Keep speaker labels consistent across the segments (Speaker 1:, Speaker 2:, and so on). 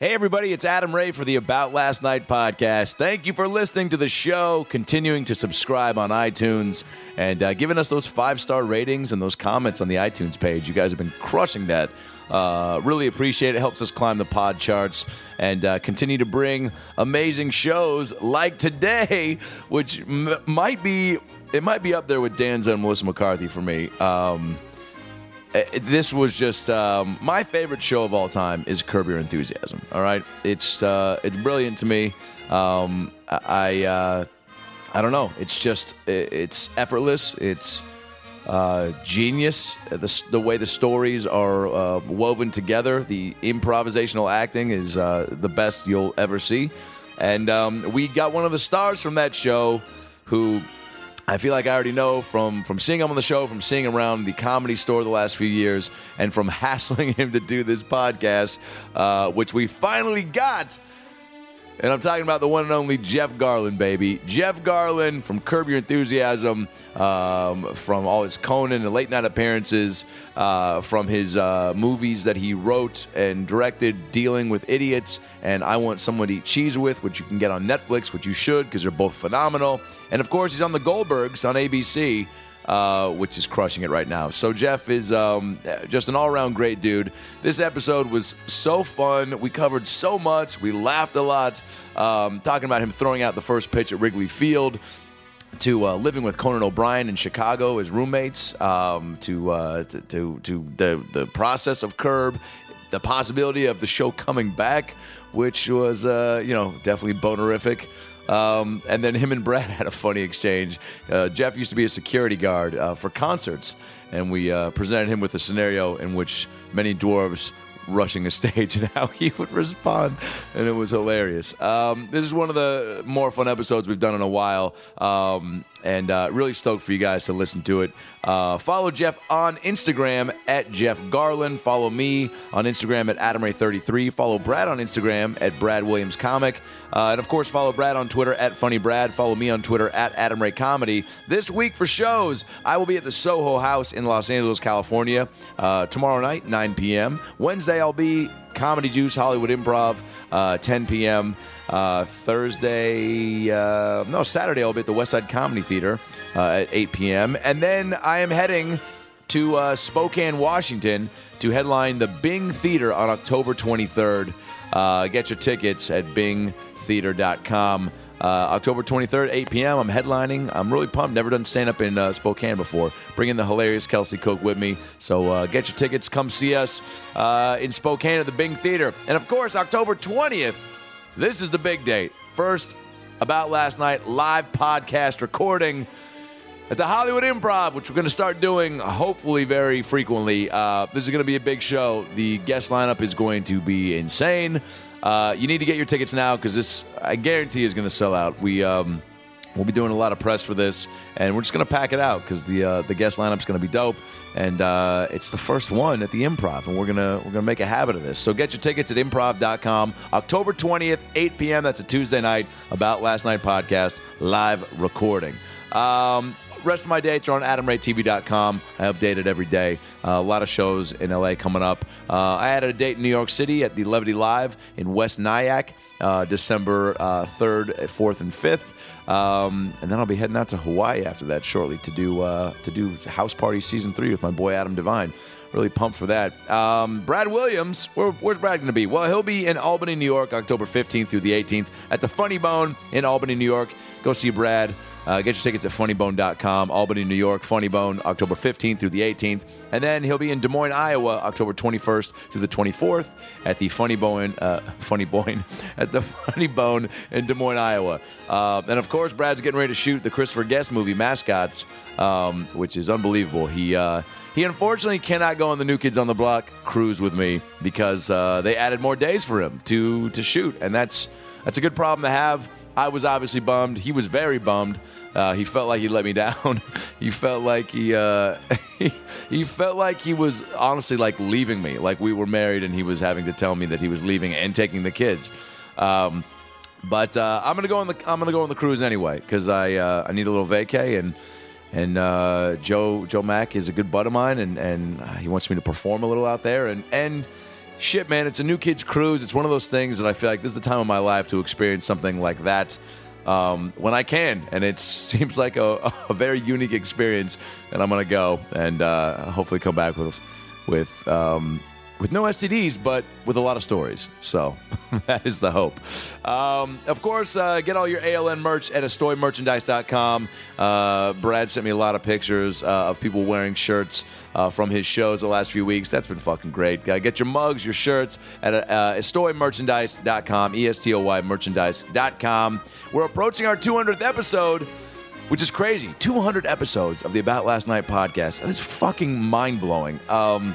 Speaker 1: Hey, everybody, it's Adam Ray for the About Last Night podcast. Thank you for listening to the show, continuing to subscribe on iTunes, and uh, giving us those five star ratings and those comments on the iTunes page. You guys have been crushing that. Uh, really appreciate it. Helps us climb the pod charts and uh, continue to bring amazing shows like today, which m- might be it might be up there with Danza and Melissa McCarthy for me. Um, uh, this was just um, my favorite show of all time is Curb Your Enthusiasm. All right, it's uh, it's brilliant to me. Um, I I, uh, I don't know. It's just i- it's effortless. It's uh, genius. Uh, The, s- the way the stories are uh, woven together, the improvisational acting is uh, the best you'll ever see. And um, we got one of the stars from that show, who I feel like I already know from from seeing him on the show, from seeing him around the comedy store the last few years, and from hassling him to do this podcast, uh, which we finally got. And I'm talking about the one and only Jeff Garland, baby. Jeff Garland from Curb Your Enthusiasm, um, from all his Conan and late night appearances, uh, from his uh, movies that he wrote and directed, Dealing with Idiots and I Want Someone to Eat Cheese With, which you can get on Netflix, which you should because they're both phenomenal. And of course, he's on The Goldbergs on ABC. Uh, which is crushing it right now. So Jeff is um, just an all-around great dude. This episode was so fun. We covered so much. We laughed a lot. Um, talking about him throwing out the first pitch at Wrigley Field. To uh, living with Conan O'Brien in Chicago as roommates, um, to, uh, to to to the the process of Curb, the possibility of the show coming back, which was uh, you know definitely bonerific. Um, and then him and Brad had a funny exchange. Uh, Jeff used to be a security guard uh, for concerts, and we uh, presented him with a scenario in which many dwarves rushing a stage and how he would respond, and it was hilarious. Um, this is one of the more fun episodes we've done in a while, um, and uh, really stoked for you guys to listen to it. Uh, follow Jeff on Instagram at Jeff Garland. Follow me on Instagram at AdamRay33. Follow Brad on Instagram at Brad Williams Comic, uh, and of course follow Brad on Twitter at Funny Brad. Follow me on Twitter at Adam Ray Comedy. This week for shows, I will be at the Soho House in Los Angeles, California, uh, tomorrow night, 9 p.m. Wednesday, I'll be Comedy Juice Hollywood Improv, uh, 10 p.m. Uh, Thursday, uh, no, Saturday, I'll be at the West Side Comedy Theater uh, at 8 p.m. And then I am heading to uh, Spokane, Washington to headline the Bing Theater on October 23rd. Uh, get your tickets at bingtheater.com. Uh, October 23rd, 8 p.m. I'm headlining. I'm really pumped. Never done stand up in uh, Spokane before. Bringing the hilarious Kelsey Cook with me. So uh, get your tickets. Come see us uh, in Spokane at the Bing Theater. And of course, October 20th, this is the big date. First, about last night, live podcast recording at the Hollywood Improv, which we're going to start doing uh, hopefully very frequently. Uh, this is going to be a big show. The guest lineup is going to be insane. Uh, you need to get your tickets now because this, I guarantee, is going to sell out. We um, we'll be doing a lot of press for this, and we're just going to pack it out because the uh, the guest lineup's going to be dope, and uh, it's the first one at the Improv, and we're gonna we're gonna make a habit of this. So get your tickets at Improv.com, October twentieth, eight p.m. That's a Tuesday night. About last night podcast live recording. Um, rest of my dates are on adamraytv.com. I update it every day. Uh, a lot of shows in LA coming up. Uh, I added a date in New York City at the Levity Live in West Nyack, uh, December uh, 3rd, 4th, and 5th. Um, and then I'll be heading out to Hawaii after that shortly to do uh, to do House Party Season 3 with my boy Adam Devine. Really pumped for that. Um, Brad Williams, where, where's Brad going to be? Well, he'll be in Albany, New York, October 15th through the 18th at the Funny Bone in Albany, New York. Go see Brad. Uh, get your tickets at funnybone.com, Albany, New York, Funny Bone, October 15th through the 18th. And then he'll be in Des Moines, Iowa, October 21st through the 24th at the Funny Bone, uh, Funny Bone, at the Funny Bone in Des Moines, Iowa. Uh, and of course, Brad's getting ready to shoot the Christopher Guest movie, Mascots, um, which is unbelievable. He, uh, he unfortunately cannot go on the New Kids on the Block cruise with me because uh, they added more days for him to, to shoot. And that's, that's a good problem to have. I was obviously bummed. He was very bummed. Uh, he felt like he let me down. he felt like he, uh, he he felt like he was honestly like leaving me. Like we were married, and he was having to tell me that he was leaving and taking the kids. Um, but uh, I'm gonna go on the I'm gonna go on the cruise anyway because I uh, I need a little vacay and and uh, Joe Joe Mack is a good bud of mine and and uh, he wants me to perform a little out there and and shit man it's a new kids cruise it's one of those things that I feel like this is the time of my life to experience something like that um, when I can and it seems like a, a very unique experience and I'm gonna go and uh, hopefully come back with with um, with no STDs, but with a lot of stories. So that is the hope. Um, of course, uh, get all your ALN merch at estoymerchandise.com. Uh, Brad sent me a lot of pictures uh, of people wearing shirts uh, from his shows the last few weeks. That's been fucking great. Uh, get your mugs, your shirts at uh, estoymerchandise.com, E S T O Y merchandise.com. We're approaching our 200th episode which is crazy. 200 episodes of the About Last Night podcast. That is fucking mind blowing. Um,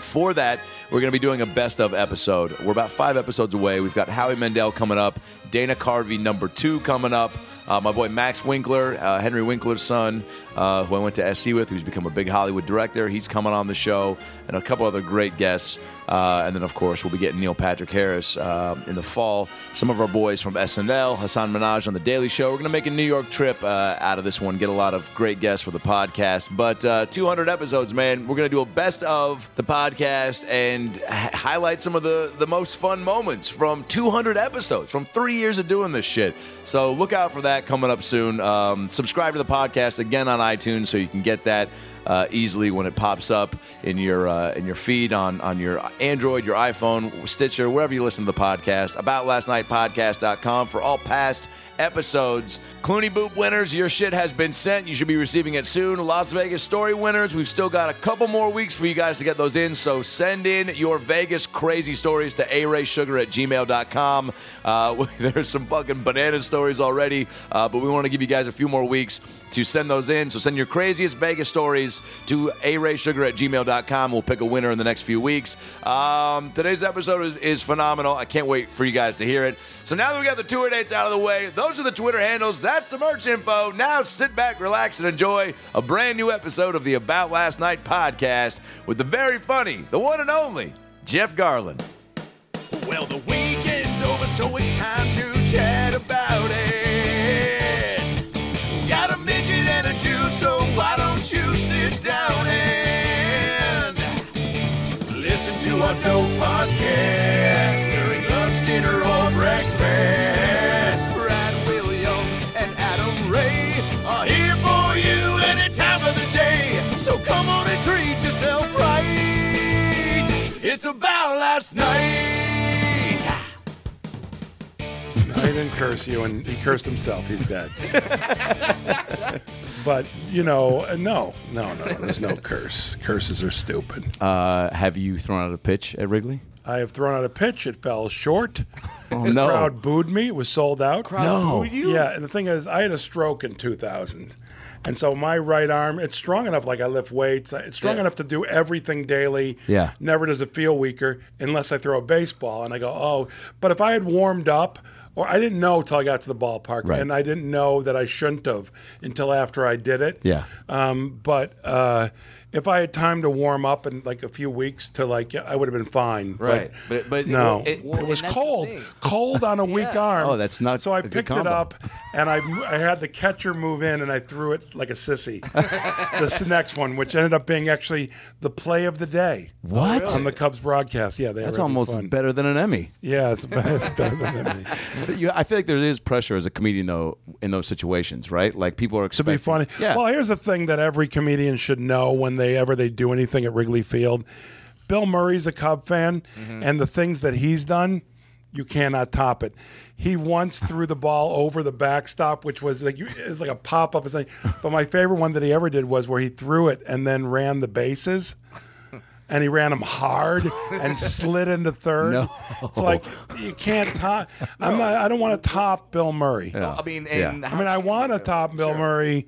Speaker 1: for that, we're going to be doing a best of episode. We're about five episodes away. We've got Howie Mendel coming up, Dana Carvey number two coming up, uh, my boy Max Winkler, uh, Henry Winkler's son, uh, who I went to SC with, who's become a big Hollywood director. He's coming on the show, and a couple other great guests. Uh, and then, of course, we'll be getting Neil Patrick Harris um, in the fall. Some of our boys from SNL, Hassan Minaj on The Daily Show. We're going to make a New York trip uh, out of this one, get a lot of great guests for the podcast. But uh, 200 episodes, man. We're going to do a best of the podcast and h- highlight some of the, the most fun moments from 200 episodes, from three years of doing this shit. So look out for that coming up soon. Um, subscribe to the podcast again on iTunes so you can get that uh, easily when it pops up in your uh, in your feed on on your Android, your iPhone, Stitcher, wherever you listen to the podcast. About last night podcast.com for all past episodes. Clooney Boop winners, your shit has been sent. You should be receiving it soon. Las Vegas story winners, we've still got a couple more weeks for you guys to get those in. So send in your Vegas crazy stories to araysugar at gmail.com. Uh, there's some fucking banana stories already, uh, but we want to give you guys a few more weeks to send those in. So send your craziest Vegas stories to araysugar at gmail.com. We'll pick a winner in the next few weeks. Um, today's episode is, is phenomenal. I can't wait for you guys to hear it. So now that we got the tour dates out of the way, those are the Twitter handles. That's the merch info. Now sit back, relax, and enjoy a brand new episode of the About Last Night podcast with the very funny, the one and only Jeff Garland. Well, the weekend's over, so it's time to chat about it. Got a midget and a Jew, so why don't you sit down and listen to our dope podcast during lunch, dinner, or breakfast? Brad Williams and Adam Ray are here for you any time of the day, so come on and treat yourself right. It's about last night.
Speaker 2: I didn't curse you, and he cursed himself. He's dead. but you know, uh, no, no, no, no. There's no curse. Curses are stupid.
Speaker 1: Uh, have you thrown out a pitch at Wrigley?
Speaker 2: I have thrown out a pitch. It fell short.
Speaker 1: Oh,
Speaker 2: The
Speaker 1: no.
Speaker 2: crowd booed me. It was sold out.
Speaker 1: No.
Speaker 3: Booed you?
Speaker 2: Yeah, and the thing is, I had a stroke in 2000. And so my right arm, it's strong enough, like I lift weights. It's strong
Speaker 1: Yeah.
Speaker 2: enough to do everything daily.
Speaker 1: Yeah.
Speaker 2: Never does it feel weaker unless I throw a baseball and I go, oh. But if I had warmed up, or I didn't know till I got to the ballpark,
Speaker 1: Right.
Speaker 2: and I didn't know that I shouldn't have until after I did it.
Speaker 1: Yeah.
Speaker 2: Um, but uh, if I had time to warm up in like a few weeks to like, I would have been fine.
Speaker 4: Right, but- but it-
Speaker 2: no,
Speaker 4: it-
Speaker 2: it, was
Speaker 4: well, and that's the
Speaker 2: cold,
Speaker 4: thing.
Speaker 2: cold on a weak arm.
Speaker 1: Oh, that's not
Speaker 2: So I
Speaker 1: a good
Speaker 2: picked it
Speaker 1: combo.
Speaker 2: up, and I I had the catcher move in, and I threw it like a sissy. this next one, which ended up being actually the play of the day.
Speaker 1: What?
Speaker 2: on the Cubs broadcast? Yeah, they
Speaker 1: That's
Speaker 2: were having
Speaker 1: almost
Speaker 2: fun.
Speaker 1: better than an Emmy.
Speaker 2: Yeah, it's, be- it's better than me.
Speaker 1: You, I feel like there is pressure as a comedian though in those situations, right? Like people are
Speaker 2: to
Speaker 1: expecting
Speaker 2: be funny.
Speaker 1: Yeah.
Speaker 2: Well, here's the thing that every comedian should know when they ever they do anything at Wrigley Field. Bill Murray's a Cub fan,
Speaker 1: Mm-hmm.
Speaker 2: and the things that he's done, you cannot top it. He once threw the ball over the backstop, which was like you, it's like a pop up. But my favorite one that he ever did was where he threw it and then ran the bases. And he ran them hard and slid into third.
Speaker 1: No.
Speaker 2: It's like you can't top. I'm not. I don't want to top Bill Murray.
Speaker 4: I mean,
Speaker 1: Yeah.
Speaker 4: and
Speaker 2: I mean, I want to top Bill Murray,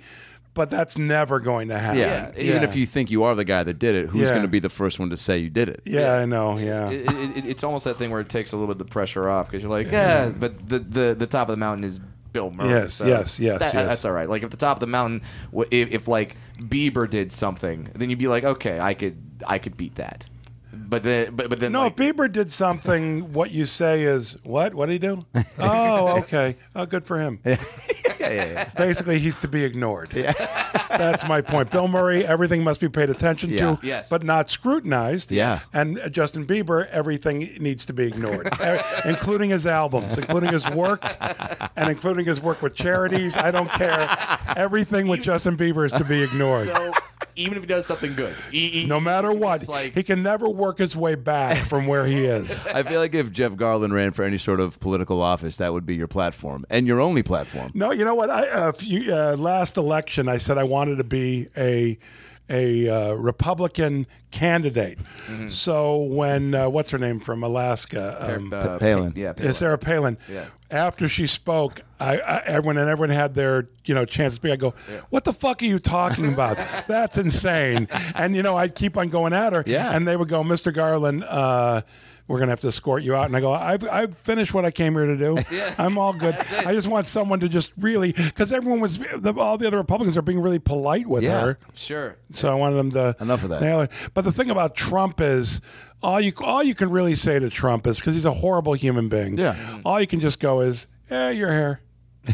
Speaker 2: but that's never going to happen.
Speaker 1: yeah.
Speaker 4: yeah,
Speaker 1: Even
Speaker 4: yeah.
Speaker 1: if you think you are the guy that did it, who's
Speaker 2: Yeah.
Speaker 1: going to be the first one to say you did it?
Speaker 2: Yeah, I know. Yeah.
Speaker 4: It, it, it- it's almost that thing where it takes a little bit of the pressure off because you're like, yeah, but the, the the top of the mountain is Bill Murray.
Speaker 2: Yes,
Speaker 4: so
Speaker 2: yes, yes,
Speaker 4: that-
Speaker 2: yes.
Speaker 4: That's all right. Like if the top of the mountain, w- if, if like Bieber did something, then you'd be like, okay, I could, I could beat that. But then, but, but then,
Speaker 2: No,
Speaker 4: like,
Speaker 2: if Bieber did something, what you say is, what? What did he do? oh, okay. Oh, good for him. Basically, he's to be ignored. That's my point. Bill Murray, everything must be paid attention
Speaker 1: Yeah.
Speaker 2: to,
Speaker 4: Yes.
Speaker 2: but not scrutinized.
Speaker 4: Yeah.
Speaker 2: And uh, Justin Bieber, everything needs to be ignored, e- including his albums, including his work, and including his work with charities. I don't care. Everything with Justin Bieber is to be ignored.
Speaker 4: so even if he does something good, he- he-
Speaker 2: no matter what,
Speaker 4: it's like-
Speaker 2: he can never work his way back from where he is.
Speaker 1: I feel like if Jeff Garland ran for any sort of political office, that would be your platform and your only platform.
Speaker 2: No, you know what? I uh, few, uh, last election, I said I wanted to be a a uh, Republican candidate. So when uh, what's her name from Alaska? Um,
Speaker 4: uh,
Speaker 1: Palin.
Speaker 4: Yeah,
Speaker 2: yeah, Sarah Palin.
Speaker 4: Yeah.
Speaker 2: After she spoke, I, I everyone and everyone had their you know chance to speak. I go, what the fuck are you talking about? That's insane. And you know, I'd keep on going at her.
Speaker 1: Yeah.
Speaker 2: And they would go, Mr. Garland. Uh, we're gonna have to escort you out, and I go. I've, I've finished what I came here to do. I'm all good. I just want someone to just really, because everyone was, the, all the other Republicans are being really polite with
Speaker 1: Yeah.
Speaker 2: her.
Speaker 4: Sure.
Speaker 2: So I wanted them to
Speaker 1: Enough of that.
Speaker 2: nail it. But the thing about Trump is all you all you can really say to Trump is because he's a horrible human being.
Speaker 1: Yeah.
Speaker 2: All you can just go is, "Eh, your hair."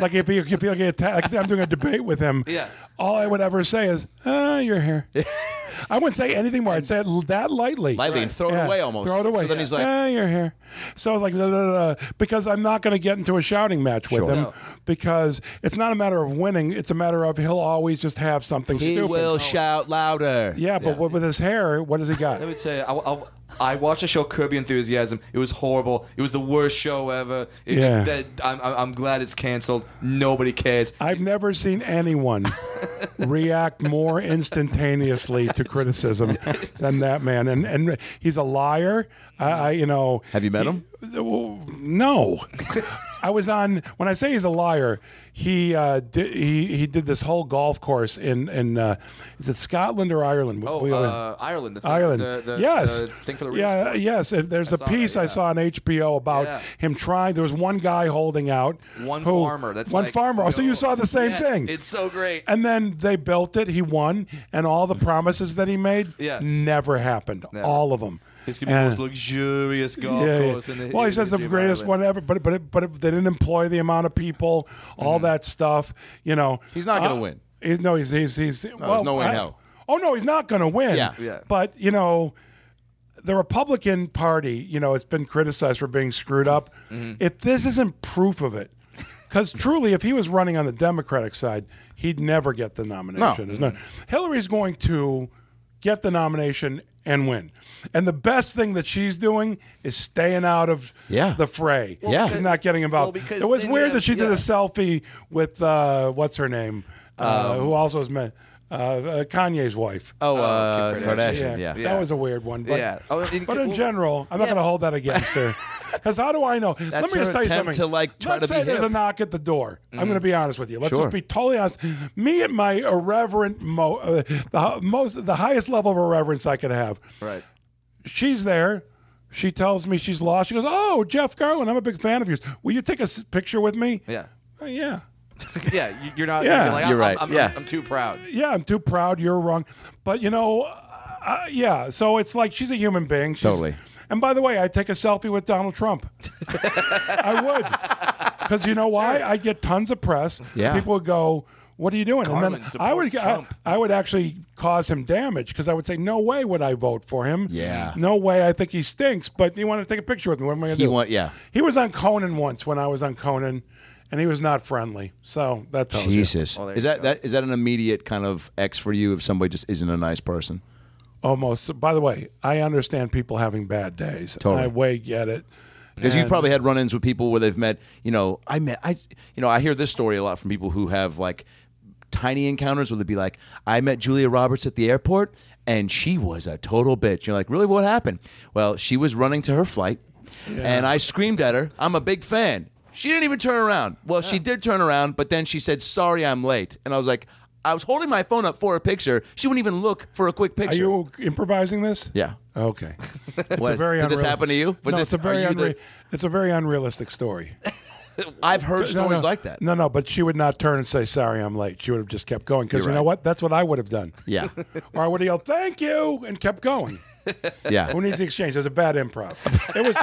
Speaker 2: like if you if you get attacked, I'm doing a debate with him.
Speaker 4: Yeah.
Speaker 2: All I would ever say is, "Ah, your hair." I wouldn't say anything more. I'd say it l- that lightly.
Speaker 1: Lightly and throw it
Speaker 2: Yeah,
Speaker 1: away almost.
Speaker 2: Throw it away.
Speaker 1: So then he's like,
Speaker 2: "Eh, your hair. So I was like, "Duh, duh, duh," because I'm not going to get into a shouting match with
Speaker 1: Sure.
Speaker 2: him
Speaker 4: No.
Speaker 2: because it's not a matter of winning. It's a matter of he'll always just have something
Speaker 1: he
Speaker 2: stupid. Oh.
Speaker 1: will shout louder.
Speaker 2: Yeah, but what with his hair, what does he got?
Speaker 4: Let me tell you, I, I, I watched the show Curb Your Enthusiasm. It was horrible. It was the worst show ever. It-
Speaker 2: Yeah.
Speaker 4: that- I'm, I'm- I'm glad it's canceled. Nobody cares.
Speaker 2: I've never seen anyone react more instantaneously to criticism than that man, and and he's a liar. I, I you know.
Speaker 1: Have you met him?
Speaker 2: Well, No. I was on when I say he's a liar. He uh, did, he he did this whole golf course in in uh, is it Scotland or Ireland?
Speaker 4: Oh,
Speaker 2: We-
Speaker 4: uh, Ireland. The thing,
Speaker 2: Ireland.
Speaker 4: The, the,
Speaker 2: yes.
Speaker 4: The thing for the real
Speaker 2: yeah.
Speaker 4: sports.
Speaker 2: Yes. If there's
Speaker 4: I
Speaker 2: a
Speaker 4: saw that,
Speaker 2: piece I
Speaker 4: yeah.
Speaker 2: saw on HBO about
Speaker 4: Yeah.
Speaker 2: him trying. There was one guy holding out.
Speaker 4: One
Speaker 2: who-
Speaker 4: farmer. That's
Speaker 2: one
Speaker 4: like,
Speaker 2: farmer. Oh, so
Speaker 4: yo,
Speaker 2: you saw the same
Speaker 4: yes,
Speaker 2: thing.
Speaker 4: It's so great.
Speaker 2: and then they built it. He won, and all the promises that he made
Speaker 4: Yeah.
Speaker 2: never happened.
Speaker 4: Never.
Speaker 2: All of them.
Speaker 4: It's gonna be
Speaker 2: And-
Speaker 4: the most luxurious golf
Speaker 2: yeah, yeah.
Speaker 4: course in the
Speaker 2: well, he
Speaker 4: in
Speaker 2: says the
Speaker 4: history of
Speaker 2: greatest
Speaker 4: Ireland.
Speaker 2: one ever, but but but they didn't employ the amount of people, all
Speaker 4: Mm-hmm.
Speaker 2: that stuff. You know, Uh,
Speaker 1: He's not gonna win.
Speaker 2: He's no, he's he's he's. No,
Speaker 1: no way in hell.
Speaker 2: Oh no, he's not going to win.
Speaker 1: Yeah.
Speaker 4: Yeah.
Speaker 2: But you know, the Republican Party, you know, it's been criticized for being screwed up.
Speaker 4: Mm-hmm.
Speaker 2: If this isn't proof of it, because truly, if he was running on the Democratic side, he'd never get the nomination. There's no- Hillary's going to get the nomination and win. And the best thing that she's doing is staying out of
Speaker 1: Yeah.
Speaker 2: the fray.
Speaker 1: Yeah.
Speaker 2: She's not getting involved.
Speaker 4: Well, because
Speaker 2: it was
Speaker 4: then you
Speaker 2: weird
Speaker 4: have-
Speaker 2: that she did
Speaker 4: yeah.
Speaker 2: a selfie with, uh, what's her name, uh,
Speaker 4: Um,
Speaker 2: who also is met, uh, uh, Kanye's wife.
Speaker 1: Oh, uh,
Speaker 4: Kim
Speaker 1: Kardashian. Yeah.
Speaker 2: That was a weird one. But,
Speaker 4: Yeah. Oh, in-
Speaker 2: but in
Speaker 4: well-
Speaker 2: general, I'm not going to hold that against her. Because how do I know? Let me
Speaker 1: her
Speaker 2: just tell you
Speaker 1: attempt
Speaker 2: something.
Speaker 1: to, like, try
Speaker 2: Let's
Speaker 1: to
Speaker 2: say
Speaker 1: be
Speaker 2: there's
Speaker 1: hip. Mm.
Speaker 2: a knock at the door. I'm going to be honest with you. Let's
Speaker 1: Sure.
Speaker 2: just be totally honest. Me at my irreverent, mo- uh, the hi- most, the highest level of irreverence I could have.
Speaker 4: Right.
Speaker 2: She's there. She tells me she's lost. She goes, "Oh, Jeff Garland, I'm a big fan of yours. Will you take a s- picture with me?"
Speaker 4: Yeah.
Speaker 2: "Oh, yeah.
Speaker 4: Yeah. you- You're not.
Speaker 2: Yeah.
Speaker 4: You're, like,
Speaker 1: You're
Speaker 4: I'm-
Speaker 1: right.
Speaker 4: I'm,
Speaker 1: Yeah.
Speaker 4: I'm too proud.
Speaker 2: yeah, I'm too proud. You're wrong. But you know, uh, yeah. So it's like she's a human being. She's,
Speaker 1: Totally.
Speaker 2: And by the way, I would take a selfie with Donald Trump. I would, because you know why? I get tons of press.
Speaker 1: Yeah.
Speaker 2: People would go. What are you doing?
Speaker 4: Garland
Speaker 2: I would,
Speaker 4: supports
Speaker 2: I,
Speaker 4: Trump.
Speaker 2: I would actually cause him damage because I would say, no way would I vote for him.
Speaker 1: Yeah.
Speaker 2: No way. I think he stinks. But you want to take a picture with me? What am I going to
Speaker 1: He
Speaker 2: do?
Speaker 1: want- yeah.
Speaker 2: He was on Conan once when I was on Conan, and he was not friendly. So that tells you.
Speaker 1: Jesus.
Speaker 4: there
Speaker 1: is
Speaker 4: you
Speaker 1: that,
Speaker 4: go.
Speaker 1: that is that an immediate kind of X for you if somebody just isn't a nice person?
Speaker 2: Almost. By the way, I understand people having bad days.
Speaker 1: Totally.
Speaker 2: I way get it.
Speaker 1: Because you've
Speaker 2: And-
Speaker 1: probably had run-ins with people where they've met. You know, I met. I you know, I hear this story a lot from people who have like tiny encounters where they'd be like, "I met Julia Roberts at the airport, and she was a total bitch." You're like, "Really? What happened?" Well, she was running to her flight, and I screamed at her, "I'm a big fan." She didn't even turn around. Well, she did turn around, but then she said, "Sorry, I'm late," and I was like. I was holding my phone up for a picture. She wouldn't even look for a quick picture.
Speaker 2: Are you improvising this?
Speaker 1: Yeah.
Speaker 2: Okay. It's
Speaker 1: What is- did this
Speaker 2: unrealistic-
Speaker 1: happen to you? Was
Speaker 2: no,
Speaker 1: this-
Speaker 2: it's a very
Speaker 1: are you
Speaker 2: unre-
Speaker 1: the-
Speaker 2: it's a very unrealistic story.
Speaker 1: I've heard
Speaker 2: No,
Speaker 1: stories
Speaker 2: no.
Speaker 1: like that.
Speaker 2: No, no, but she would not turn and say, sorry, I'm late. She would have just kept going because you
Speaker 1: You're
Speaker 2: know
Speaker 1: right.
Speaker 2: what? That's what I would have done.
Speaker 1: Yeah,
Speaker 2: Or I would have yelled, thank you, and kept going.
Speaker 1: yeah.
Speaker 2: Who needs the exchange? It was a bad improv. It was,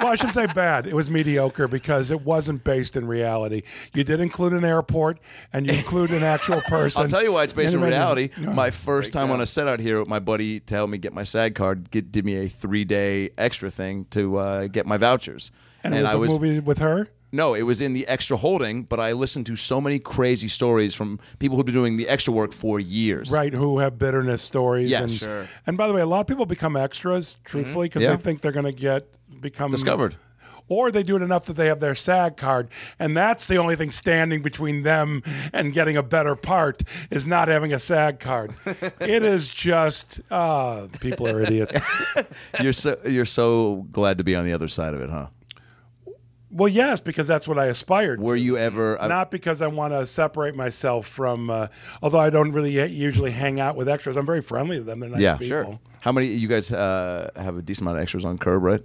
Speaker 2: well, I shouldn't say bad. It was mediocre because it wasn't based in reality. You did include an airport and you include an actual person.
Speaker 1: I'll tell you why it's based on
Speaker 2: Anybody-
Speaker 1: reality.
Speaker 2: No.
Speaker 1: My first time on a set out here, my buddy told me get my SAG card, get, did me a three day extra thing to uh, get my vouchers,
Speaker 2: and it was
Speaker 1: I
Speaker 2: a
Speaker 1: was
Speaker 2: movie with her.
Speaker 1: no, it was in the extra holding. But I listened to so many crazy stories from people who've been doing the extra work for years.
Speaker 2: Right, who have bitterness stories.
Speaker 1: Yes.
Speaker 2: and,
Speaker 1: Sure. Mm-hmm.
Speaker 2: and by the way, a lot of people become extras, truthfully, because
Speaker 1: Yeah.
Speaker 2: they think they're going to get become
Speaker 1: Discovered.
Speaker 2: Or they do it enough that they have their SAG card, and that's the only thing standing between them and getting a better part is not having a SAG card. it is just uh, people are idiots.
Speaker 1: You're so you're so glad to be on the other side of it, huh?
Speaker 2: well, yes, because that's what I aspired.
Speaker 1: Were
Speaker 2: to.
Speaker 1: you ever? uh, I-
Speaker 2: not because I want to separate myself from, uh, although I don't really usually hang out with extras. I'm very friendly to them. They're nice
Speaker 1: yeah,
Speaker 2: people.
Speaker 1: How many? You guys uh, have a decent amount of extras on Curb, right?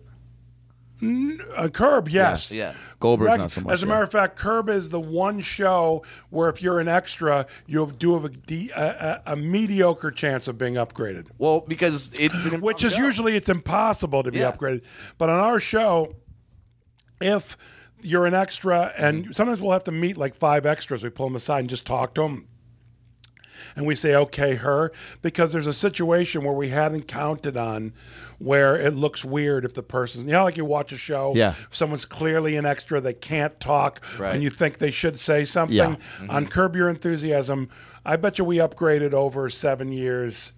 Speaker 2: Uh, Curb, yes.
Speaker 4: Yeah.
Speaker 1: Goldberg's
Speaker 2: Rec-
Speaker 1: not so much.
Speaker 2: As a
Speaker 1: yeah.
Speaker 2: matter of fact, Curb is the one show where if you're an extra, you have- do have a, de- a, a, a mediocre chance of being upgraded,
Speaker 4: Well, because it's an
Speaker 2: which is
Speaker 4: show.
Speaker 2: usually it's impossible to be
Speaker 4: Yeah.
Speaker 2: upgraded. But on our show, if you're an extra,
Speaker 4: Mm-hmm.
Speaker 2: and sometimes we'll have to meet like five extras, we pull them aside and just talk to them. And we say, okay, her, because there's a situation where we hadn't counted on where it looks weird if the person's, you know, like you watch a show,
Speaker 1: Yeah.
Speaker 2: if someone's clearly an extra, they can't talk,
Speaker 4: Right. Mm-hmm.
Speaker 2: and you think they should say something.
Speaker 1: Yeah.
Speaker 2: On Curb Your Enthusiasm, I bet you we upgraded over seven years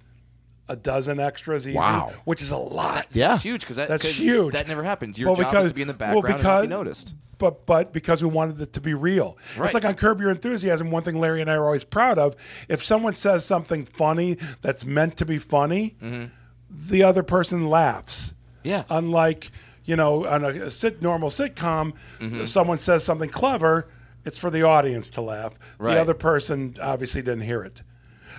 Speaker 2: a dozen extras easy,
Speaker 4: Wow.
Speaker 2: which is a lot.
Speaker 1: yeah,
Speaker 4: It's huge because that,
Speaker 2: That's
Speaker 4: 'cause
Speaker 2: huge.
Speaker 4: That never happens. Your
Speaker 2: Well,
Speaker 4: job is to be in the
Speaker 2: well,
Speaker 4: background and not be noticed.
Speaker 2: But but because we wanted it to be real.
Speaker 4: Right.
Speaker 2: It's like on Curb Your Enthusiasm, one thing Larry and I are always proud of, if someone says something funny that's meant to be funny, the other person laughs.
Speaker 4: Mm-hmm. Yeah.
Speaker 2: Unlike, you know, on a, a sit, normal sitcom,
Speaker 4: Mm-hmm.
Speaker 2: if someone says something clever, it's for the audience to laugh.
Speaker 4: Right.
Speaker 2: The other person obviously didn't hear it.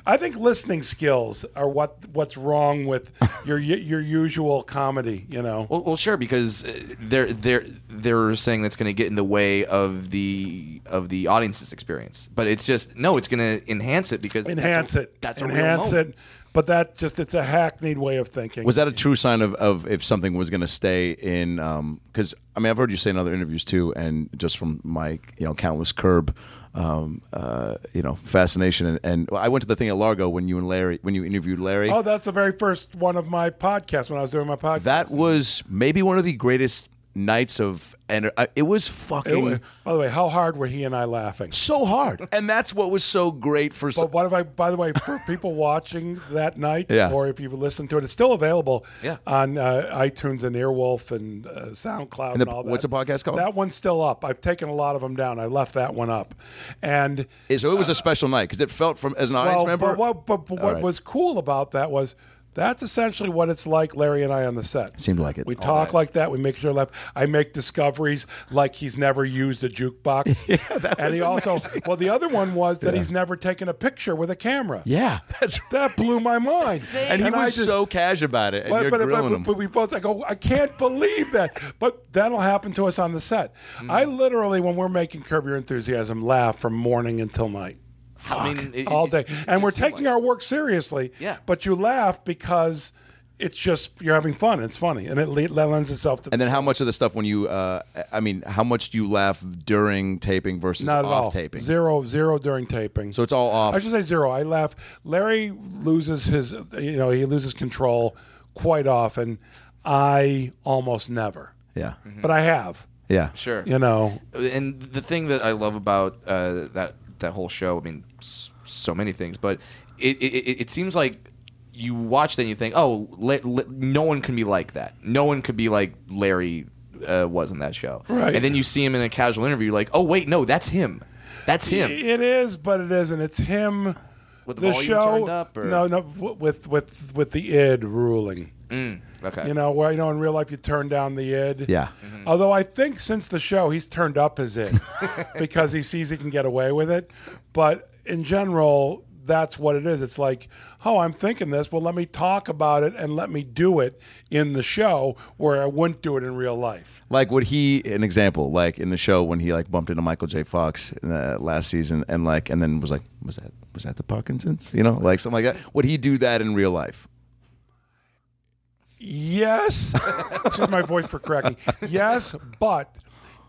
Speaker 2: I think listening skills are what what's wrong with your your usual comedy, you know.
Speaker 4: Well, well, sure, because uh, they're they're they're saying that's going to get in the way of the of the audience's experience, but it's just no, it's going to enhance it because that's
Speaker 2: enhance
Speaker 4: a-
Speaker 2: it.
Speaker 4: That's a
Speaker 2: enhance
Speaker 4: real moment.
Speaker 2: it. But that just it's a hackneyed way of thinking.
Speaker 1: Was that a true sign of, of if something was going to stay in? Because I mean, I've heard you say in other interviews too, and just from my you know countless curb, um, uh, you know fascination, and, and well, I went to the thing at Largo when you and Larry when you interviewed Larry.
Speaker 2: Oh, that's the very first one of my podcasts when I was doing my podcast.
Speaker 1: that was maybe one of the greatest nights of, and uh, it was fucking
Speaker 2: It wa- by the way, how hard were he and I laughing?
Speaker 1: so hard, and that's what was so great for. So,
Speaker 2: But what if I? By the way, for people watching that night,
Speaker 1: Yeah.
Speaker 2: or if you've listened to it, it's still available
Speaker 4: Yeah.
Speaker 2: on uh, iTunes and Earwolf and uh, SoundCloud and,
Speaker 1: the-
Speaker 2: all that.
Speaker 1: what's the podcast called?
Speaker 2: That one's still up. I've taken a lot of them down. I left that one up, and
Speaker 1: so it was a special night because it felt from as an audience
Speaker 2: Uh, well,
Speaker 1: member.
Speaker 2: but what, but, but
Speaker 1: All
Speaker 2: what
Speaker 1: right.
Speaker 2: was cool about that was that's essentially what it's like Larry and I on the set.
Speaker 1: Seemed like it.
Speaker 2: We
Speaker 1: All
Speaker 2: talk like that. We make sure left. I make discoveries like he's never used a jukebox. yeah, that and he also well the other one was that he's never taken a picture with a camera.
Speaker 1: yeah, that's
Speaker 2: That blew my mind.
Speaker 1: and he
Speaker 2: I
Speaker 1: was
Speaker 2: just-
Speaker 1: so cash about it, and
Speaker 2: but,
Speaker 1: you're
Speaker 2: but,
Speaker 1: grilling
Speaker 2: but,
Speaker 1: him.
Speaker 2: but we both I go, I can't believe that. But that'll happen to us on the set. I literally, when we're making Curb Your Enthusiasm, laugh from morning until night
Speaker 4: I mean, it-
Speaker 2: all
Speaker 4: it-
Speaker 2: day.
Speaker 4: it just
Speaker 2: and we're
Speaker 4: seemed
Speaker 2: taking
Speaker 4: like-
Speaker 2: our work seriously.
Speaker 4: Yeah.
Speaker 2: But you laugh because it's just you're having fun. It's funny, and it le- lends itself to.
Speaker 1: And then how much of the stuff when you, uh, I mean, how much do you laugh during taping versus
Speaker 2: not at
Speaker 1: off
Speaker 2: all
Speaker 1: taping?
Speaker 2: zero zero during taping.
Speaker 1: So it's all off.
Speaker 2: I should say zero. I laugh. Larry loses his, you know, he loses control quite often. I almost never,
Speaker 1: yeah.
Speaker 2: but I have,
Speaker 1: Yeah.
Speaker 4: Mm-hmm. sure.
Speaker 2: you know.
Speaker 4: and the thing that I love about uh, that that whole show, I mean, s- so many things, but it it, it it seems like you watch that and you think, oh, la- la- no one can be like that. No one could be like Larry uh, was in that show.
Speaker 2: Right.
Speaker 4: And then you see him in a casual interview, you're like, oh wait, no, that's him. That's him.
Speaker 2: It is, but it isn't. It's him.
Speaker 4: With the
Speaker 2: the
Speaker 4: volume
Speaker 2: show,
Speaker 4: turned up, or-
Speaker 2: no, no, w- with with with the id ruling.
Speaker 4: Okay.
Speaker 2: You know, where you know in real life you turn down the id.
Speaker 1: Yeah.
Speaker 2: Although I think since the show he's turned up his id because he sees he can get away with it. But in general, that's what it is. It's like, oh, I'm thinking this. Well, let me talk about it and let me do it in the show where I wouldn't do it in real life.
Speaker 1: Like would he an example like in the show when he like bumped into Michael J. Fox in the last season and like and then was like was that was that the Parkinson's you know like something like that would he do that in real life?
Speaker 2: Yes. Excuse my voice for cracking. Yes, but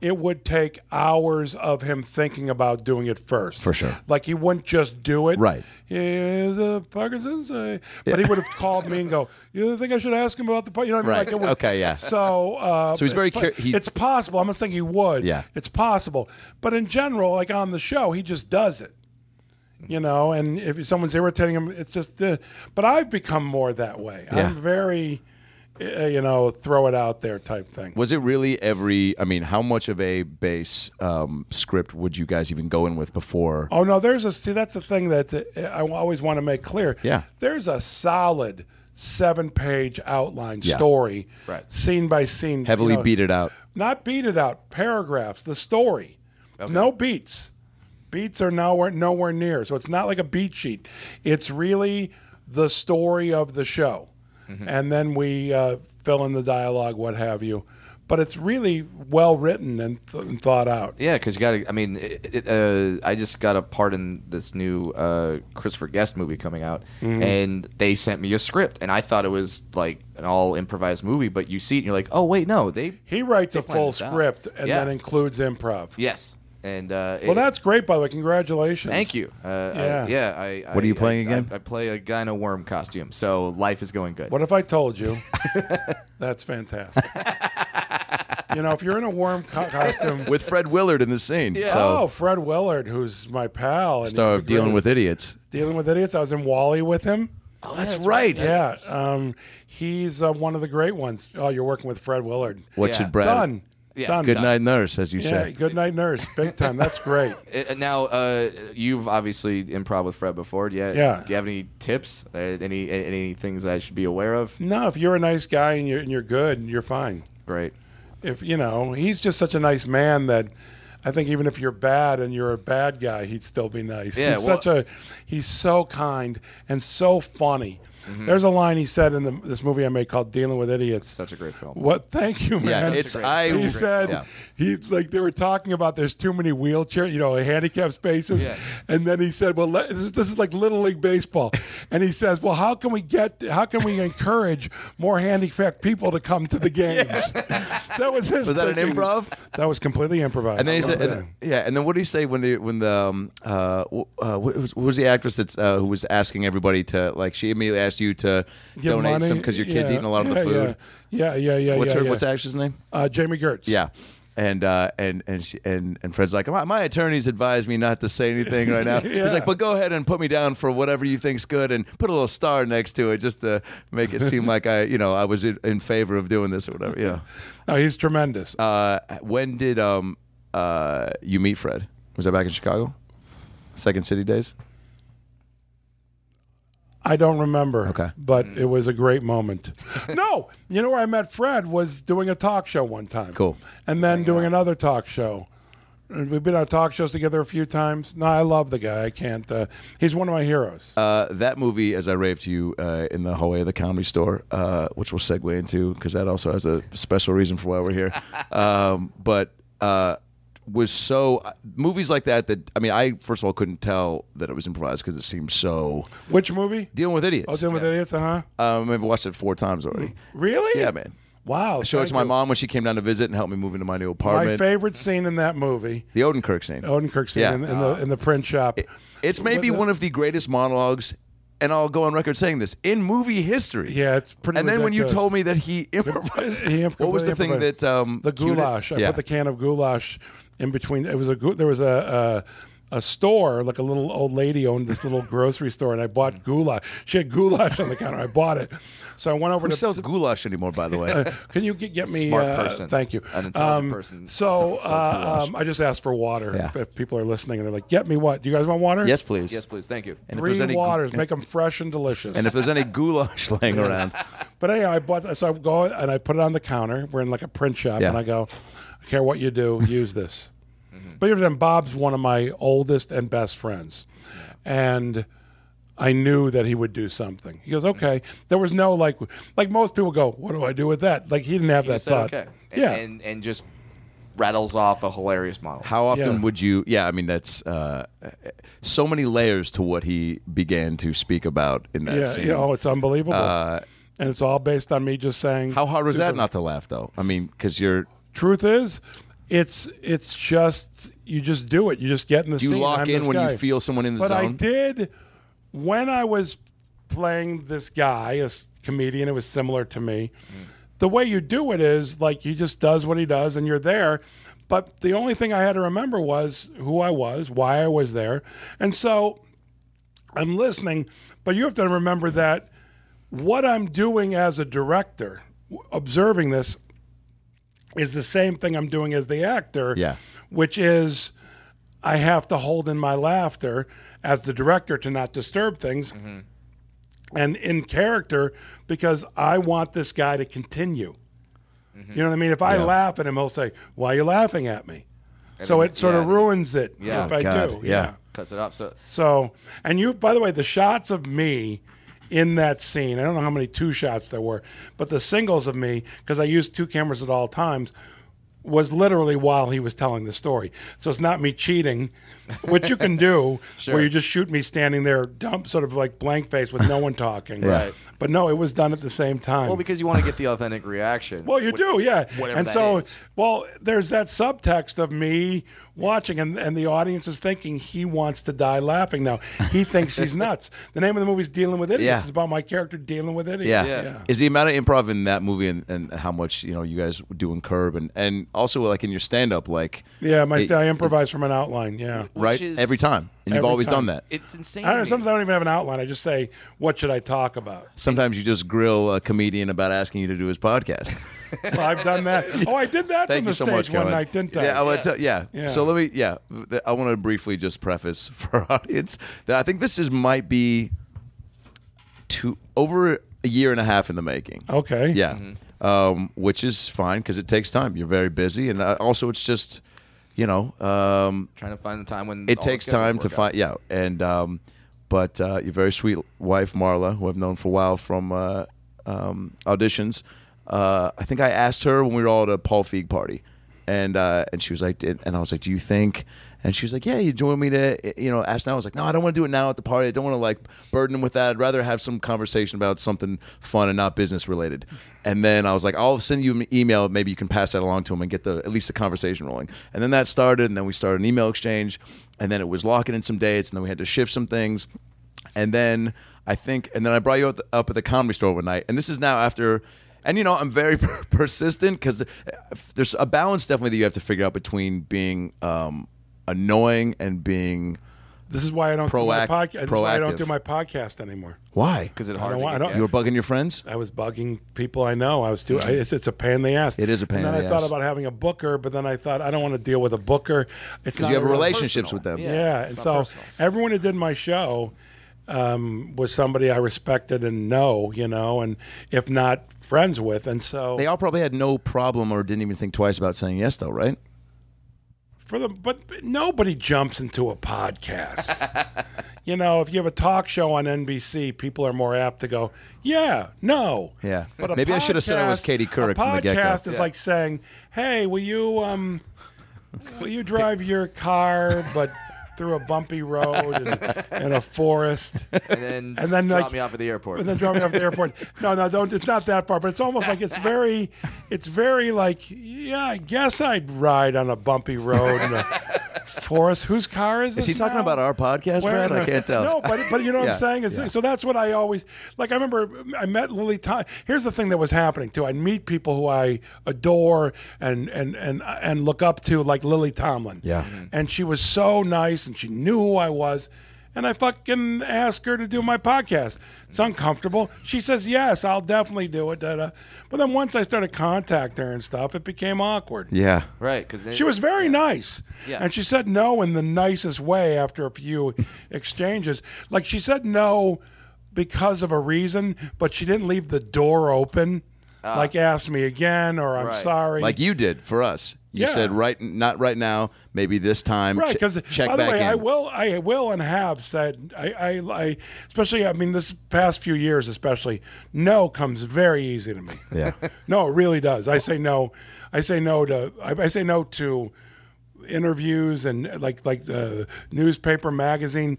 Speaker 2: it would take hours of him thinking about doing it first.
Speaker 1: For sure.
Speaker 2: Like he wouldn't just do it.
Speaker 1: Right.
Speaker 2: Is a Parkinson's? uh, But he would have called me and go, "You think I should ask him about the?" Par-" You know what I mean?
Speaker 1: Right.
Speaker 2: Like it would-
Speaker 1: Okay, yeah.
Speaker 2: So. Uh,
Speaker 1: So he's
Speaker 2: it's
Speaker 1: very
Speaker 2: po-
Speaker 1: cur- he-
Speaker 2: It's possible. I'm not saying he would.
Speaker 1: Yeah.
Speaker 2: It's possible, but in general, like on the show, he just does it you know and if someone's irritating him it's just uh, but i've become more that way
Speaker 1: Yeah.
Speaker 2: i'm very uh, you know throw it out there type thing
Speaker 1: Was it really every I mean how much of a base um, script would you guys even go in with before?
Speaker 2: oh no there's a see that's the thing that uh, i always want to make clear
Speaker 1: Yeah.
Speaker 2: there's a solid seven page outline
Speaker 1: Yeah.
Speaker 2: story
Speaker 4: Right.
Speaker 2: scene by scene you
Speaker 1: Heavily
Speaker 2: know,
Speaker 1: beat it out.
Speaker 2: not beat it out paragraphs the story no beats beats are nowhere nowhere near so it's not like a beat sheet it's really the story of the show
Speaker 4: Mm-hmm.
Speaker 2: and then we uh, fill in the dialogue what have you but it's really well written and, th- and thought out
Speaker 4: Yeah, because you got to. I mean, it, it, uh, I just got a part in this new uh, Christopher Guest movie coming out,
Speaker 2: Mm-hmm.
Speaker 4: and they sent me a script, and I thought it was like an all improvised movie, but you see it, and you're like, oh wait, no, they.
Speaker 2: he writes
Speaker 4: They
Speaker 2: a
Speaker 4: planned
Speaker 2: full
Speaker 4: this out.
Speaker 2: script and
Speaker 4: Yeah.
Speaker 2: then includes improv
Speaker 4: Yes, and uh,
Speaker 2: well
Speaker 4: it-
Speaker 2: that's great by the way congratulations
Speaker 4: Thank you. Uh, yeah.
Speaker 2: Yeah.
Speaker 4: I, yeah. I,
Speaker 1: What are you
Speaker 4: I-
Speaker 1: playing
Speaker 4: I-
Speaker 1: again?
Speaker 4: I, I play a guy in a worm costume, so life is going good.
Speaker 2: What if I told you? That's fantastic. you know, if you're in a warm co- costume
Speaker 1: With Fred Willard in the scene. So
Speaker 2: oh, Fred Willard, who's my pal. And
Speaker 1: star
Speaker 2: he's
Speaker 1: of
Speaker 2: the
Speaker 1: dealing
Speaker 2: greatest-
Speaker 1: with idiots.
Speaker 2: dealing with idiots. I was in Wally with him.
Speaker 1: Oh, that's, right.
Speaker 2: Yeah, um, he's uh, one of the great ones. Oh, you're working with Fred Willard.
Speaker 1: What
Speaker 4: Yeah.
Speaker 1: should Brad?
Speaker 2: Done.
Speaker 4: Yeah,
Speaker 2: Done.
Speaker 1: Good night, nurse, as you
Speaker 2: Yeah,
Speaker 1: said.
Speaker 2: good night, nurse. Big time. That's great.
Speaker 4: Uh, now, uh, you've obviously improv with Fred before. Yeah.
Speaker 2: Yeah.
Speaker 4: Do you have any tips? Uh, any any things I should be aware of?
Speaker 2: No, if you're a nice guy and you're and you're good, you're fine.
Speaker 4: Great.
Speaker 2: If you know, he's just such a nice man that. I think even if you're bad and you're a bad guy, he'd still be nice.
Speaker 4: Yeah,
Speaker 2: he's
Speaker 4: well-
Speaker 2: such a he's so kind and so funny.
Speaker 4: Mm-hmm.
Speaker 2: There's a line he said in the, this movie I made called "Dealing with Idiots."
Speaker 4: Such a great film.
Speaker 2: What? Thank you,
Speaker 1: Yeah,
Speaker 2: man.
Speaker 1: it's
Speaker 4: great-
Speaker 1: I.
Speaker 2: he said
Speaker 1: yeah.
Speaker 2: he like they were talking about there's too many wheelchair, you know, handicap spaces,
Speaker 4: Yeah.
Speaker 2: and then he said, well, let, this, this is like little league baseball, and he says, well, how can we get, how can we encourage more handicapped people to come to the games? that was his.
Speaker 1: Was that an
Speaker 2: thinking.
Speaker 1: improv?
Speaker 2: That was completely improvised.
Speaker 1: And then he
Speaker 2: Oh,
Speaker 1: said,
Speaker 2: yeah.
Speaker 1: and, yeah. And then what did he say when the when the um, uh, wh- uh, what was, what was the actress that's uh, who was asking everybody to like she immediately asked you to
Speaker 2: Give
Speaker 1: donate
Speaker 2: money.
Speaker 1: some because your kid's
Speaker 2: Yeah.
Speaker 1: eating a lot of the
Speaker 2: Yeah,
Speaker 1: food.
Speaker 2: Yeah, yeah, yeah, yeah.
Speaker 1: What's
Speaker 2: yeah,
Speaker 1: her
Speaker 2: yeah.
Speaker 1: What's the actress's name?
Speaker 2: Uh, Jamie Gertz.
Speaker 1: Yeah. And uh, and and she, and and Fred's like my, my attorneys advised me not to say anything right now. He's
Speaker 2: Yeah.
Speaker 1: like, but go ahead and put me down for whatever you think's good, and put a little star next to it just to make it seem like I, you know, I was in, in favor of doing this or whatever. You know,
Speaker 2: No, he's tremendous.
Speaker 1: uh, when did um uh you meet Fred? Was that back in Chicago? Second City days.
Speaker 2: I don't remember.
Speaker 1: Okay.
Speaker 2: But it was a great moment. no, you know where I met Fred was doing a talk show one time.
Speaker 1: Cool.
Speaker 2: And then doing another talk show. And we've been on talk shows together a few times. No, I love the guy. I can't. Uh, he's one of my heroes.
Speaker 1: Uh, that movie, as I raved to you uh, in the hallway of the comedy store, uh, which we'll segue into because that also has a special reason for why we're here. Um, but uh, was so uh, movies like that that I mean, I first of all couldn't tell that it was improvised because it seemed so
Speaker 2: Which movie?
Speaker 1: Oh, dealing Mm-hmm. with idiots.
Speaker 2: I was in with idiots. Uh huh.
Speaker 1: um, I've watched it four times already.
Speaker 2: Really?
Speaker 1: Yeah, man.
Speaker 2: Wow.
Speaker 1: I showed it to my mom when she came down to visit and helped me move into my new
Speaker 2: My
Speaker 1: apartment.
Speaker 2: favorite scene in that movie,
Speaker 1: the Odenkirk scene.
Speaker 2: Odenkirk scene
Speaker 1: Yeah.
Speaker 2: in, in the in the print shop.
Speaker 1: It's maybe
Speaker 2: What the-
Speaker 1: one of the greatest monologues, and I'll go on record saying this in movie history.
Speaker 2: Yeah, it's pretty.
Speaker 1: And then when you
Speaker 2: ridiculous.
Speaker 1: told me that he improvised,
Speaker 2: He imp-
Speaker 1: what was the thing
Speaker 2: completely improvised.
Speaker 1: that um,
Speaker 2: the
Speaker 1: cued it?
Speaker 2: goulash. I
Speaker 1: yeah.
Speaker 2: put the can of goulash in between. It was a gu- there was a. a a store, like a little old lady owned this little grocery store, and I
Speaker 1: Mm.
Speaker 2: bought goulash. She had goulash on the counter. I bought it, so I went over
Speaker 1: Who
Speaker 2: to. uh,
Speaker 1: sells goulash anymore? By the way,
Speaker 2: can you get, get me
Speaker 4: Smart
Speaker 2: uh,
Speaker 4: person.
Speaker 2: Thank you,
Speaker 4: An intelligent
Speaker 2: Um,
Speaker 4: person
Speaker 2: So
Speaker 4: sells- sells
Speaker 2: uh,
Speaker 4: goulash.
Speaker 2: um, I just asked for water.
Speaker 1: Yeah.
Speaker 2: If, if people are listening and they're like, "Get me what? Do you guys want water?"
Speaker 1: yes, please.
Speaker 4: Yes, please. Thank you.
Speaker 1: And if
Speaker 2: Three
Speaker 1: there's any gu-
Speaker 2: waters, make them fresh and delicious.
Speaker 1: And if there's any goulash laying around,
Speaker 2: But anyhow, I bought so I go and I put it on the counter. We're in like a print shop,
Speaker 1: Yeah. Mm-hmm.
Speaker 2: and I go, I care what you do, use this. But even then, Bob's one of my oldest and best friends, and I knew that he would do something. He goes, okay. There was no like, like most people go, what do I do with that? Like he didn't have that
Speaker 4: He said,
Speaker 2: thought.
Speaker 4: okay. And,
Speaker 2: Yeah.
Speaker 4: and and just rattles off a hilarious model.
Speaker 1: How often
Speaker 2: Yeah.
Speaker 1: would you? Yeah, I mean that's uh, so many layers to what he began to speak about in that
Speaker 2: yeah,
Speaker 1: scene. Uh,
Speaker 2: yeah. Oh, it's unbelievable. and it's all based on me just saying.
Speaker 1: How hard was that not to laugh though? I mean, because you're
Speaker 2: Truth is, it's it's just you just do it. You just get in the
Speaker 1: you
Speaker 2: scene.
Speaker 1: lock
Speaker 2: I'm
Speaker 1: in
Speaker 2: this
Speaker 1: when
Speaker 2: guy.
Speaker 1: you feel someone in the
Speaker 2: but
Speaker 1: zone.
Speaker 2: I did when I was playing this guy, a s- comedian. It was similar to me.
Speaker 1: Mm.
Speaker 2: The way you do it is like he just does what he does, and you're there. But the only thing I had to remember was who I was, why I was there, and so I'm listening. But you have to remember that what I'm doing as a director, w- observing this, is the same thing I'm doing as the actor.
Speaker 1: Yeah.
Speaker 2: Which is, I have to hold in my laughter as the director to not disturb things
Speaker 1: Mm-hmm.
Speaker 2: and in character because I want this guy to continue. You know what I mean? If I
Speaker 1: Mm-hmm. Yeah.
Speaker 2: laugh at him, he'll say, Why are you laughing at me? so
Speaker 4: then-
Speaker 2: it sort
Speaker 4: yeah,
Speaker 2: of
Speaker 4: then-
Speaker 2: ruins it
Speaker 4: Yeah.
Speaker 2: if I
Speaker 1: God,
Speaker 2: do.
Speaker 1: yeah.
Speaker 4: Cuts it up. So
Speaker 2: So, and you, by the way, the shots of me in that scene, I don't know how many two shots there were, but the singles of me, because I used two cameras at all times, was literally while he was telling the story. So it's not me cheating, which you can do, where you just shoot me standing there, dump, sort of like blank face with no one talking.
Speaker 4: Right.
Speaker 2: But no, it was done at the same time.
Speaker 4: well, because you want to get the authentic reaction.
Speaker 2: Well, you
Speaker 4: Wh-
Speaker 2: do, yeah.
Speaker 4: Whatever
Speaker 2: and
Speaker 4: that
Speaker 2: so,
Speaker 4: is.
Speaker 2: well, there's that subtext of me watching, and, and the audience is thinking he wants to die laughing. Now he thinks he's nuts. The name of the movie is Dealing with Idiots.
Speaker 1: Yeah.
Speaker 2: It's about my character dealing with idiots.
Speaker 1: Yeah.
Speaker 4: Yeah.
Speaker 1: Is the amount of improv in that movie and, and how much, you know, you guys do in Curb and, and also like in your stand up, like
Speaker 2: Yeah, my
Speaker 1: it-
Speaker 2: st- I improvise from an outline. Yeah.
Speaker 4: Which
Speaker 1: right
Speaker 4: is-
Speaker 1: every time. And you've
Speaker 2: Every
Speaker 1: always done
Speaker 2: time.
Speaker 1: that.
Speaker 4: It's insane.
Speaker 2: I
Speaker 4: to
Speaker 2: don't know,
Speaker 4: me.
Speaker 2: sometimes I don't even have an outline. I just say, "What should I talk about?"
Speaker 1: Sometimes you just grill a comedian about asking you to do his podcast.
Speaker 2: Well, I've done that. Oh, I did that
Speaker 1: Thank
Speaker 2: from
Speaker 1: you
Speaker 2: the
Speaker 1: so
Speaker 2: stage
Speaker 1: much,
Speaker 2: one
Speaker 1: Cohen.
Speaker 2: night, didn't I?
Speaker 1: Yeah, I wanna tell- yeah.
Speaker 2: Yeah.
Speaker 1: So let me. Yeah, th- I want to briefly just preface for our audience that I think this is might be two over a year and a half in the
Speaker 2: Oh,
Speaker 1: making.
Speaker 2: okay.
Speaker 1: Yeah. Um, which is fine because it takes time. You're very busy, and uh, also it's just, you know, um,
Speaker 4: trying to find the time when
Speaker 1: it
Speaker 4: all the
Speaker 1: takes
Speaker 4: schedules
Speaker 1: time to
Speaker 4: work out.
Speaker 1: find. Yeah, and um, but uh, your very sweet wife Marla, who I've known for a while from uh, um, auditions, uh, I think I asked her when we were all at a Paul Feig party, and uh, and she was like, "Did-" and I was like, "Do you think?" And she was like, "Yeah, you join me to you know ask now." I was like, "No, I don't want to do it now at the party. I don't want to like burden them with that. I'd rather have some conversation about something fun and not business related." And then I was like, "I'll send you an email. Maybe you can pass that along to him and get the at least the conversation rolling." And then that started, and then we started an email exchange, and then it was locking in some dates, and then we had to shift some things, and then I think, and then I brought you up, up at the comedy store one night, and this is now after. And you know I'm very persistent because there's a balance definitely that you have to figure out between being um, annoying and being
Speaker 2: This is why I don't
Speaker 1: Proact-
Speaker 2: do my podcast. This is why I
Speaker 1: proactive.
Speaker 2: don't do my podcast anymore.
Speaker 1: why
Speaker 4: because it
Speaker 2: I
Speaker 4: hard.
Speaker 2: don't want- I don't-
Speaker 1: you were bugging your friends.
Speaker 2: I was bugging people I know. I was doing. I, it's, it's a pain in the ass.
Speaker 1: It is a pain
Speaker 2: And then
Speaker 1: in
Speaker 2: I
Speaker 1: the
Speaker 2: thought
Speaker 1: ass.
Speaker 2: about having a booker, but then I thought I don't want to deal with a booker. It's
Speaker 1: Because
Speaker 2: not
Speaker 1: you have
Speaker 2: real-
Speaker 1: relationships with them.
Speaker 4: Yeah.
Speaker 2: Yeah,
Speaker 4: it's
Speaker 2: and
Speaker 4: not
Speaker 2: so
Speaker 4: personal.
Speaker 2: everyone who did my show um, was somebody I respected and know, you know, and if not friends with, and so
Speaker 1: They all probably had no problem or didn't even think twice about saying yes, though, right?
Speaker 2: for the but, but nobody jumps into a podcast. you know, if you have a talk show on NBC, people are more apt to go, yeah, no,
Speaker 1: Yeah.
Speaker 2: But a
Speaker 1: Maybe I should have said I was
Speaker 2: podcast-
Speaker 1: Katie Couric
Speaker 2: A
Speaker 1: from the get-go.
Speaker 2: podcast is like saying, hey, will you um, will you drive your car, but through a bumpy road and, and a forest?
Speaker 4: and then
Speaker 2: and then,
Speaker 4: drop
Speaker 2: like-
Speaker 4: me off at the airport.
Speaker 2: and then drop me off at the airport. No, no, don't. It's not that far, but it's almost like it's very, it's very like, yeah, I guess I'd ride on a bumpy road in a forest. Whose car is
Speaker 1: Is
Speaker 2: this?
Speaker 1: he talking
Speaker 2: now?
Speaker 1: about our podcast,
Speaker 2: Where
Speaker 1: Brad?
Speaker 2: in
Speaker 1: I
Speaker 2: the-
Speaker 1: can't tell.
Speaker 2: No, but but you know what
Speaker 1: Yeah,
Speaker 2: I'm saying. It's,
Speaker 1: yeah.
Speaker 2: So that's what I always like. I remember I met Lily. Ty- Here's the thing that was happening too. I'd meet people who I adore and and and and look up to, like Lily Tomlin.
Speaker 1: Yeah. Mhm.
Speaker 2: and she was so nice, and she knew who I was. And I fucking asked her to do my podcast. It's uncomfortable. She says yes, I'll definitely do it. Da, da. But then once I started contacting her and stuff, it became awkward.
Speaker 1: Yeah.
Speaker 4: right, because
Speaker 2: She was very nice.
Speaker 4: Yeah.
Speaker 2: And she said no in the nicest way after a few exchanges. Like she said no because of a reason, but she didn't leave the door open. like ask me again or I'm
Speaker 4: Uh. Right.
Speaker 2: sorry.
Speaker 1: Like you did for us. You
Speaker 2: Yeah.
Speaker 1: said right, not right now, maybe this time.
Speaker 2: Right,
Speaker 1: Che-
Speaker 2: because
Speaker 1: check
Speaker 2: by the
Speaker 1: back
Speaker 2: way,
Speaker 1: in.
Speaker 2: I will, I will, and have said, I, I, I, especially, I mean, this past few years, especially, no comes very easy to me.
Speaker 1: Yeah.
Speaker 2: no, it really does. I say no, I say no to, I, I say no to interviews and like, like the newspaper, magazine,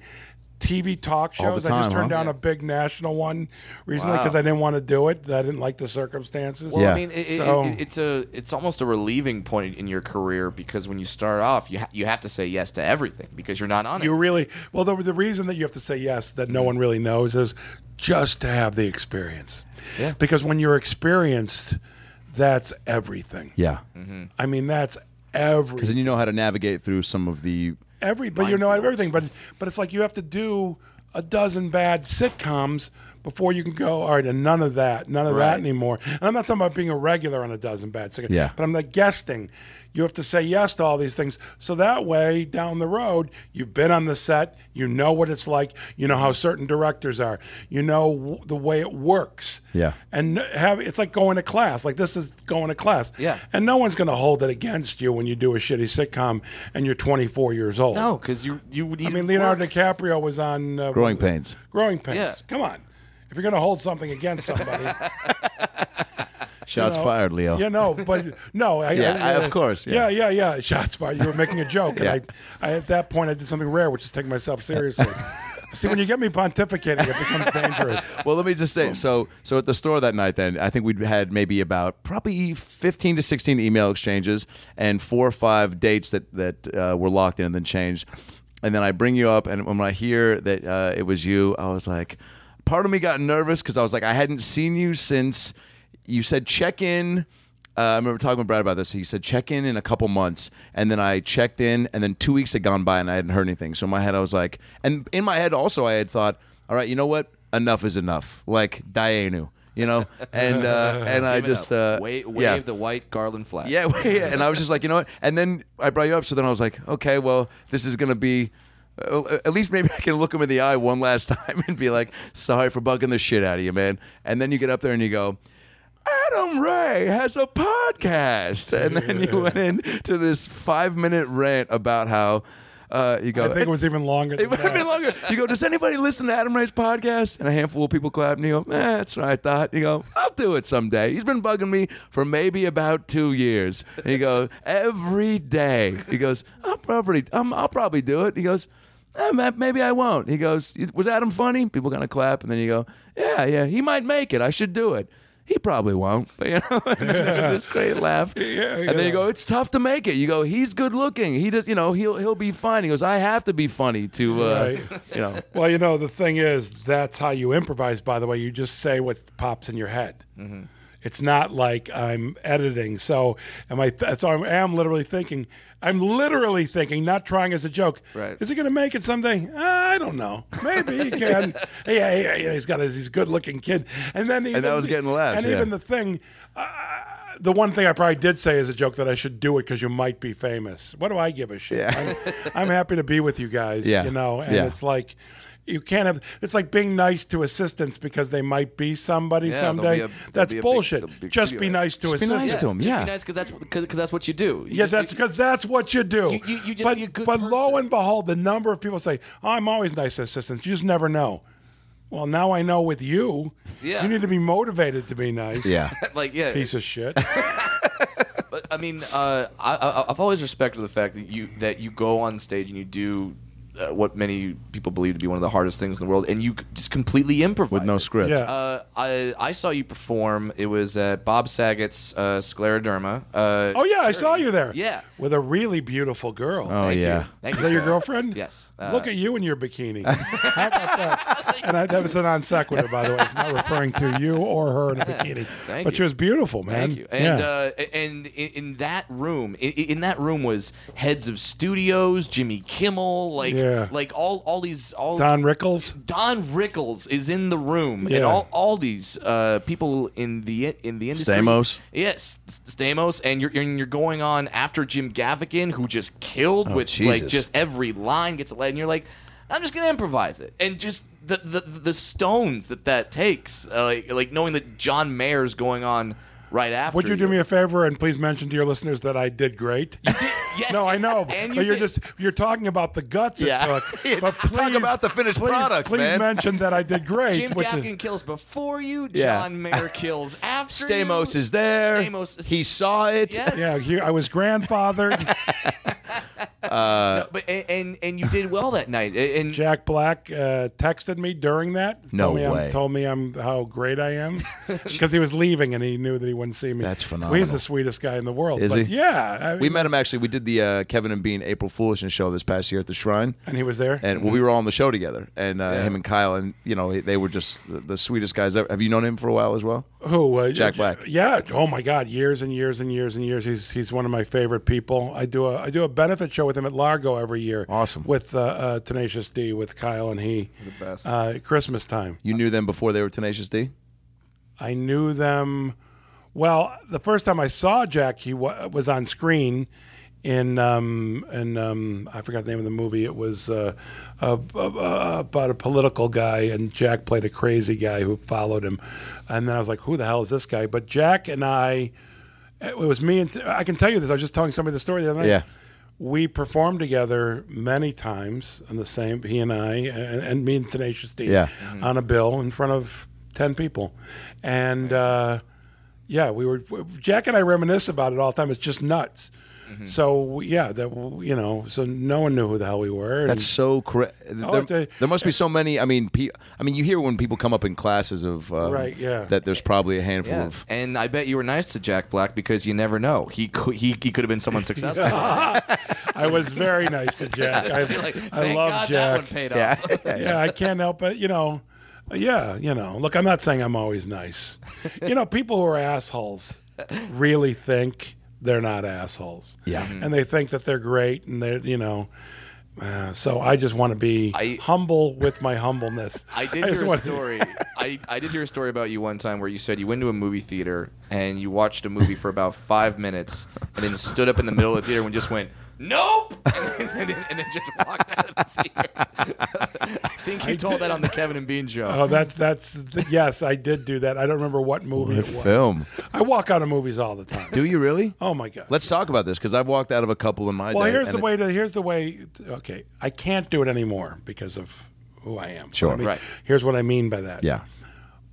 Speaker 2: TV talk
Speaker 1: All the
Speaker 2: shows. I just
Speaker 1: time,
Speaker 2: turned
Speaker 1: huh?
Speaker 2: down a big national one recently because I didn't want to do it. I didn't like the circumstances.
Speaker 4: Well,
Speaker 1: Yeah.
Speaker 4: I mean, it, it-
Speaker 2: So-
Speaker 4: it- it's a it's almost a relieving point in your career because when you start off, you ha- you have to say yes to everything because you're not on
Speaker 2: You
Speaker 4: it.
Speaker 2: really well. The, the reason that you have to say yes that no one really knows is just to have the experience.
Speaker 4: Yeah.
Speaker 2: Because when you're experienced, that's everything.
Speaker 1: yeah.
Speaker 2: I mean, that's every
Speaker 1: Because then you know how to navigate through some of the.
Speaker 2: every. But you know everything. But but it's like you have to do a dozen bad sitcoms before you can go. All right, and none of that, none of
Speaker 4: Right.
Speaker 2: that anymore. And I'm not talking about being a regular on a dozen bad sitcoms.
Speaker 1: Yeah.
Speaker 2: But I'm like guesting. You have to say yes to all these things. So that way, down the road, you've been on the set. You know what it's like. You know how certain directors are. You know w- the way it works.
Speaker 1: Yeah.
Speaker 2: And have it's like going to class. Like this is going to class.
Speaker 4: Yeah.
Speaker 2: And no one's going to hold it against you when you do a shitty sitcom and you're 24 years old.
Speaker 4: No, because you you would.
Speaker 2: I mean, Leonardo DiCaprio was on uh,
Speaker 1: Growing Pains.
Speaker 2: Growing Pains.
Speaker 4: Yeah.
Speaker 2: Come on. If you're going to hold something against somebody,
Speaker 1: Shots
Speaker 2: know,
Speaker 1: fired, Leo.
Speaker 2: you know, but no. I,
Speaker 1: Yeah, I- of course, yeah.
Speaker 2: yeah, yeah, yeah. Shots fired. You were making a joke.
Speaker 1: Yeah.
Speaker 2: And I, I, at that point, I did something rare, which is taking myself seriously. See, when you get me pontificating, it becomes dangerous.
Speaker 1: Well, let me just say, so so at the store that night, then I think we'd had maybe about probably fifteen to sixteen email exchanges and four or five dates that that uh, were locked in and then changed, and then I bring you up, and when I hear that uh, it was you, I was like, part of me got nervous because I was like, I hadn't seen you since you said check in. Uh, I remember talking with Brad about this. He said check in in a couple months, and then I checked in, and then two weeks had gone by, and I hadn't heard anything. So in my head, I was like, and in my head also, I had thought, all right, you know what? Enough is enough. Like Dianu, you know, and uh, and I just uh,
Speaker 4: wave, wave
Speaker 1: yeah.
Speaker 4: the white garland flag.
Speaker 1: Yeah, yeah, and I was just like, you know what? And then I brought you up, so then I was like, okay, well, this is gonna be. uh, At least maybe I can look him in the eye one last time and be like, "Sorry for bugging the shit out of you, man." And then you get up there and you go, "Adam Ray has a podcast," and then you went into this five-minute rant about how uh, you go.
Speaker 2: I think it was even longer. Than
Speaker 1: It might be
Speaker 2: that.
Speaker 1: longer. You go, does anybody listen to Adam Ray's podcast? And a handful of people clap, and you go, eh, that's what I thought. You go, I'll do it someday. He's been bugging me for maybe about two years. And you go, every day. He goes, I'll probably, I'm, I'll probably do it. He goes, eh, ma- maybe I won't. He goes, was Adam funny? People kind of clap, and then you go, yeah, yeah, he might make it. I should do it. He probably won't, but you know, and then there's this great laugh. and then you go, it's tough to make it. You go, he's good looking. He does, you know, he'll he'll be fine. He goes, I have to be funny to, uh,
Speaker 2: Right.
Speaker 1: you know,
Speaker 2: Well, you know, the thing is, that's how you improvise, by the way. You just say what pops in your head.
Speaker 1: Mm-hmm.
Speaker 2: It's not like I'm editing. So, am I, th- so I am literally thinking, I'm literally thinking, not trying as a joke.
Speaker 4: Right.
Speaker 2: Is he going to make it someday? Uh, I don't know. Maybe he can. yeah, yeah, yeah, he's got a, he's a good looking kid. And then, even,
Speaker 1: that was getting laughs,
Speaker 2: And
Speaker 1: yeah.
Speaker 2: even the thing, uh, the one thing I probably did say is a joke that I should do it because you might be famous. What do I give a shit? I'm, I'm happy to be with you guys.
Speaker 1: Yeah.
Speaker 2: You know, and
Speaker 1: Yeah.
Speaker 2: it's like you can't have. It's like being nice to assistants because they might be somebody
Speaker 4: Yeah, there'll be
Speaker 2: someday.
Speaker 4: a- there'll
Speaker 2: That's
Speaker 4: be a big-
Speaker 2: bullshit.
Speaker 4: there'll be a
Speaker 2: Just
Speaker 4: big
Speaker 2: be
Speaker 4: deal.
Speaker 2: nice to
Speaker 1: Just be
Speaker 2: assistants.
Speaker 1: nice to him.
Speaker 4: Just
Speaker 1: Yeah.
Speaker 4: be nice because that's because that's what you do. You
Speaker 2: Yeah,
Speaker 4: just-
Speaker 2: that's
Speaker 4: you-
Speaker 2: because that's what you do.
Speaker 4: You- you- you just
Speaker 2: but
Speaker 4: be a good
Speaker 2: but lo
Speaker 4: person.
Speaker 2: and behold, the number of people say, oh, "I'm always nice to assistants." You just never know. Well, now I know with you.
Speaker 4: Yeah.
Speaker 2: You need to be motivated to be nice.
Speaker 1: yeah.
Speaker 4: like yeah,
Speaker 2: Piece of shit.
Speaker 4: But I mean, uh, I, I, I've always respected the fact that you that you go on stage and you do uh, what many people believe to be one of the hardest things in the world, and you c- just completely improvise
Speaker 1: with no
Speaker 4: it.
Speaker 1: script.
Speaker 2: Yeah.
Speaker 4: Uh, I I saw you perform. It was at Bob Saget's uh, scleroderma. Uh,
Speaker 2: Oh yeah, I saw you there.
Speaker 4: Yeah.
Speaker 2: with a really beautiful girl.
Speaker 1: Oh
Speaker 4: Thank you.
Speaker 1: yeah.
Speaker 4: Thank
Speaker 2: Is
Speaker 4: you,
Speaker 2: that your
Speaker 4: sir.
Speaker 2: girlfriend?
Speaker 4: Yes. uh,
Speaker 2: Look at you in your bikini. How about that? And I, that was a non sequitur, by the way. It's not referring to you or her in a bikini.
Speaker 4: Thank
Speaker 2: but
Speaker 4: you.
Speaker 2: she was beautiful, man.
Speaker 4: Thank you. And
Speaker 2: yeah.
Speaker 4: uh, and in, in that room, in, in that room was heads of studios, Jimmy Kimmel, like
Speaker 2: Yeah.
Speaker 4: like all all these all
Speaker 2: Don Rickles.
Speaker 4: Don Rickles is in the room,
Speaker 2: Yeah.
Speaker 4: and all all these uh, people in the in the industry.
Speaker 1: Stamos.
Speaker 4: yes, S- Stamos, and you're and you're going on after Jim Gaffigan, who just killed with
Speaker 1: Oh, Jesus.
Speaker 4: like just every line gets a lead, and you're like, I'm just gonna improvise it, and just the the, the stones that that takes, uh, like like knowing that John Mayer's going on right after.
Speaker 2: Would you do me a favor and please mention to your listeners that I did great?
Speaker 4: yes.
Speaker 2: No, I know.
Speaker 4: And
Speaker 2: but
Speaker 4: you
Speaker 2: you're
Speaker 4: did.
Speaker 2: just you're talking about the guts
Speaker 1: Yeah.
Speaker 2: it
Speaker 1: Talk
Speaker 2: took. But please,
Speaker 1: about the finished
Speaker 2: please,
Speaker 1: product,
Speaker 2: Please
Speaker 1: man.
Speaker 2: mention that I did great.
Speaker 4: Jim
Speaker 2: which
Speaker 4: Gaffigan
Speaker 2: is,
Speaker 4: kills before you.
Speaker 1: Yeah.
Speaker 4: John Mayer kills after.
Speaker 1: Stamos
Speaker 4: you.
Speaker 1: is there.
Speaker 4: Stamos is-
Speaker 1: he saw it.
Speaker 4: Yes.
Speaker 2: yeah, he, I was grandfathered.
Speaker 4: No, but and, and and you did well that night. A- And
Speaker 2: Jack Black uh, texted me during that.
Speaker 1: No
Speaker 2: told me I'm-
Speaker 1: way.
Speaker 2: told me I'm how great I am because he was leaving and he knew that he wouldn't see me.
Speaker 1: That's
Speaker 2: He's
Speaker 1: phenomenal.
Speaker 2: the sweetest guy in the world.
Speaker 1: Is
Speaker 2: but
Speaker 1: he?
Speaker 2: Yeah. I
Speaker 1: We
Speaker 2: mean,
Speaker 1: met him actually. We did the uh, Kevin and Bean April Foolishness show this past year at the Shrine.
Speaker 2: and he was there.
Speaker 1: and well, we were all on the show together, and uh, him and Kyle, and you know they were just the- the sweetest guys. ever. Have you known him for a while as well?
Speaker 2: Who? Uh,
Speaker 1: Jack Black.
Speaker 2: Yeah. Oh my God! Years and years and years and years. He's he's one of my favorite people. I do a I do a benefit show with him at Largo every year.
Speaker 1: Awesome.
Speaker 2: With uh, uh, Tenacious D, with Kyle and he. The
Speaker 4: best.
Speaker 2: Uh, at Christmas time.
Speaker 1: You knew them before they were Tenacious D.
Speaker 2: I knew them. Well, the first time I saw Jack, he wa was on screen in um, in um, I forgot the name of the movie. It was uh, uh, uh, about a political guy, and Jack played a crazy guy who followed him. And then I was like, "Who the hell is this guy?" But Jack and I, it was me and I can tell you this. I was just telling somebody the story the other night
Speaker 1: Yeah.
Speaker 2: we performed together many times on the same he and I and, and me and Tenacious D
Speaker 1: Yeah.
Speaker 4: Mm-hmm.
Speaker 2: on a bill in front of ten people, and uh, yeah, we were Jack and I reminisce about it all the time. It's just nuts.
Speaker 4: Mm-hmm.
Speaker 2: So yeah, that you know, so no one knew who the hell we were. and-
Speaker 1: That's so correct.
Speaker 2: it's a-
Speaker 1: there, there must be so many. I mean, pe- I mean, you hear when people come up in classes of uh,
Speaker 2: Right, yeah.
Speaker 1: that there's probably a handful
Speaker 4: yeah.
Speaker 1: of.
Speaker 4: and I bet you were nice to Jack Black because you never know. He could he, he could have been someone successful.
Speaker 2: I was very nice to Jack. I,
Speaker 4: Like,
Speaker 2: I
Speaker 4: thank
Speaker 2: love
Speaker 4: God That
Speaker 2: Jack.
Speaker 4: one paid off.
Speaker 2: yeah, I can't help but you know, yeah, you know. Look, I'm not saying I'm always nice. You know, people who are assholes really think they're not assholes.
Speaker 1: Yeah.
Speaker 4: Mm-hmm.
Speaker 2: and they think that they're great, and they're you know. Uh, so I just want to be
Speaker 4: I-
Speaker 2: humble with my humbleness.
Speaker 4: I did
Speaker 2: just
Speaker 4: hear a
Speaker 2: wanna-
Speaker 4: story. I, I did hear a story about you one time where you said you went to a movie theater and you watched a movie for about five minutes and then stood up in the middle of the theater and just went, "Nope," and then, and then, and then just walked out of the theater. I think you told that on the Kevin and Bean show.
Speaker 2: Oh, that's that's yes, I did do that. I don't remember what movie it was.
Speaker 1: Film.
Speaker 2: I walk out of movies all the time.
Speaker 1: Do you really?
Speaker 2: Oh my god.
Speaker 1: Let's talk about this because I've walked out of a couple in my
Speaker 2: Well,
Speaker 1: day.
Speaker 2: here's
Speaker 1: and
Speaker 2: the
Speaker 1: it-
Speaker 2: way to here's the way. Okay, I can't do it anymore because of who I am.
Speaker 1: Sure.
Speaker 2: I mean,
Speaker 4: Right.
Speaker 2: Here's what I mean by that.
Speaker 1: Yeah.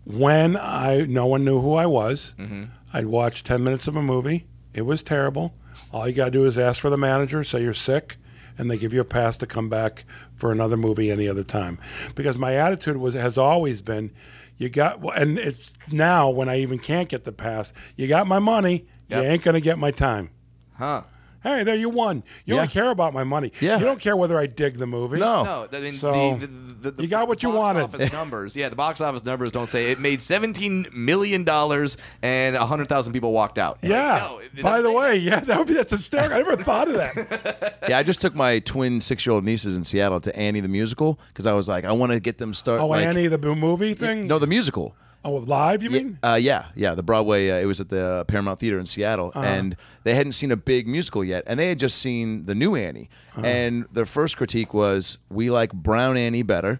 Speaker 2: When I no one knew who I was,
Speaker 1: Mm-hmm.
Speaker 2: I'd watch ten minutes of a movie. It was terrible. All you gotta do is ask for the manager, say you're sick, and they give you a pass to come back for another movie any other time. Because my attitude was has always been, you got, and it's now when I even can't get the pass. You got my money.
Speaker 4: Yep.
Speaker 2: You ain't gonna get my time.
Speaker 4: Huh?
Speaker 2: Hey, there you won. You
Speaker 1: Yeah.
Speaker 2: don't care about my money.
Speaker 1: Yeah.
Speaker 2: You don't care whether I dig the movie.
Speaker 1: No.
Speaker 4: No, I mean,
Speaker 2: Oh, So,
Speaker 4: the, the, the, the
Speaker 2: you got what you
Speaker 4: box
Speaker 2: wanted.
Speaker 4: Office numbers, yeah, the box office numbers don't say it made seventeen million dollars and hundred thousand people walked out. Like,
Speaker 2: Yeah.
Speaker 4: no, it- it
Speaker 2: By
Speaker 4: doesn't
Speaker 2: the
Speaker 4: say
Speaker 2: way, yeah, that would be that's hysterical. I never thought of that.
Speaker 1: Yeah, I just took my twin six-year-old nieces in Seattle to Annie the musical because I was like, I want to get them started.
Speaker 2: Oh, Annie, the boo- movie thing.
Speaker 1: No, the musical.
Speaker 2: Oh, live? You mean?
Speaker 1: Uh, yeah, yeah. The Broadway. Uh, it was at the Paramount Theater in Seattle,
Speaker 2: Uh-huh.
Speaker 1: and they hadn't seen a big musical yet, and they had just seen the new Annie.
Speaker 2: Uh-huh.
Speaker 1: And their first critique was, "We like Brown Annie better."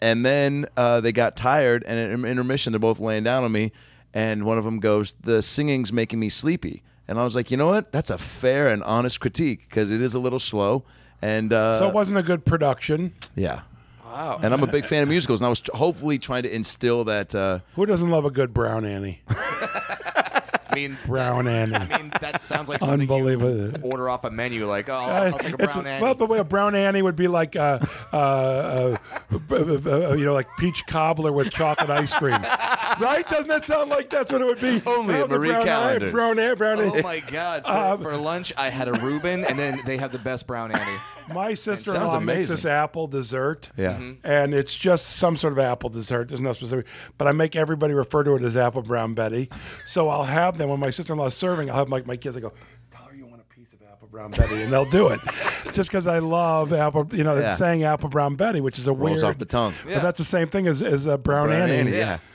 Speaker 1: And then uh, they got tired, and at intermission, they're both laying down on me, and one of them goes, "The singing's making me sleepy." And I was like, "You know what? That's a fair and honest critique because it is a little slow." And uh,
Speaker 2: So it wasn't a good production.
Speaker 1: yeah. Wow. And I'm a big fan of musicals, and I was t- hopefully trying to instill that. Uh,
Speaker 2: Who doesn't love a good brown Annie?
Speaker 4: I mean,
Speaker 2: Brown Annie.
Speaker 4: I mean, that sounds like something
Speaker 2: Unbelievable.
Speaker 4: You order off a menu, like, oh,
Speaker 2: Uh,
Speaker 4: I'll take a
Speaker 2: it's-
Speaker 4: brown egg.
Speaker 2: Well, but wait, a brown Annie would be like, uh, uh, uh, b- b- b- uh, you know, like peach cobbler with chocolate ice cream, right? Doesn't that sound like that's what it would be?
Speaker 1: Only
Speaker 2: Oh,
Speaker 1: at
Speaker 2: the
Speaker 1: Marie
Speaker 2: brown Eye-
Speaker 1: Callender's.
Speaker 2: Brown Annie, brown Annie.
Speaker 4: Oh my God! For,
Speaker 2: Um,
Speaker 4: for lunch, I had a Reuben, and then they have the best brown Annie.
Speaker 2: My sister-in-law
Speaker 1: sounds
Speaker 2: makes this
Speaker 1: amazing.
Speaker 2: apple dessert.
Speaker 1: Yeah. Mhm.
Speaker 2: And it's just some sort of apple dessert. There's no specific, but I make everybody refer to it as apple brown Betty. So I'll have them when my sister-in-law's serving. I'll have like my kids. I go, tell her you want a piece of apple brown Betty, and they'll do it, just because I love apple. You know,
Speaker 1: Yeah.
Speaker 2: it's saying apple brown Betty, which is a
Speaker 1: Rolls
Speaker 2: weird
Speaker 1: off the tongue.
Speaker 2: But that's the same thing as, as a brown,
Speaker 1: Brown
Speaker 2: Annie.
Speaker 1: Annie, yeah.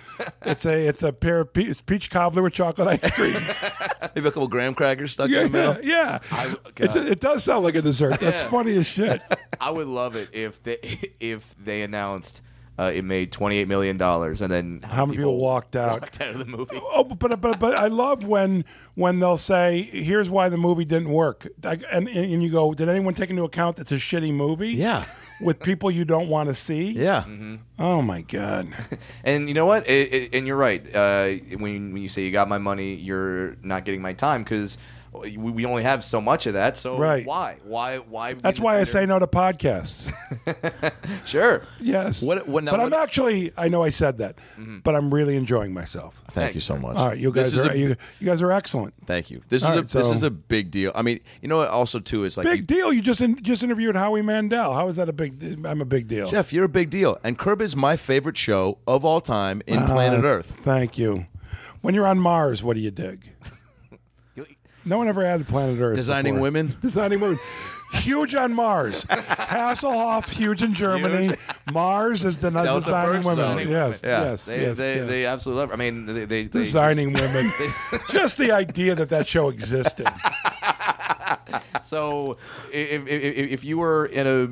Speaker 2: It's a it's a pair of pe- it's peach cobbler with chocolate ice cream.
Speaker 1: Maybe a couple graham crackers stuck in the
Speaker 2: yeah,
Speaker 1: middle.
Speaker 2: yeah. it,
Speaker 4: God.
Speaker 2: it does sound like a dessert. That's funny as shit.
Speaker 4: I would love it if they if they announced Uh, it made twenty eight million dollars, and then
Speaker 2: How many people walked out?
Speaker 4: walked out of the movie?
Speaker 2: Oh, but but but I love when when they'll say, "Here's why the movie didn't work," Like, and and you go, "Did anyone take into account that it's a shitty movie?"
Speaker 1: Yeah.
Speaker 2: with people you don't want to see.
Speaker 1: Yeah.
Speaker 2: Oh my god.
Speaker 4: And you know what? It, it, and you're right. Uh, when, when you say you got my money, you're not getting my time because we, we only have so much of that. So
Speaker 2: Right.
Speaker 4: why? Why? Why? be
Speaker 2: That's
Speaker 4: in the
Speaker 2: why I say no
Speaker 4: theater?
Speaker 2: to podcasts.
Speaker 4: Sure.
Speaker 2: Yes.
Speaker 1: What- what- now
Speaker 2: but I'm
Speaker 1: what-
Speaker 2: actually. I know I said that, but I'm really enjoying myself.
Speaker 1: Thank you so much.
Speaker 2: All right, you
Speaker 1: This
Speaker 2: guys
Speaker 1: is
Speaker 2: are
Speaker 1: a-
Speaker 2: you, you guys are excellent.
Speaker 1: Thank you. This
Speaker 2: All
Speaker 1: is a
Speaker 2: right,
Speaker 1: this
Speaker 2: so-
Speaker 1: is a big deal. I mean, you know, what also too is like
Speaker 2: Big
Speaker 1: you-
Speaker 2: deal. You just in, just interviewed Howie Mandel. How is that a big? I'm a big deal.
Speaker 1: Jeff, you're a big deal, and Curb is my favorite show of all time in planet
Speaker 2: Uh,
Speaker 1: Earth.
Speaker 2: Thank you. When you're on Mars, what do you dig? No one ever had planet Earth.
Speaker 1: Designing
Speaker 2: before.
Speaker 1: women?
Speaker 2: Designing women. Huge on Mars. Hasselhoff, huge in Germany. Mars is the
Speaker 1: was the
Speaker 2: designing
Speaker 1: first
Speaker 2: women.
Speaker 1: designing
Speaker 2: Yes,
Speaker 1: Yeah.
Speaker 2: yes,
Speaker 4: They
Speaker 2: yes,
Speaker 4: they,
Speaker 2: yes.
Speaker 4: they absolutely love. I mean, they, they, they
Speaker 2: designing women. Just the idea that that show existed.
Speaker 4: So, if, if, if if you were in a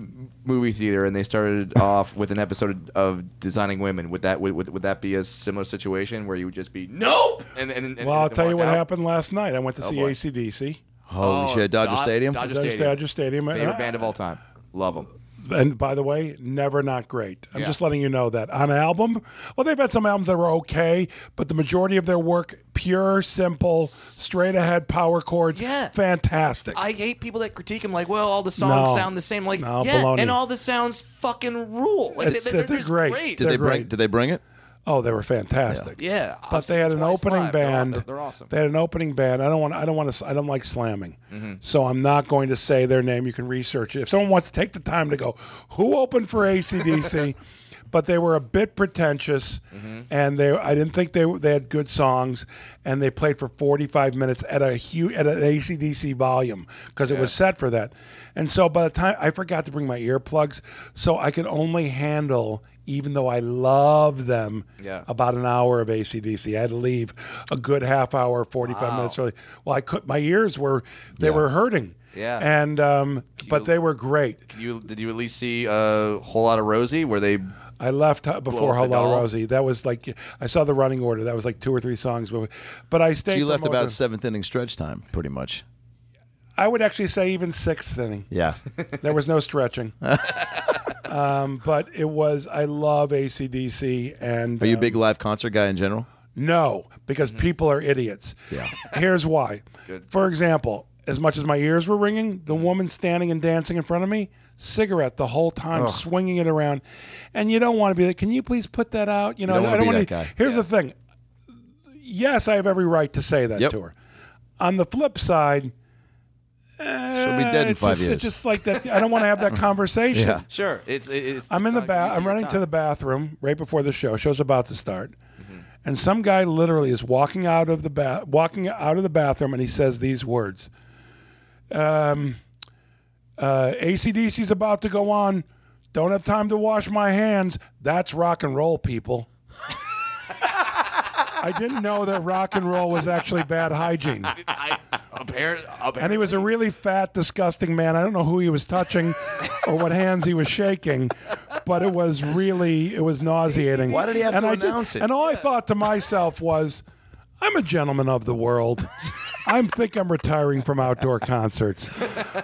Speaker 4: movie theater and they started off with an episode of Designing Women, would that would, would, would that be a similar situation where you would just be nope? And, and, and
Speaker 2: Well, I'll
Speaker 4: and
Speaker 2: tell you
Speaker 4: walk
Speaker 2: what
Speaker 4: out? Oh,
Speaker 2: happened last night. I went to see
Speaker 4: boy.
Speaker 2: ACDC.
Speaker 1: Holy
Speaker 4: Oh,
Speaker 1: shit, Dodger
Speaker 4: Dod-
Speaker 1: Stadium.
Speaker 4: Dodger
Speaker 2: Dodger
Speaker 4: Stadium.
Speaker 2: Dodger Stadium.
Speaker 4: Favorite
Speaker 2: Uh,
Speaker 4: band of all time. Love them.
Speaker 2: And by the way, never not great. I'm
Speaker 4: Yeah.
Speaker 2: just letting you know that. On album, well, they've had some albums that were okay, but the majority of their work, pure, simple, straight ahead power chords,
Speaker 4: Yeah.
Speaker 2: fantastic.
Speaker 4: I hate people that critique him like, well, all the songs
Speaker 2: No.
Speaker 4: sound the same. Like,
Speaker 2: No,
Speaker 4: yeah,
Speaker 2: baloney.
Speaker 4: and all the sounds fucking rule. Like,
Speaker 2: It's-
Speaker 4: they, are
Speaker 2: they're
Speaker 4: just
Speaker 2: great.
Speaker 1: Did they
Speaker 2: They're
Speaker 1: bring?
Speaker 2: great.
Speaker 1: Did they bring it?
Speaker 2: oh, they were fantastic.
Speaker 4: yeah, I've
Speaker 2: But
Speaker 4: seen
Speaker 2: they had
Speaker 4: them
Speaker 2: an
Speaker 4: twice
Speaker 2: opening
Speaker 4: live. They're aw-
Speaker 2: band.
Speaker 4: They're, they're awesome.
Speaker 2: They had an opening band. I don't want. I don't want to. I don't like slamming. So I'm not going to say their name. You can research it. If someone wants to take the time to go, who opened for ACDC? but they were a bit pretentious, and they. I didn't think they were- they had good songs, and they played for 45 minutes at a huge at an ACDC volume because it was set for that. And so by the time I forgot to bring my earplugs, so I could only handle. Even though I love them,
Speaker 4: Yeah.
Speaker 2: about an hour of ACDC. I had to leave a good half hour, 45 minutes early. Well, I could, my ears were, they were hurting.
Speaker 4: Yeah.
Speaker 2: And, um, but
Speaker 4: you-
Speaker 2: they were great.
Speaker 4: You did you at least see a uh, whole lot of Rosie? Where they
Speaker 2: I left h- before
Speaker 4: Blow Up the
Speaker 2: Hello
Speaker 4: Doll?
Speaker 2: Rosie. That was like, I saw the running order. That was like two or three songs. But, but I stayed.
Speaker 1: So you
Speaker 2: for
Speaker 1: left
Speaker 2: most
Speaker 1: about
Speaker 2: of-
Speaker 1: seventh inning stretch time, pretty much.
Speaker 2: I would actually say even sixth inning.
Speaker 1: Yeah.
Speaker 2: There was no stretching. um, but it was, I love ACDC. And
Speaker 1: Are you a
Speaker 2: um,
Speaker 1: big live concert guy in general?
Speaker 2: No, because people are idiots.
Speaker 1: Mm-hmm. Yeah.
Speaker 2: Here's why. For example, as much as my ears were ringing,
Speaker 1: Mm-hmm.
Speaker 2: the woman standing and dancing in front of me, cigarette the whole time, swinging it around, and you don't want to be like, "Can you please put that out?" You know,
Speaker 1: don't
Speaker 2: I
Speaker 1: wanna
Speaker 2: don't
Speaker 1: be
Speaker 2: want
Speaker 1: that guy.
Speaker 2: Here's the thing. Yes, I have every right to say that
Speaker 1: Yep.
Speaker 2: to her. On the flip side, eh,
Speaker 1: She'll be dead in
Speaker 2: it's
Speaker 1: five
Speaker 2: just-
Speaker 1: years.
Speaker 2: It's just like that. I don't want to have that conversation.
Speaker 1: Yeah.
Speaker 4: sure, it's it- it's.
Speaker 2: I'm
Speaker 4: it's
Speaker 2: in the
Speaker 4: not
Speaker 2: bath.
Speaker 4: easy
Speaker 2: I'm running to
Speaker 4: time. Mm-hmm.
Speaker 2: the bathroom right before the show. Show's about to start, and some guy literally is walking out of the bath, walking out of the bathroom, and he says these words: um, uh, "ACDC's about to go on. Don't have time to wash my hands. That's rock and roll, people." I didn't know that rock and roll was actually bad hygiene.
Speaker 4: I, apparently,
Speaker 2: And he was a really fat, disgusting man. I don't know who he was touching or what hands he was shaking, but it was really it was nauseating.
Speaker 1: Why did he have
Speaker 2: and
Speaker 1: to
Speaker 2: I did-
Speaker 1: announce it?
Speaker 2: And all I thought to myself was, I'm a gentleman of the world. I think I'm retiring from outdoor concerts.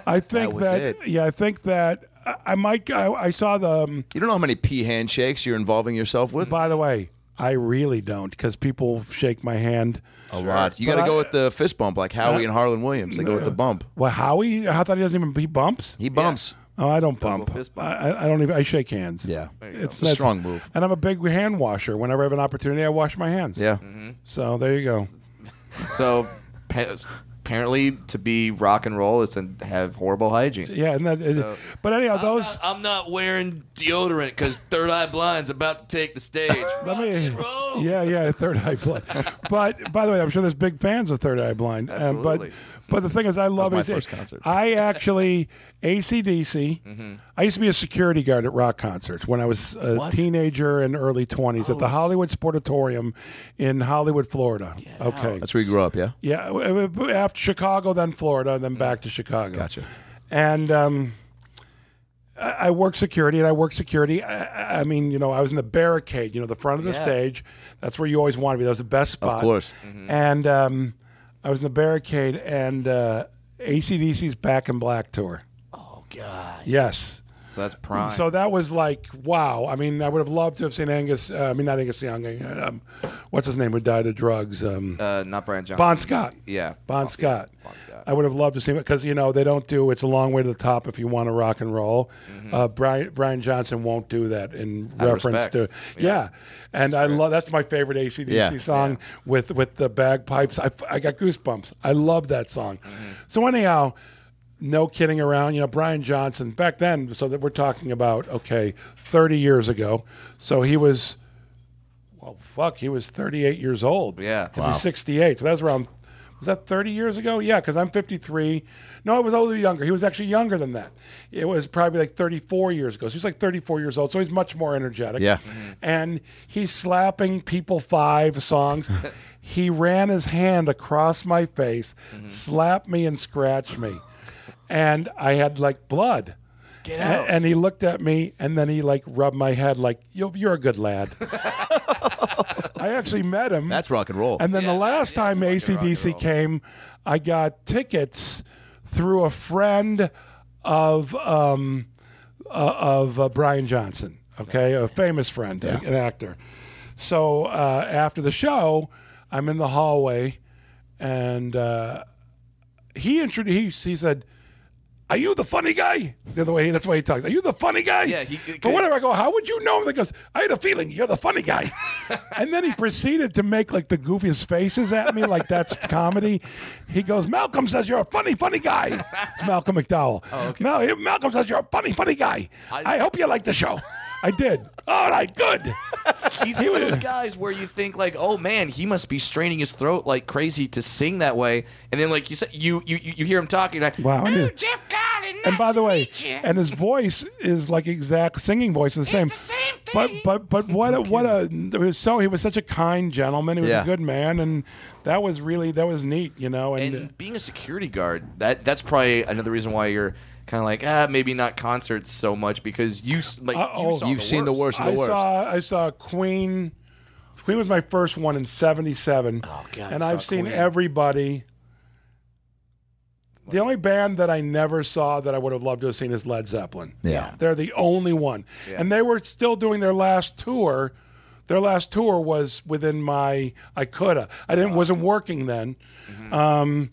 Speaker 2: I think
Speaker 1: was
Speaker 2: that,
Speaker 1: it.
Speaker 2: yeah, I think that I, I might. I, I saw the. um,
Speaker 1: You don't know how many pee handshakes you're involving yourself with.
Speaker 2: by the way, I really don't because people shake my hand.
Speaker 1: A lot. You got
Speaker 2: But
Speaker 1: to
Speaker 2: I- Uh,
Speaker 1: go with the fist bump, like Howie and Harlan Williams. They go with the bump.
Speaker 2: Well, Howie, I thought he doesn't even he bumps.
Speaker 1: He bumps.
Speaker 2: Oh, I don't bump.
Speaker 4: fist bump.
Speaker 2: I, I- I don't even. I shake hands.
Speaker 1: Yeah.
Speaker 2: It's,
Speaker 1: a
Speaker 2: that's-
Speaker 1: strong move.
Speaker 2: And I'm a big hand washer. Whenever I have an opportunity, I wash my hands.
Speaker 1: Yeah.
Speaker 4: Mm-hmm.
Speaker 2: So there you go.
Speaker 4: so pa- apparently to be rock and roll is to have horrible hygiene.
Speaker 2: Yeah, and that.
Speaker 4: So-
Speaker 2: but anyhow, those.
Speaker 4: I'm not wearing deodorant because Third Eye Blind's about to take the stage.
Speaker 2: Let me. Yeah, yeah, Third Eye Blind. but by the way, I'm sure there's big fans of Third Eye Blind. Uh,
Speaker 4: Absolutely.
Speaker 2: but but the thing is, I love
Speaker 1: my
Speaker 2: AC/DC.
Speaker 1: first concert. Mm-hmm.
Speaker 2: I actually ACDC. I used to be a security guard at rock concerts when I was a teenager and early 20s
Speaker 1: Oh,
Speaker 2: at the Hollywood Sportatorium in Hollywood, Florida. okay.
Speaker 1: That's where you grew up, yeah?
Speaker 2: Yeah, w- w- after Chicago, then Florida, and then back to Chicago.
Speaker 1: Gotcha.
Speaker 2: And um, I, I work security and I work security. I, I- I mean, you know, I was in the barricade, you know, the front of the
Speaker 4: Yeah.
Speaker 2: stage. That's where you always want to be. That was the best spot.
Speaker 1: course.
Speaker 4: Mm-hmm.
Speaker 2: And um, I was in the barricade and uh, ACDC's Back in Black tour.
Speaker 4: Oh god.
Speaker 2: Yes.
Speaker 4: So that's prime.
Speaker 2: So that was like, wow. I mean, I would have loved to have seen Angus. Uh, I mean, not Angus Young. uh, Um, what's his name? Who died of drugs? Um,
Speaker 4: uh, not Brian Johnson.
Speaker 2: Bon Scott.
Speaker 4: Yeah.
Speaker 2: Bon Scott.
Speaker 4: Bon Scott.
Speaker 2: I would have loved to see him because you know they don't do. It's a long way to the top if you want to rock and roll. Uh, Brian Brian Johnson won't do that in
Speaker 4: Out of
Speaker 2: reference
Speaker 4: respect.
Speaker 2: to yeah. And I love that's my favorite ACDC
Speaker 1: Yeah.
Speaker 2: song with with the bagpipes. I, f- I got goosebumps. I love that song. So anyhow. No kidding around. You know, Brian Johnson back then, so that we're talking about, okay, 30 years ago. So he was, well, fuck, he was 38 years old.
Speaker 4: Yeah.
Speaker 2: Because he's 68. So that was around, was that 30 years ago? Yeah, because I'm 53. No, it was a little younger. He was actually younger than that. It was probably like 34 years ago. So he's like 34 years old. So he's much more energetic. Mm-hmm.
Speaker 1: Yeah.
Speaker 2: And he's slapping people five songs. he ran his hand across my face, slapped me, and scratched me. And I had like blood. Get out. And, he looked at me and then he like rubbed my head like, you're, you're a good lad. I actually met him.
Speaker 1: That's rock and roll.
Speaker 2: And then the last
Speaker 4: yeah,
Speaker 2: time
Speaker 4: it's fucking rock and
Speaker 2: ACDC
Speaker 4: roll.
Speaker 2: came, I got tickets through a friend of um, uh, of uh, Brian Johnson. Okay, a famous friend, a- an actor. So uh, after the show, I'm in the hallway, and uh, he introduced. He, he said. Are you the funny guy? The other way, that's why he talks. Are you the funny guy?
Speaker 4: Yeah, he-
Speaker 2: but whatever. I go, how would you know him? He goes, I had a feeling you're the funny guy. and then he proceeded to make like the goofiest faces at me, like that's comedy. He goes, Malcolm says you're a funny, funny guy. It's Malcolm McDowell. Oh, Mal- Malcolm says you're a funny, funny guy. I, hope you like the show. I did. All right, good.
Speaker 4: He's one of those guys where you think like, oh man, he must be straining his throat like crazy to sing that way, and then like you said, you you you you hear him talking like,
Speaker 2: Wow, I
Speaker 4: "Ooh,
Speaker 2: did-
Speaker 4: Jeff Garlin,
Speaker 2: And
Speaker 4: nice
Speaker 2: by the
Speaker 4: to
Speaker 2: way,
Speaker 4: meet ya."
Speaker 2: and his voice is like exact singing voice, the same.
Speaker 4: the same
Speaker 2: But
Speaker 4: thing.
Speaker 2: but but what a what a it was so he was such a kind gentleman. He was
Speaker 1: Yeah.
Speaker 2: a good man, and that was really that was neat, you know. And,
Speaker 4: and being a security guard, that that's probably another reason why you're kind of like ah maybe not concerts so much because you s- like you
Speaker 2: Uh-oh.
Speaker 4: saw
Speaker 1: You've
Speaker 4: the
Speaker 1: seen the worst of
Speaker 2: I
Speaker 1: the worst.
Speaker 2: saw I saw Queen. Queen was my first one in '77.
Speaker 4: Oh, God,
Speaker 2: And
Speaker 4: you
Speaker 2: I've
Speaker 4: saw
Speaker 2: seen
Speaker 4: Queen.
Speaker 2: everybody. The only band that I never saw that I would have loved to have seen is Led Zeppelin.
Speaker 1: Yeah.
Speaker 2: they're the only one, and they were still doing their last tour. Their last tour was within my I coulda. I didn't wasn't working then, um,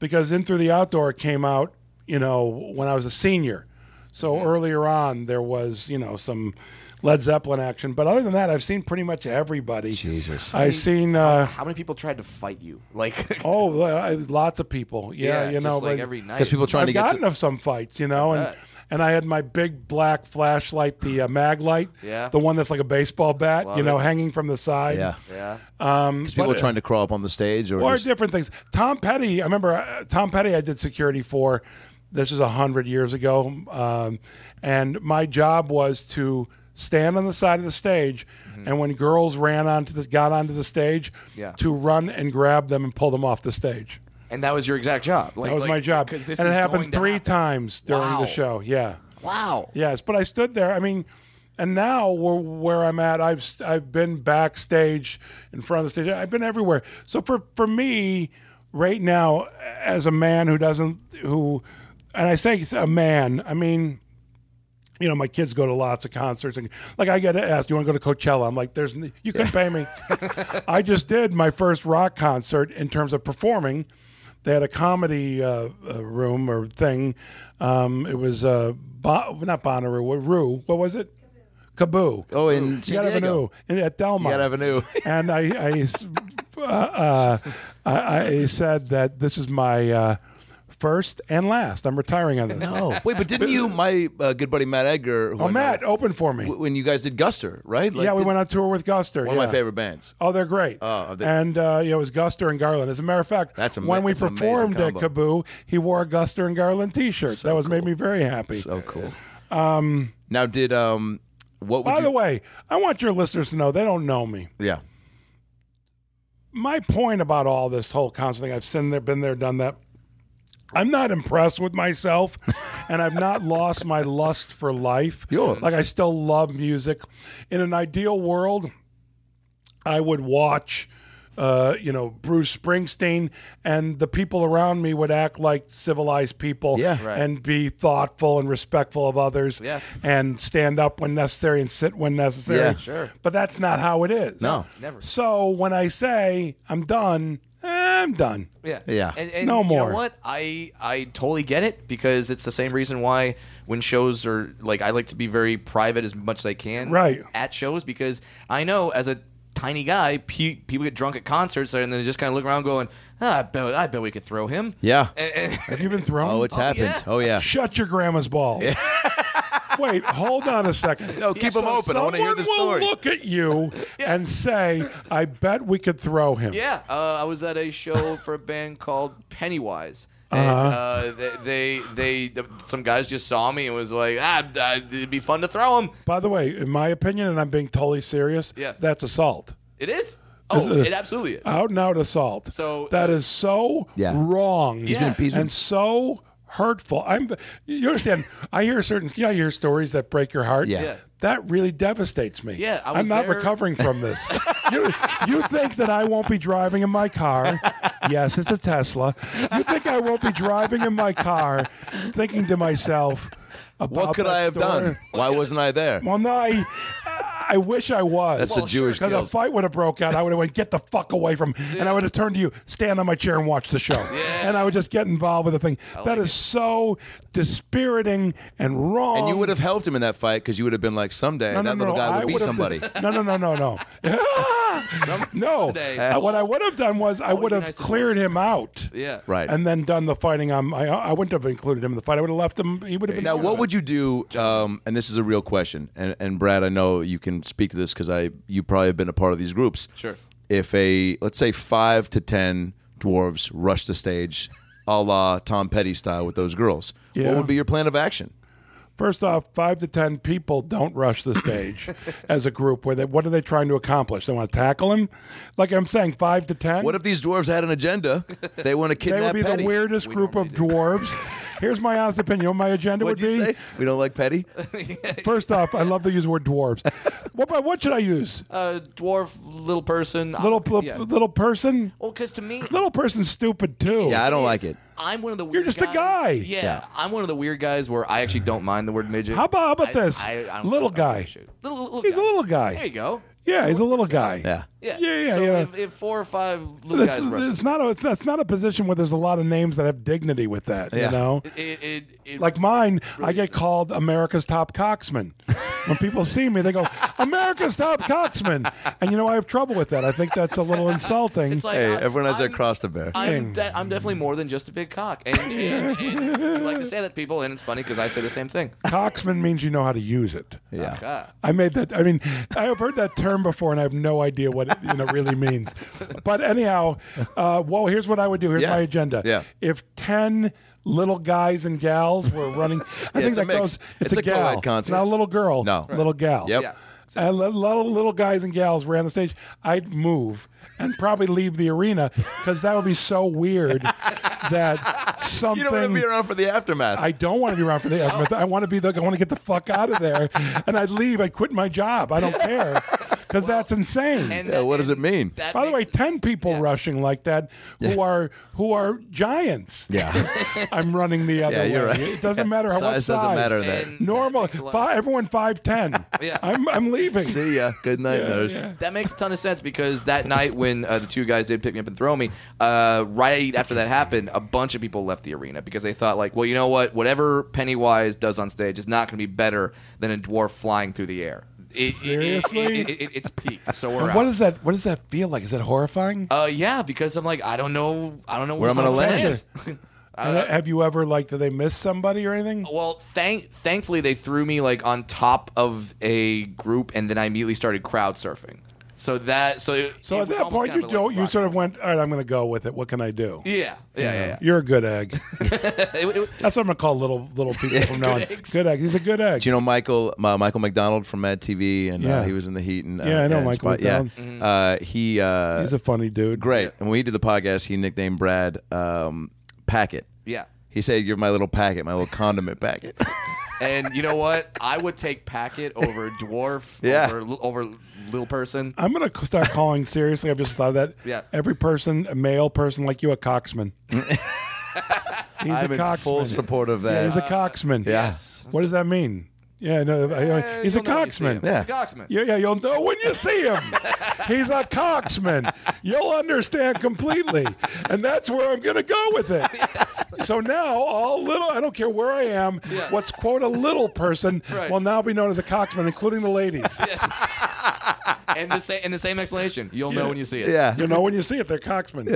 Speaker 2: because In Through the Outdoor came out. You know when I was a senior. So
Speaker 1: Mm-hmm.
Speaker 2: earlier on, there was you know some Led Zeppelin action, but other than that, I've seen pretty much everybody.
Speaker 1: Jesus.
Speaker 2: I've seen uh,
Speaker 4: How many people tried to fight you? Like
Speaker 2: oh uh, lots of people. Yeah, you know,
Speaker 4: just like
Speaker 2: but
Speaker 4: every night.
Speaker 1: Because people trying
Speaker 2: I've
Speaker 1: to get
Speaker 2: gotten
Speaker 1: to,
Speaker 2: of some fights, you know, and
Speaker 4: bet.
Speaker 2: and I had my big black flashlight, the uh, mag light,
Speaker 4: Yeah.
Speaker 2: the one that's like a baseball bat,
Speaker 4: Love
Speaker 2: you know,
Speaker 4: it.
Speaker 2: hanging from the side.
Speaker 1: yeah.
Speaker 4: yeah.
Speaker 2: Um,
Speaker 1: 'Cause people
Speaker 2: but-
Speaker 1: are trying to crawl up on the stage or,
Speaker 2: or
Speaker 1: just-
Speaker 2: different things. Tom Petty, I remember uh, Tom Petty. I did security for. This is a hundred years ago, um, and my job was to stand on the side of the stage, and when girls ran onto the got onto the stage,
Speaker 4: Mm-hmm. Yeah.
Speaker 2: to run and grab them and pull them off the stage.
Speaker 4: And that was your exact job. Like,
Speaker 2: That was
Speaker 4: like,
Speaker 2: my job, and
Speaker 4: Because
Speaker 2: it
Speaker 4: this is going
Speaker 2: happened
Speaker 4: to
Speaker 2: three
Speaker 4: happen.
Speaker 2: times during
Speaker 4: Wow.
Speaker 2: the show. Yeah.
Speaker 4: Wow.
Speaker 2: Yes, but I stood there. I mean, and now we're where I'm at. I've I've been backstage, in front of the stage. I've been everywhere. So for for me, right now, as a man who doesn't who, and I say a man, I mean. You know, my kids go to lots of concerts, and like I get asked, "You want to go to Coachella?" I'm like, "There's, n- you can pay me." I just did my first rock concert in terms of performing. They had a comedy uh, uh, room or thing. Um, it was uh, bon- not Bonnaroo, what- Rue. What was it? Kaboo.
Speaker 1: Oh, in San
Speaker 2: Yad Avenue
Speaker 1: Diego.
Speaker 2: in- at Delmar.
Speaker 1: Yad Avenue.
Speaker 2: and I, I s- uh, uh, I, I said that this is my uh, first and last. I'm retiring on this. No.
Speaker 1: Wait, but didn't you, my uh, good buddy Matt Edgar, who I
Speaker 2: Oh,
Speaker 1: know-
Speaker 2: Matt, open for me.
Speaker 1: w- when you guys did Guster, right? Like,
Speaker 2: yeah, we
Speaker 1: did-
Speaker 2: went on tour with Guster.
Speaker 1: One of
Speaker 2: yeah.
Speaker 1: my favorite bands.
Speaker 2: Oh, they're great.
Speaker 1: Oh, they-
Speaker 2: and uh, yeah, it was Guster and Garland. As a matter of fact,
Speaker 1: That's ama-
Speaker 2: when we
Speaker 1: that's an amazing
Speaker 2: performed at
Speaker 1: combo.
Speaker 2: Kaboo, he wore a Guster and Garland T-shirt. that was made me very happy.
Speaker 1: So cool. Um, now, did um, what would
Speaker 2: By
Speaker 1: you?
Speaker 2: the way, I want your listeners to know they don't know me.
Speaker 1: yeah,
Speaker 2: My point about all this whole concert thing, I've seen there, been there, done that. I'm not impressed with myself and I've not lost my lust for life.
Speaker 1: Yo.
Speaker 2: Like I still love music. In an ideal world, I would watch, uh, you know, Bruce Springsteen, and the people around me would act like civilized people
Speaker 1: Yeah. Right.
Speaker 2: and be thoughtful and respectful of others
Speaker 4: Yeah.
Speaker 2: and stand up when necessary and sit when necessary.
Speaker 1: Yeah.
Speaker 4: Sure.
Speaker 2: But that's not how it is.
Speaker 1: No.
Speaker 4: Never.
Speaker 2: So when I say I'm done, eh, I'm done.
Speaker 4: Yeah.
Speaker 1: Yeah.
Speaker 4: And, and
Speaker 2: No
Speaker 4: You
Speaker 2: more.
Speaker 4: know what? I I totally get it because it's the same reason why when shows are like I like to be very private as much as I can.
Speaker 2: Right.
Speaker 4: At shows because I know as a tiny guy, pe- people get drunk at concerts and then they just kind of look around going, ah, I bet I bet we could throw him.
Speaker 1: Yeah.
Speaker 4: And- and-
Speaker 2: Have you been thrown?
Speaker 1: Oh, it's happened.
Speaker 4: yeah.
Speaker 1: Oh yeah.
Speaker 2: Shut your grandma's balls. Wait, hold on a second.
Speaker 1: No, keep 'em open. I wanna hear the
Speaker 2: Someone
Speaker 1: story.
Speaker 2: will look at you and say, "I bet we could throw him."
Speaker 4: Yeah, uh, I was at a show for a band called Pennywise. And,
Speaker 2: Uh-huh.
Speaker 4: uh, they, they, they, some guys just saw me and was like, ah, uh, it'd be fun to throw him.
Speaker 2: By the way, in my opinion, and I'm being totally serious,
Speaker 4: Yeah.
Speaker 2: that's assault.
Speaker 4: It is. Oh, it absolutely is.
Speaker 2: Out and out assault.
Speaker 4: So,
Speaker 2: that
Speaker 4: uh,
Speaker 2: is so
Speaker 1: Yeah.
Speaker 2: wrong
Speaker 4: been- he's
Speaker 2: and so hurtful. I'm. You understand? I hear certain. You know, I hear stories that break your heart.
Speaker 1: Yeah. Yeah.
Speaker 2: That really devastates me.
Speaker 4: Yeah, I
Speaker 2: I'm
Speaker 4: was
Speaker 2: not
Speaker 4: there-
Speaker 2: recovering from this. you, you think that I won't be driving in my car? Yes, it's a Tesla. You think I won't be driving in my car, thinking to myself, about
Speaker 1: What could
Speaker 2: that Oh,
Speaker 1: I have
Speaker 2: story?
Speaker 1: done? Why wasn't I there?
Speaker 2: Well, no, I, I wish I was.
Speaker 1: That's
Speaker 4: Well,
Speaker 1: a Jewish
Speaker 2: Because a
Speaker 1: guilt.
Speaker 2: fight would have broke out, I would have went, get the fuck away from, and I would have turned to you, stand on my chair and watch the show. And I would just get involved with the thing. That is so dispiriting and wrong.
Speaker 1: and you would have helped him in that fight because you would have been like, someday
Speaker 2: No, no,
Speaker 1: that
Speaker 2: no,
Speaker 1: little
Speaker 2: no,
Speaker 1: guy
Speaker 2: I
Speaker 1: would be
Speaker 2: would've
Speaker 1: somebody.
Speaker 2: done- no, no, no, no, no. no.
Speaker 4: Someday.
Speaker 2: Uh, what I would have done was I would
Speaker 4: be
Speaker 2: have
Speaker 4: nice to
Speaker 2: cleared him out.
Speaker 4: Yeah.
Speaker 1: Right.
Speaker 2: And then done the fighting on my. I wouldn't have included him in the fight. I would have left him. He would have been.
Speaker 1: Now, what would you do? Um, and this is a real question. And, and Brad, I know you can speak to this because I you probably have been a part of these groups.
Speaker 4: Sure.
Speaker 1: If a let's say five to ten dwarves rush the stage, a la Tom Petty style with those girls, what
Speaker 2: Yeah.
Speaker 1: would be your plan of action?
Speaker 2: First off, five to ten people don't rush the stage as a group. Where they, what are they trying to accomplish? They want to tackle him. Like I'm saying, five to ten.
Speaker 1: What if these dwarves had an agenda? They want to
Speaker 2: they
Speaker 1: kidnap
Speaker 2: would be
Speaker 1: Petty.
Speaker 2: the weirdest group of dwarves? Here's my honest opinion. You know what my agenda
Speaker 1: What'd
Speaker 2: would
Speaker 1: you
Speaker 2: be.
Speaker 1: say? We don't like Petty.
Speaker 2: First off, I love to use the word dwarves. what, but what should I use?
Speaker 4: Uh, dwarf, little person.
Speaker 2: little
Speaker 4: uh,
Speaker 2: little,
Speaker 4: yeah.
Speaker 2: little person.
Speaker 4: Well, because to me,
Speaker 2: Little person's stupid too.
Speaker 1: Yeah, I don't like it.
Speaker 4: I'm one of the weird
Speaker 2: You're just a
Speaker 4: guys-
Speaker 2: guy.
Speaker 4: Yeah,
Speaker 1: Yeah.
Speaker 4: I'm one of the weird guys where I actually don't mind the word midget.
Speaker 2: How about, how about
Speaker 4: I-
Speaker 2: this?
Speaker 4: I- I don't-
Speaker 2: little
Speaker 4: I don't
Speaker 2: guy.
Speaker 4: appreciate it. Little, little
Speaker 2: He's
Speaker 4: guy.
Speaker 2: a little guy.
Speaker 4: There you go.
Speaker 2: Yeah, he's a little guy.
Speaker 1: Yeah.
Speaker 4: Yeah.
Speaker 2: Yeah, yeah,
Speaker 4: so
Speaker 2: yeah.
Speaker 4: If, if four or five little
Speaker 2: It's,
Speaker 4: guys wrestle,
Speaker 2: it's not a it's not, it's not a position where there's a lot of names that have dignity with that.
Speaker 1: Yeah.
Speaker 2: You know.
Speaker 4: it, it, it,
Speaker 2: Like mine, I get called America's top coxman. when people see me, they go, America's top coxman. And you know, I have trouble with that. I think that's a little insulting.
Speaker 4: it's like
Speaker 1: Hey,
Speaker 4: I-
Speaker 1: everyone has their
Speaker 4: I'm-
Speaker 1: cross to bear.
Speaker 4: I'm, de- I'm definitely more than just a big cock. And, and, and you like to say that, people, and it's funny because I say the same thing.
Speaker 2: coxman means you know how to use it.
Speaker 1: yeah.
Speaker 4: God.
Speaker 2: I made that. I mean, I have heard that term before, and I have no idea what it you know really means. But anyhow, uh, well, here's what I would do. Here's
Speaker 1: Yeah.
Speaker 2: my agenda.
Speaker 1: Yeah.
Speaker 2: If ten little guys and gals were running,
Speaker 1: Yeah,
Speaker 2: I
Speaker 1: it's
Speaker 2: think
Speaker 1: a
Speaker 2: that
Speaker 1: mix.
Speaker 2: goes.
Speaker 1: It's
Speaker 2: It's,
Speaker 1: a
Speaker 2: a gal.
Speaker 1: co-ed concert.
Speaker 2: Not a little girl.
Speaker 1: No.
Speaker 2: Little gal.
Speaker 1: Yep.
Speaker 4: Yeah.
Speaker 2: And li- little, little guys and gals ran the stage. I'd move and probably leave the arena because that would be so weird that something.
Speaker 1: You don't want to be around for the aftermath.
Speaker 2: I don't want to be around for the aftermath. I want to be the. I want to get the fuck out of there, and I'd leave. I'd quit my job. I don't care because that's insane.
Speaker 4: And
Speaker 1: Yeah, what does it
Speaker 4: and
Speaker 1: mean?
Speaker 4: that
Speaker 2: By the
Speaker 4: makes-
Speaker 2: way, ten people rushing like that who
Speaker 1: Yeah.
Speaker 2: are who are giants.
Speaker 1: yeah.
Speaker 2: I'm running the other
Speaker 1: Yeah, you're
Speaker 2: way.
Speaker 1: right.
Speaker 2: It doesn't matter how what
Speaker 1: Size doesn't matter there.
Speaker 4: And-
Speaker 2: Normal.
Speaker 4: That makes a lot of
Speaker 2: Five,
Speaker 4: sense.
Speaker 2: everyone five ten.
Speaker 4: Yeah.
Speaker 2: I'm I'm leaving.
Speaker 1: See ya. Good night, nurse.
Speaker 2: yeah.
Speaker 4: That makes a ton of sense because that night when uh, the two guys did pick me up and throw me, uh, right after that happened, a bunch of people left the arena because they thought like, well, you know what? Whatever Pennywise does on stage is not going to be better than a dwarf flying through the air. It,
Speaker 2: Seriously?
Speaker 4: it, it, it, it's peaked. So we're
Speaker 2: And
Speaker 4: out.
Speaker 2: what does that? What does that feel like? Is that horrifying?
Speaker 4: uh, yeah, because I'm like, I don't know, I don't know
Speaker 1: Where I'm
Speaker 4: how
Speaker 1: gonna
Speaker 4: to
Speaker 1: land.
Speaker 4: Uh,
Speaker 2: And have you ever like? Did they miss somebody or anything?
Speaker 4: Well, thank thankfully they threw me like on top of a group, and then I immediately started crowd surfing. So that so it-
Speaker 2: So
Speaker 4: it
Speaker 2: at
Speaker 4: was
Speaker 2: that
Speaker 4: almost
Speaker 2: point,
Speaker 4: kind
Speaker 2: you
Speaker 4: of
Speaker 2: don't.
Speaker 4: like
Speaker 2: you
Speaker 4: rock-
Speaker 2: sort of went. All right, I'm going to go with it. What can I do?
Speaker 4: yeah yeah yeah. yeah.
Speaker 2: You're a good egg.
Speaker 4: It- it-
Speaker 2: That's what I'm gonna call little little people from now on. Good egg. He's a good egg.
Speaker 1: Do you know Michael Ma- Michael McDonald from Mad TV? And uh,
Speaker 2: Yeah.
Speaker 1: he was in the Heat. And uh,
Speaker 2: Yeah, I know
Speaker 1: and
Speaker 2: Michael McDonald.
Speaker 1: Uh, he uh,
Speaker 2: He's a funny dude.
Speaker 1: great. And when we did the podcast, he nicknamed Brad um, Packet.
Speaker 4: Yeah.
Speaker 1: He said, "You're my little packet, my little condiment packet."
Speaker 4: And you know what? I would take Packet over Dwarf,
Speaker 1: Yeah.
Speaker 4: over, li- over Little Person.
Speaker 2: I'm gonna c- start calling seriously. I've just thought of that.
Speaker 4: Yeah.
Speaker 2: Every person, a male person like you, a coxman. he's
Speaker 1: I'm
Speaker 2: a
Speaker 1: in
Speaker 2: coxman.
Speaker 1: full support of
Speaker 2: Yeah, he's
Speaker 1: that.
Speaker 2: a coxman.
Speaker 1: yes.
Speaker 2: What does that mean? Yeah, no, I- I- he's a
Speaker 4: You'll know when Uh, you see him.
Speaker 2: coxman.
Speaker 1: Yeah.
Speaker 4: He's a coxman.
Speaker 2: Yeah, yeah, you'll know when you see him. He's a coxman. You'll understand completely. And that's where I'm going to go with it. So now, all little, I don't care where I am, what's quote a little person
Speaker 4: Right.
Speaker 2: will now be known as a coxman, including the ladies.
Speaker 4: And, the sa- and the same explanation. You'll know when you see it.
Speaker 1: Yeah.
Speaker 2: You know when you see it, they're coxmen.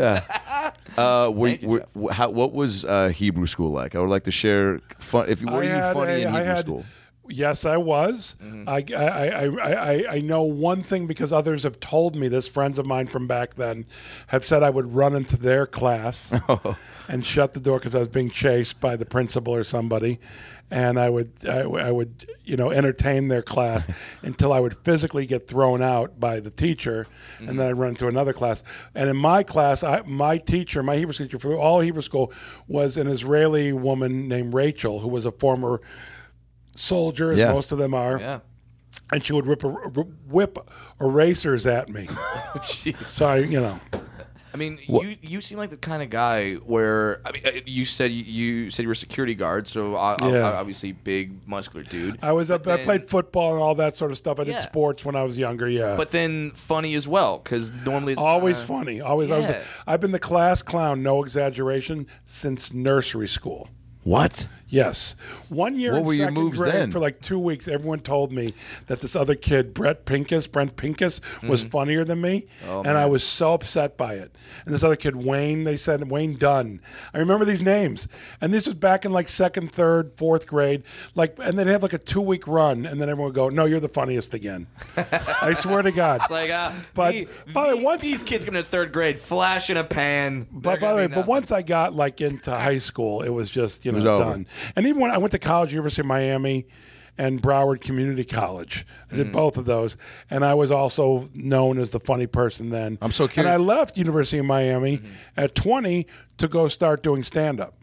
Speaker 1: Uh, were, were, wh- how, what was uh, Hebrew school like? I would like to share. Fun, if you were
Speaker 2: I
Speaker 1: you
Speaker 2: had
Speaker 1: funny in
Speaker 2: a- I
Speaker 1: Hebrew
Speaker 2: had-
Speaker 1: school?
Speaker 2: Yes, I was. I, I, I, I, I- I know one thing because others have told me this. Friends of mine from back then have said I would run into their class and shut the door because I was being chased by the principal or somebody, and I would I, w- I would you know entertain their class until I would physically get thrown out by the teacher, and then I'd run into another class. And in my class, I, my teacher, my Hebrew teacher for all Hebrew school, was an Israeli woman named Rachel who was a former soldier, as
Speaker 1: Yeah.
Speaker 2: most of them are.
Speaker 4: Yeah.
Speaker 2: And she would rip a, r- whip erasers at me. So I, you know,
Speaker 4: I mean, you you seem like the kind of guy where I mean, uh, you said you, you said you were a security guard, so o- o-
Speaker 2: Yeah.
Speaker 4: obviously big muscular dude.
Speaker 2: I was up.
Speaker 4: But
Speaker 2: I
Speaker 4: then-
Speaker 2: played football and all that sort of stuff. I did
Speaker 4: Yeah.
Speaker 2: sports when I was younger. Yeah,
Speaker 4: but then funny as well because normally it's uh,
Speaker 2: always
Speaker 4: kinda-
Speaker 2: funny. Always. I was.
Speaker 4: yeah.
Speaker 2: I've been the class clown, no exaggeration, since nursery school.
Speaker 1: What?
Speaker 2: Yes, one year
Speaker 1: What
Speaker 2: in
Speaker 1: were your
Speaker 2: second
Speaker 1: moves
Speaker 2: grade
Speaker 1: then?
Speaker 2: for like two weeks. Everyone told me that this other kid, Brett Pinkus, Brent Pinkus, was
Speaker 4: Mm-hmm.
Speaker 2: funnier than me,
Speaker 4: Oh,
Speaker 2: and I was so upset by it. And this other kid, Wayne, they said Wayne Dunn. I remember these names, and this was back in like second, third, fourth grade. Like, and they'd have like a two week run, and then everyone would go, "No, you're the funniest again." I swear to God.
Speaker 4: It's like, uh,
Speaker 2: But-
Speaker 4: the-
Speaker 2: but
Speaker 4: the-
Speaker 2: once-
Speaker 4: these kids come to third grade, flash in a pan.
Speaker 2: But by the way, but once I got like into high school, it was just you know
Speaker 1: was over.
Speaker 2: done. And even when I went to college, University of Miami, and Broward Community College, I did both of those, and I was also known as the funny person then.
Speaker 1: I'm so
Speaker 2: And
Speaker 1: curious-
Speaker 2: I left University of Miami at 20 to go start doing stand up.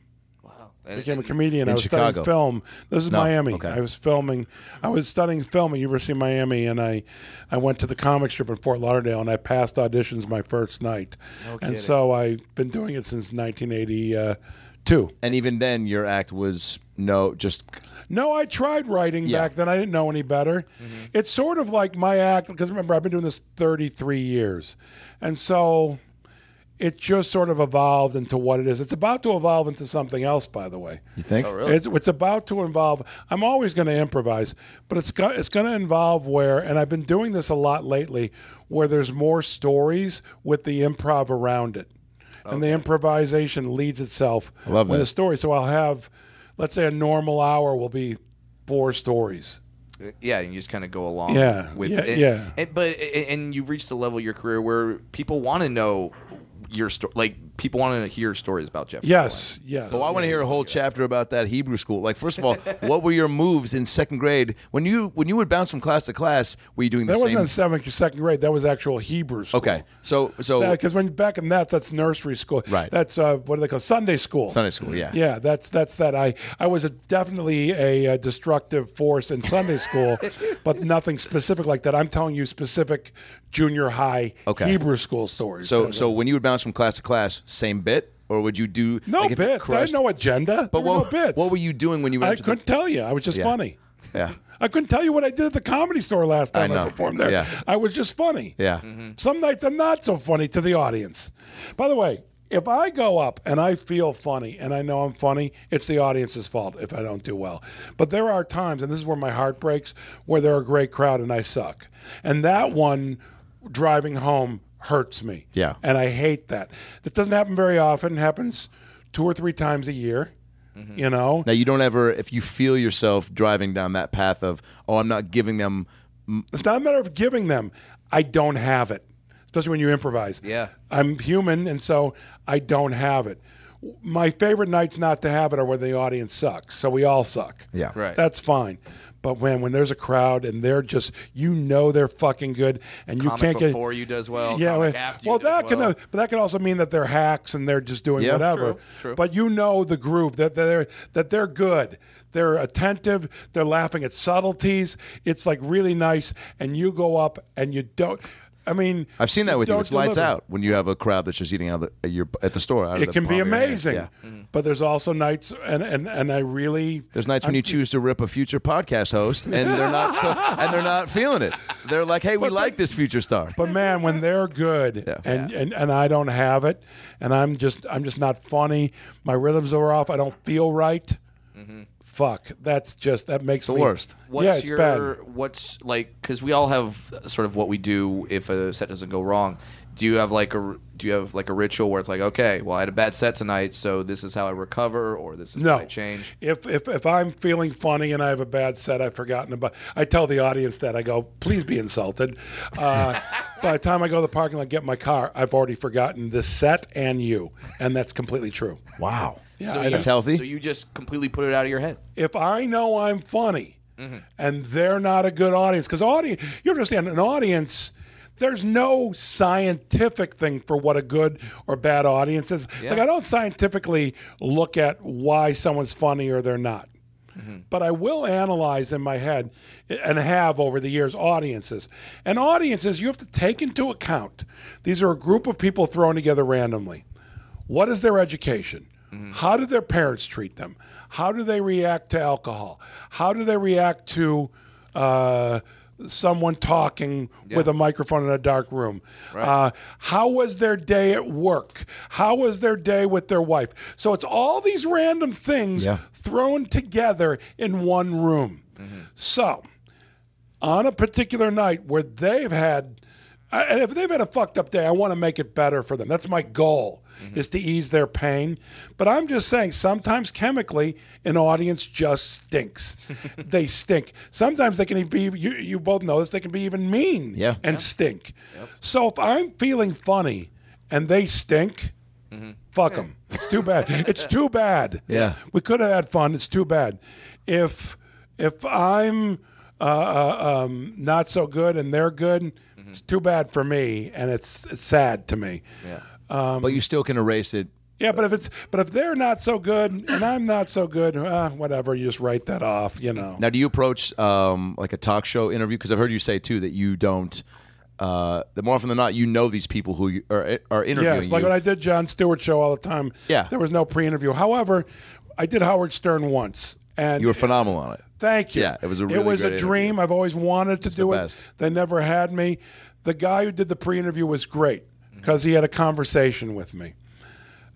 Speaker 2: I became a comedian. I was
Speaker 1: Chicago.
Speaker 2: studying film. This is
Speaker 1: No,
Speaker 2: Miami.
Speaker 1: okay.
Speaker 2: I was filming. I was studying film at University of Miami, and I, I went to the comic strip in Fort Lauderdale, and I passed auditions my first night. and so I've been doing it since 1982.
Speaker 1: And even then, your act was no, just
Speaker 2: No, I tried writing
Speaker 1: Yeah. Mm-hmm.
Speaker 2: back then. I didn't know any better. It's sort of like my act because remember I've been doing this 33 years, and so it just sort of evolved into what it is. It's about to evolve into something else, by the way.
Speaker 1: you think?
Speaker 2: It, it's about to involve. I'm always going to improvise, but it's go, it's going to involve where, and I've been doing this a lot lately, where there's more stories with the improv around it, and the improvisation leads itself
Speaker 1: love
Speaker 2: with
Speaker 1: that.
Speaker 2: a story. So I'll have, let's say, a normal hour will be four stories.
Speaker 4: yeah, and you just kind of go along.
Speaker 2: Yeah,
Speaker 4: with
Speaker 2: yeah,
Speaker 4: and,
Speaker 2: yeah.
Speaker 4: And, but and and you've reached the level of your career where people want to know your story. Like people want to hear stories about Jeff.
Speaker 2: Yes, yes.
Speaker 1: So Oh, I want to hear a whole chapter about that Hebrew school. Like, first of all, what were your moves in second grade when you when you would bounce from class to class? Were you doing
Speaker 2: that
Speaker 1: the
Speaker 2: wasn't in
Speaker 1: same?
Speaker 2: seventh or second grade. That was actual Hebrew school.
Speaker 1: Okay, so so
Speaker 2: Because when back in that, that's nursery school.
Speaker 1: Right.
Speaker 2: That's uh, what do they call Sunday school?
Speaker 1: Sunday school, yeah.
Speaker 2: Yeah, that's that's that. I I was a, definitely a, uh destructive force in Sunday school, but nothing specific like that. I'm telling you specific junior high
Speaker 1: Okay.
Speaker 2: Hebrew school stories.
Speaker 1: So so when you would bounce from class to class, same bit, or would you do
Speaker 2: no
Speaker 1: like, if it
Speaker 2: bit. I
Speaker 1: crushed-
Speaker 2: had no agenda.
Speaker 1: But
Speaker 2: There were
Speaker 1: what
Speaker 2: no bits.
Speaker 1: what were you doing when you went?
Speaker 2: I
Speaker 1: into the-
Speaker 2: couldn't tell you. I was just
Speaker 1: Yeah.
Speaker 2: funny.
Speaker 1: Yeah,
Speaker 2: I couldn't tell you what I did at the comedy store last
Speaker 1: I
Speaker 2: time I,
Speaker 1: know.
Speaker 2: performed there.
Speaker 1: Yeah.
Speaker 2: I was just funny.
Speaker 1: yeah.
Speaker 2: Some nights I'm not so funny to the audience. By the way, if I go up and I feel funny and I know I'm funny, it's the audience's fault if I don't do well. But there are times, and this is where my heart breaks, where they're a great crowd and I suck. And that one driving home hurts me.
Speaker 1: Yeah.
Speaker 2: And I hate that. That doesn't happen very often, it happens two or three times a year. You know,
Speaker 1: Now you don't ever if you feel yourself driving down that path of oh I'm not giving them
Speaker 2: It's not a matter of giving them. I don't have it, especially when you improvise.
Speaker 4: Yeah.
Speaker 2: I'm human, and so I don't have it. My favorite nights not to have it are when the audience sucks. So we all suck.
Speaker 1: Yeah.
Speaker 4: Right.
Speaker 2: That's fine. But when when there's a crowd and they're just you know they're fucking good and you
Speaker 4: Comic
Speaker 2: can't get
Speaker 4: before you does well,
Speaker 2: Yeah,
Speaker 4: comic
Speaker 2: well,
Speaker 4: after you
Speaker 2: well,
Speaker 4: does
Speaker 2: that can
Speaker 4: well.
Speaker 2: uh, but that can also mean that they're hacks and they're just doing
Speaker 4: Yeah,
Speaker 2: whatever.
Speaker 4: true, true.
Speaker 2: But you know the groove that they're that they're good. They're attentive. They're laughing at subtleties. It's like really nice, and you go up and you don't. I mean,
Speaker 1: I've seen that with you.
Speaker 2: don't
Speaker 1: It's lights
Speaker 2: deliver.
Speaker 1: out when you have a crowd that's just eating out of the, your, at the store. Out of
Speaker 2: It
Speaker 1: the
Speaker 2: can be
Speaker 1: palm of your hand.
Speaker 2: amazing,
Speaker 1: Yeah.
Speaker 2: but there's also nights, and and and I really
Speaker 1: There's nights when you choose to rip a future podcast host, and they're not so, and they're not feeling it. They're like, "Hey, we like this future star."
Speaker 2: But man, when they're good
Speaker 1: Yeah.
Speaker 2: and, and and I don't have it, and I'm just I'm just not funny. My rhythms are off. I don't feel right. Fuck, that's just that makes
Speaker 1: Mm-hmm. the
Speaker 2: me,
Speaker 1: worst.
Speaker 4: What's
Speaker 2: yeah, it's
Speaker 4: your
Speaker 2: bad.
Speaker 4: what's like because we all have sort of what we do if a set doesn't go wrong. Do you have like a do you have like a ritual where it's like okay, well I had a bad set tonight, so this is how I recover or this is
Speaker 2: No
Speaker 4: how I change.
Speaker 2: If if if I'm feeling funny and I have a bad set, I've forgotten about. I tell the audience that I go, please be insulted. Uh, by the time I go to the parking lot, get in my car, I've already forgotten this set and you, and that's completely true.
Speaker 1: Wow,
Speaker 2: Yeah,
Speaker 4: So
Speaker 2: I know.
Speaker 4: you-
Speaker 1: That's healthy.
Speaker 4: So you just completely put it out of your head.
Speaker 2: if I know I'm funny and they're not a good audience, because audience, you understand, an audience, there's no scientific thing for what a good or bad audience is. Like, I don't scientifically look at why someone's funny or they're not. But I will analyze in my head and have over the years audiences. And audiences, you have to take into account these are a group of people thrown together randomly. What is their education? How do their parents treat them? How do they react to alcohol? How do they react to uh, someone talking with a microphone in a dark room? Uh, how was their day at work? How was their day with their wife? So it's all these random things
Speaker 1: Yeah.
Speaker 2: thrown together in one room. So on a particular night where they've had I- and if they've had a fucked up day i want to make it better for them that's my goal
Speaker 1: Mm-hmm.
Speaker 2: is to ease their pain but i'm just saying sometimes chemically an audience just stinks they stink sometimes they can be you, you both know this they can be even mean
Speaker 1: Yeah.
Speaker 2: and stink so if i'm feeling funny and they stink fuck them it's too bad it's too bad
Speaker 1: Yeah.
Speaker 2: we could have had fun. It's too bad. If if I'm uh, uh, um, not so good and they're good,
Speaker 1: Mm-hmm.
Speaker 2: it's too bad for me, and it's, it's sad to me. Yeah.
Speaker 1: but you still can erase it.
Speaker 2: but if it's but if they're not so good and I'm not so good, uh, whatever. You just write that off, you know.
Speaker 1: Now, do you approach um, like a talk show interview? Because I've heard you say too that you don't. Uh, that more often than not, you know these people who you, are are interviewing
Speaker 2: Yes, like
Speaker 1: you.
Speaker 2: when I did John Stewart show all the time.
Speaker 1: Yeah.
Speaker 2: There was no pre-interview. However, I did Howard Stern once, and
Speaker 1: you were phenomenal on it.
Speaker 2: Thank you.
Speaker 1: Yeah, it was a really
Speaker 2: it was
Speaker 1: great
Speaker 2: a dream. I've always wanted to do
Speaker 1: the
Speaker 2: it.
Speaker 1: best.
Speaker 2: They never had me. The guy who did the pre-interview was great because he had a conversation with me.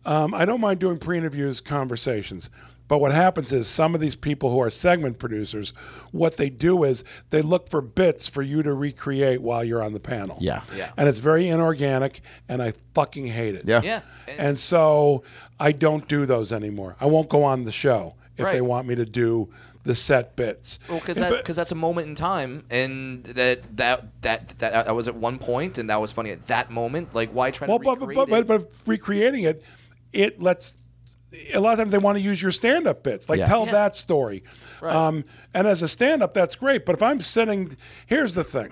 Speaker 2: Um, I don't mind doing pre-interviews, conversations. But what happens is some of these people who are segment producers, what they do is they look for bits for you to recreate while you're on the panel.
Speaker 1: Yeah.
Speaker 4: Yeah.
Speaker 2: And it's very inorganic, and I fucking hate it.
Speaker 1: Yeah.
Speaker 4: Yeah.
Speaker 2: And so I don't do those anymore. I won't go on the show if
Speaker 4: Right.
Speaker 2: they want me to do the set bits.
Speaker 4: Well, because
Speaker 2: If
Speaker 4: that,
Speaker 2: it-
Speaker 4: cause that's a moment in time, and that that that that I was at one point, and that was funny at that moment. Like, why try
Speaker 2: well,
Speaker 4: to
Speaker 2: but,
Speaker 4: recreate
Speaker 2: but, but,
Speaker 4: it?
Speaker 2: but, but recreating it, it lets. A lot of times they want to use your stand-up bits, like
Speaker 1: Yeah.
Speaker 2: tell that story. Um, and as a stand-up, that's great. But if I'm sitting, here's the thing,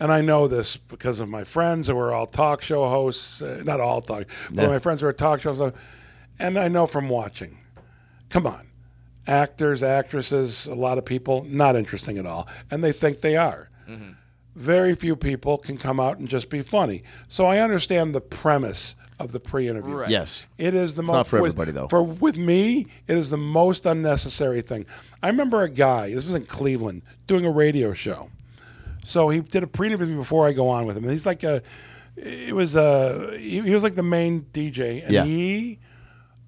Speaker 2: and I know this because of my friends who are all talk show hosts. Uh, not all talk, but my friends who are talk show hosts, and I know from watching. Come on, actors, actresses, a lot of people not interesting at all, and they think they are very few people can come out and just be funny. So I understand the premise of the pre-interview.
Speaker 1: Yes.
Speaker 2: It is the most
Speaker 1: not for
Speaker 2: with-
Speaker 1: everybody, though.
Speaker 2: For with me, it is the most unnecessary thing. I remember a guy. This was in Cleveland doing a radio show. So he did a pre-interview with me before I go on with him, and he's like a. It was a. He, he was like the main DJ, and
Speaker 1: Yeah.
Speaker 2: he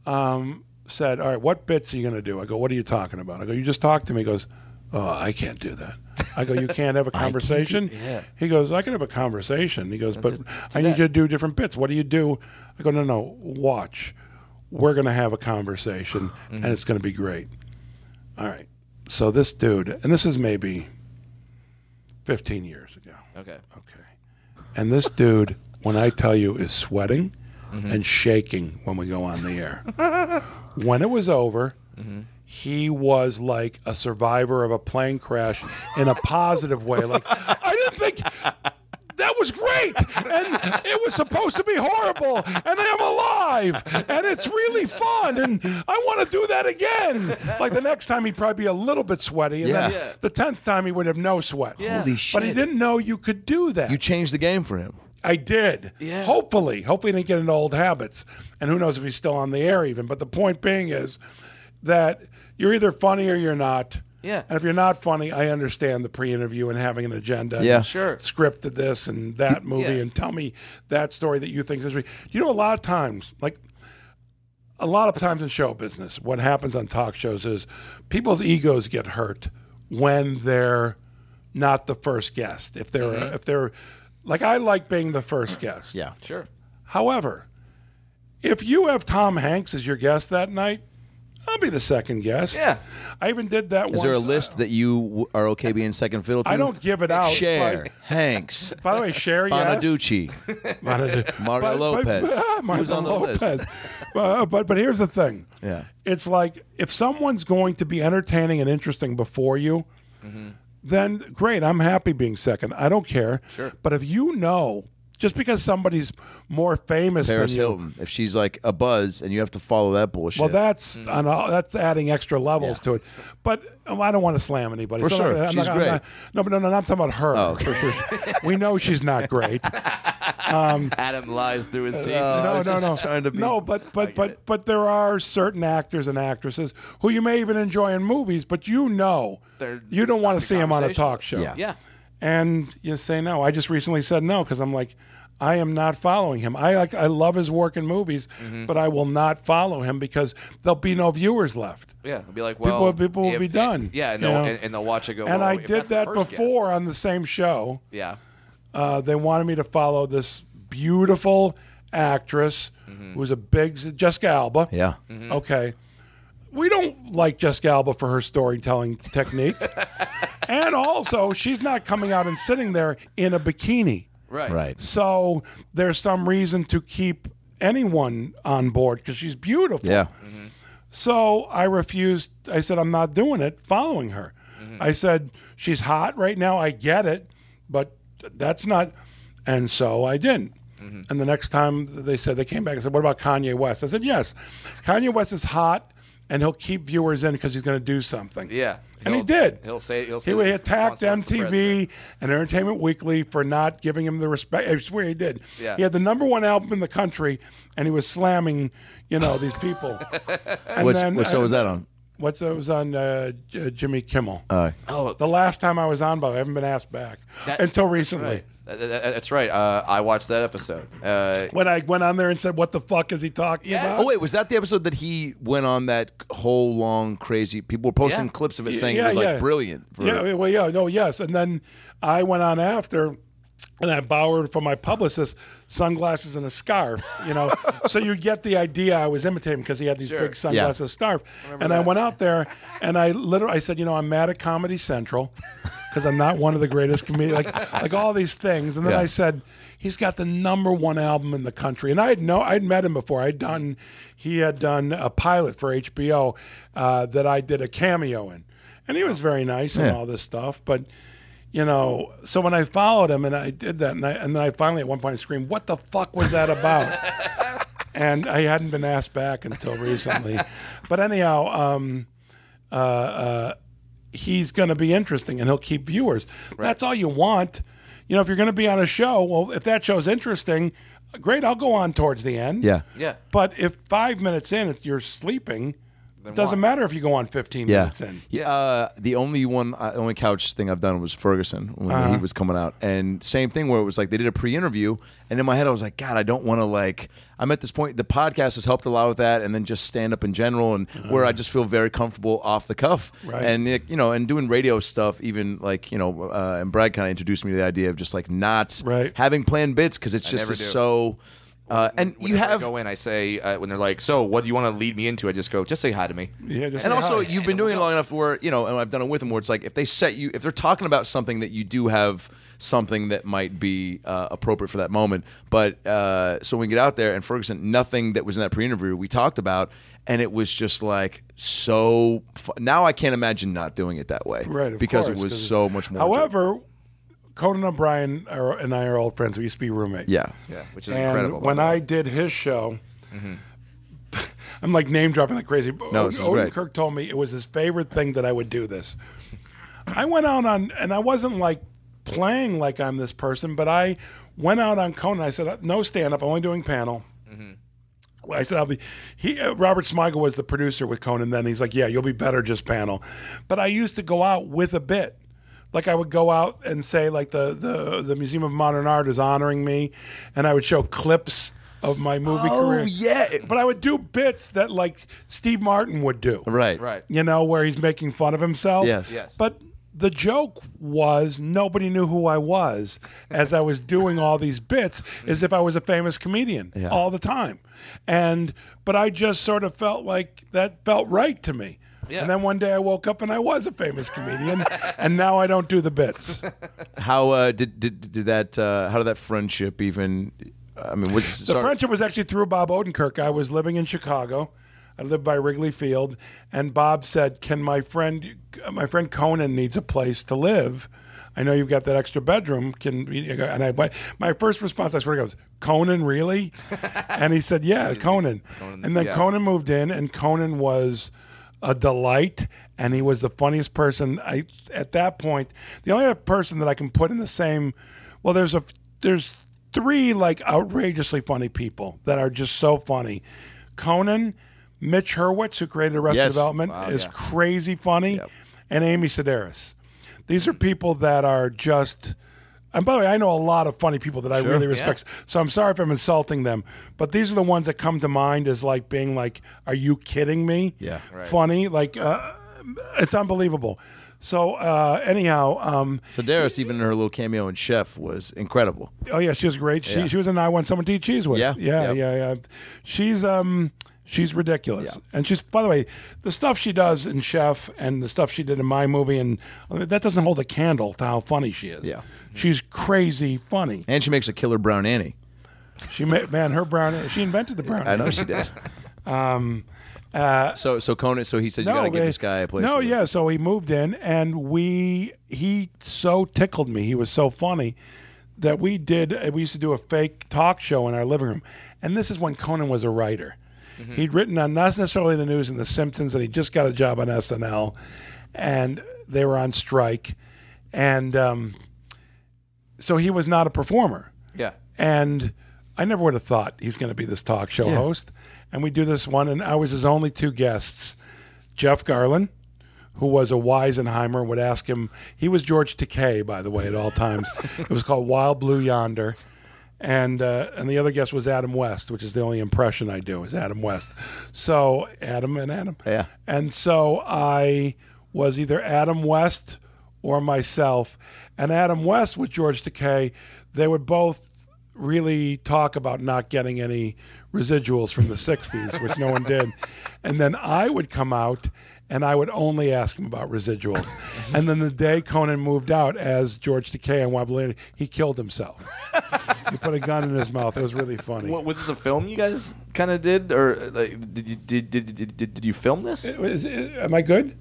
Speaker 2: um, said, "All right, what bits are you going to do?" I go, "What are you talking about?" I go, "You just talked to me." He goes, "Oh, I can't do that." I go, "You can't have a conversation." yeah. He goes, "I can have a conversation." He goes, "But I need you to do different bits. What do you do?" I go, "No, no, watch. We're going to have a conversation, and it's going to be great." All right. So this dude, and this is maybe 15 years ago.
Speaker 4: okay.
Speaker 2: Okay. And this dude, when I tell you, is sweating and shaking when we go on the air. when it was over, he was like a survivor of a plane crash in a positive way. Like, I didn't think that was great and it was supposed to be horrible and i'm alive and it's really fun and i want to do that again like the next time he'd probably be a little bit sweaty and then
Speaker 1: Yeah. Yeah.
Speaker 2: the 10th time he would have no sweat
Speaker 1: Holy
Speaker 2: but he
Speaker 1: shit.
Speaker 2: didn't know you could do that
Speaker 1: You changed the game for him.
Speaker 2: i did
Speaker 4: Yeah.
Speaker 2: hopefully hopefully he didn't get into old habits and who knows if he's still on the air even but the point being is that you're either funny or you're not
Speaker 4: Yeah.
Speaker 2: and if you're not funny, I understand the pre-interview and having an agenda.
Speaker 1: Yeah.
Speaker 2: and
Speaker 4: Sure.
Speaker 2: Scripted this and that movie,
Speaker 4: Yeah.
Speaker 2: and tell me that story that you think is. re- You know, a lot of times, like a lot of times in show business, what happens on talk shows is people's egos get hurt when they're not the first guest. If they're if they're like I like being the first guest.
Speaker 1: Mm-hmm. Yeah.
Speaker 4: Sure.
Speaker 2: However, if you have Tom Hanks as your guest that night, I'll be the second guest.
Speaker 4: Yeah.
Speaker 2: I even did that
Speaker 1: Is there a
Speaker 2: once. uh,
Speaker 1: list that you w- are okay being second fiddle to?
Speaker 2: I don't give it out.
Speaker 1: Cher,
Speaker 2: but-
Speaker 1: Hanks,
Speaker 2: By the way, Cher, yes.
Speaker 1: Bonaducci,
Speaker 2: Bonadu-
Speaker 1: Mario
Speaker 2: But- but-
Speaker 1: Lopez.
Speaker 2: Mario
Speaker 1: Who's on the list?
Speaker 2: Lopez. Uh, but but here's the thing.
Speaker 1: Yeah.
Speaker 2: It's like if someone's going to be entertaining and interesting before you,
Speaker 1: Mm-hmm.
Speaker 2: then great, I'm happy being second. I don't care. Sure. But if you know, just because somebody's more famous
Speaker 1: Paris
Speaker 2: than you,
Speaker 1: Hilton. If she's like a buzz and you have to follow that bullshit.
Speaker 2: Well, that's
Speaker 1: Mm-hmm.
Speaker 2: on all, that's adding extra levels to it. But um, I don't want to slam anybody.
Speaker 1: For
Speaker 2: So I'm
Speaker 1: sure.
Speaker 2: not gonna- I'm
Speaker 1: She's
Speaker 2: not- I'm
Speaker 1: great. Oh,
Speaker 2: not- no, but no, no, no, I'm talking about her. For sure. we know she's not great.
Speaker 4: Adam lies through his teeth.
Speaker 2: no,
Speaker 1: was
Speaker 2: no,
Speaker 1: just
Speaker 2: no.
Speaker 1: trying to be-
Speaker 2: no, but but but
Speaker 4: it.
Speaker 2: but there are certain actors and actresses who you may even enjoy in movies, but you know
Speaker 4: They're
Speaker 2: you don't want
Speaker 4: not
Speaker 2: to
Speaker 4: the
Speaker 2: see them on a
Speaker 4: conversation.
Speaker 2: talk show.
Speaker 1: Yeah.
Speaker 4: yeah.
Speaker 2: And you say no. I just recently said no because I'm like. I am not following him. I like I love his work in movies,
Speaker 4: Mm-hmm.
Speaker 2: but I will not follow him because there'll be no viewers left.
Speaker 4: Yeah, I'll be like, well,
Speaker 2: will- people will
Speaker 4: if-
Speaker 2: be done,
Speaker 4: Yeah, and
Speaker 2: you
Speaker 4: they'll,
Speaker 2: know?
Speaker 4: and, and they'll watch it go.
Speaker 2: and
Speaker 4: well,
Speaker 2: I
Speaker 4: if
Speaker 2: did
Speaker 4: that's the
Speaker 2: that
Speaker 4: first guest-
Speaker 2: before on the same show.
Speaker 4: Yeah,
Speaker 2: Uh, they wanted me to follow this beautiful actress who was a big Jessica Alba.
Speaker 1: yeah.
Speaker 2: Okay. We don't like Jessica Alba for her storytelling technique. and also, she's not coming out and sitting there in a bikini.
Speaker 4: right,
Speaker 1: Right.
Speaker 2: So there's some reason to keep anyone on board because she's beautiful.
Speaker 1: Yeah.
Speaker 2: So I refused. I said, I'm not doing it following her.
Speaker 4: Mm-hmm.
Speaker 2: I said, she's hot right now. I get it, but th- that's not. And so I didn't.
Speaker 4: Mm-hmm.
Speaker 2: And the next time they said, they came back and said, what about Kanye West? I said, yes. Kanye West is hot and he'll keep viewers in because he's going to do something.
Speaker 4: Yeah,
Speaker 2: And he
Speaker 4: He'll-
Speaker 2: did.
Speaker 4: He'll say he'll say
Speaker 2: He
Speaker 4: that he
Speaker 2: attacked
Speaker 4: wants to run for
Speaker 2: MTV
Speaker 4: president.
Speaker 2: and Entertainment Weekly for not giving him the respect. I swear he did.
Speaker 4: Yeah.
Speaker 2: He had the number one album in the country, and he was slamming, you know, these people. And
Speaker 1: Which,
Speaker 2: then- uh,
Speaker 1: which show was that on?
Speaker 2: What's it was on uh, J- Jimmy Kimmel.
Speaker 1: Uh,
Speaker 4: Oh,
Speaker 2: the last time I was on, but I haven't been asked back
Speaker 4: That-
Speaker 2: until recently.
Speaker 4: right. That- that- that's right. Uh, I watched that episode. Uh,
Speaker 2: When I went on there and said, "What the fuck is he talking
Speaker 4: Yes.
Speaker 2: about?"
Speaker 1: oh wait, was that the episode that he went on that whole long crazy? People were posting
Speaker 4: Yeah.
Speaker 1: clips of it
Speaker 2: Yeah,
Speaker 1: saying
Speaker 2: yeah,
Speaker 1: it was like
Speaker 2: yeah.
Speaker 1: brilliant. For,
Speaker 2: Yeah, well, yeah, no, yes. And then I went on after, and I borrowed from my publicist sunglasses and a scarf. You know, so you get the idea. I was imitating because he had these
Speaker 4: Sure.
Speaker 2: big sunglasses,
Speaker 1: Yeah.
Speaker 2: and scarf. and I went out there, and I literally, I said, you know, I'm mad at Comedy Central because I'm not one of the greatest comedians. Like, like all these things. And then
Speaker 1: Yeah.
Speaker 2: I said, he's got the number one album in the country. And I had no, I'd met him before. I'd done, he had done a pilot for HBO uh, that I did a cameo in and he was very nice and
Speaker 1: Yeah.
Speaker 2: all this stuff. But you know, so when I followed him and I did that, and, I, and then I finally at one point screamed, "What the fuck was that about?" and I hadn't been asked back until recently. but anyhow, um, uh, uh, he's going to be interesting, and he'll keep viewers. That's all you want. You know, if you're going to be on a show, well, if that show's interesting, great, I'll go on towards the end.
Speaker 1: yeah.
Speaker 4: yeah,
Speaker 2: But if five minutes in, if you're sleeping, it doesn't matter if you go on 15
Speaker 1: Yeah.
Speaker 2: minutes in.
Speaker 1: Yeah, Uh, the only one, uh, only couch thing I've done was Ferguson when he
Speaker 2: Uh-huh.
Speaker 1: was coming out, and same thing where it was like they did a pre-interview, and in my head I was like, God, I don't want to like. I'm at this point. The podcast has helped a lot with that, and then just stand up in general, and where I just feel very comfortable off the cuff,
Speaker 2: Uh-huh. Right.
Speaker 1: and like, you know, and doing radio stuff, even like you know, uh, and Brad kind of introduced me to the idea of just like not
Speaker 2: Right.
Speaker 1: having planned bits because it's just
Speaker 4: never
Speaker 1: is
Speaker 4: do.
Speaker 1: so.
Speaker 4: Uh, and
Speaker 1: Whenever
Speaker 4: you
Speaker 1: I
Speaker 4: have
Speaker 1: go
Speaker 4: go in. I say uh, when they're like, "So, what do you want to lead me into?" I just go, "Just say hi to me."
Speaker 2: Yeah, just
Speaker 1: And
Speaker 2: say
Speaker 1: also,
Speaker 2: hi.
Speaker 1: you've been doing it long enough where you know, and I've done it with them where it's like if they set you, if they're talking about something that you do have something that might be uh, appropriate for that moment. But uh, so when we get out there and Ferguson, nothing that was in that pre-interview we talked about, and it was just like so. Fu- now I can't imagine not doing it that way,
Speaker 2: Right, of
Speaker 1: because
Speaker 2: course,
Speaker 1: it was
Speaker 2: 'cause-
Speaker 1: so much more.
Speaker 2: However, Conan O'Brien are, and I are old friends. We used to be roommates.
Speaker 1: yeah,
Speaker 4: Yeah, which is incredible.
Speaker 2: And
Speaker 4: by
Speaker 2: when
Speaker 4: the way. Mm-hmm.
Speaker 2: I did his show, I'm like name dropping like crazy.
Speaker 1: No,
Speaker 2: Od-
Speaker 1: this is
Speaker 2: Odin
Speaker 1: great.
Speaker 2: Kirk told me it was his favorite thing that I would do this. I went out on, and I wasn't like playing like I'm this person, but I went out on Conan. I said, no stand up, only doing panel. I said, I'll be. He, uh, Robert Smigel was the producer with Conan then. He's like, yeah, you'll be better just panel. But I used to go out with a bit. Like I would go out and say, like the the the Museum of Modern Art is honoring me, and I would show clips of my movie
Speaker 1: oh
Speaker 2: career.
Speaker 1: yeah,
Speaker 2: But I would do bits that like Steve Martin would do
Speaker 1: right,
Speaker 4: right,
Speaker 2: you know, where he's making fun of himself.
Speaker 1: Yes.
Speaker 4: Yes.
Speaker 2: But the joke was nobody knew who I was as I was doing all these bits as if I was a famous comedian all the time. And but I just sort of felt like that felt right to me.
Speaker 4: Yeah.
Speaker 2: And then one day I woke up and I was a famous comedian and now I don't do the bits.
Speaker 1: How uh, did, did did that? Uh, how did that friendship even? I mean, was
Speaker 2: The friendship was actually through Bob Odenkirk. I was living in Chicago. I lived by Wrigley Field, and Bob said, "Can my friend, my friend Conan needs a place to live? I know you've got that extra bedroom. Can and I my, my first response, I swear to God, was Conan really? and he said, "Yeah, Conan." and then
Speaker 4: yeah.
Speaker 2: Conan moved in, and Conan was a delight, and he was the funniest person. I at that point, the only other person that I can put in the same, well, there's a there's three like outrageously funny people that are just so funny. Conan, Mitch Hurwitz, who created Arrested
Speaker 1: Yes.
Speaker 2: Development, is crazy funny, and Amy Sedaris. These are people that are just. And by the way, I know a lot of funny people that I really respect. So I'm sorry if I'm insulting them, but these are the ones that come to mind as like being like, "Are you kidding me?"
Speaker 1: Yeah.
Speaker 2: funny. Like, uh, it's unbelievable. So uh, anyhow, um,
Speaker 1: Sedaris, even in her little cameo in Chef, was incredible.
Speaker 2: oh yeah, she was great. She, she was in I Want Someone to Eat Cheese with.
Speaker 1: Yeah. Yeah.
Speaker 2: yeah, yeah, yeah. She's um, she's ridiculous, and she's by the way, the stuff she does in Chef and the stuff she did in my movie, and I mean, that doesn't hold a candle to how funny she is.
Speaker 1: Yeah.
Speaker 2: she's crazy funny.
Speaker 1: And she makes a killer brown Annie.
Speaker 2: She ma- man, her brown. She invented the brown.
Speaker 1: I know she did. um, so so Conan. So he said you gotta give
Speaker 2: they-
Speaker 1: this guy a place.
Speaker 2: No,
Speaker 1: to live."
Speaker 2: yeah. So he moved in, and we he so tickled me. He was so funny that we did. eh, We used to do a fake talk show in our living room, and this is when Conan was a writer.
Speaker 1: Mm-hmm.
Speaker 2: He'd written on not necessarily the news and the Simpsons, and he just got a job on SNL, and they were on strike, and um, so he was not a performer.
Speaker 4: yeah,
Speaker 2: And I never would have thought he's going to be this talk show host. And we do this one, and I was his only two guests Jeff Garland, who was a Weisenheimer, would ask him. He was George Takei, by the way, at all times. it was called Wild Blue Yonder. And, uh, and the other guest was Adam West, which is the only impression I do is Adam West. So Adam and Adam.
Speaker 1: Yeah.
Speaker 2: And so I was either Adam West or myself. And Adam West with George Takei, they would both really talk about not getting any residuals from the 60s, which no one did. And then I would come out and I would only ask him about residuals. and then the day Conan moved out as George Takei and Wobbly, he killed himself. he put a gun in his mouth. It was really funny.
Speaker 4: What, was this a film you guys kind of did, or uh, like, did you did did, did, did did you film this?
Speaker 2: Is- is- am I good?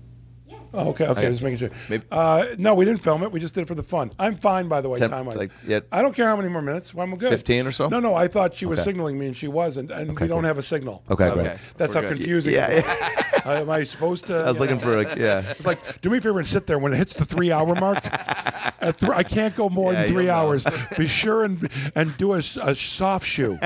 Speaker 2: Oh, okay, okay, just making sure.
Speaker 1: Maybe-
Speaker 2: Uh, no, we didn't film it. We just did it for the fun. I'm fine, by the way,
Speaker 1: Temp-
Speaker 2: time wise.
Speaker 1: like, yeah.
Speaker 2: I don't care how many more minutes. I'm good.
Speaker 1: 15 or so?
Speaker 2: No, no, I thought she was
Speaker 1: Okay.
Speaker 2: signaling me, and she wasn't, and we don't have a signal. Uh,
Speaker 1: Okay, great.
Speaker 4: Okay.
Speaker 2: That's
Speaker 4: We're
Speaker 2: how
Speaker 4: good.
Speaker 2: confusing.
Speaker 1: Yeah,
Speaker 2: it was. Uh, am I supposed to?
Speaker 1: I was looking for a yeah.
Speaker 2: It's like, do me a favor and sit there when it hits the three hour mark. At thr I can't go more
Speaker 1: Yeah,
Speaker 2: than three
Speaker 1: you'll know.
Speaker 2: hours. Be sure and and do a, s- a soft shoe.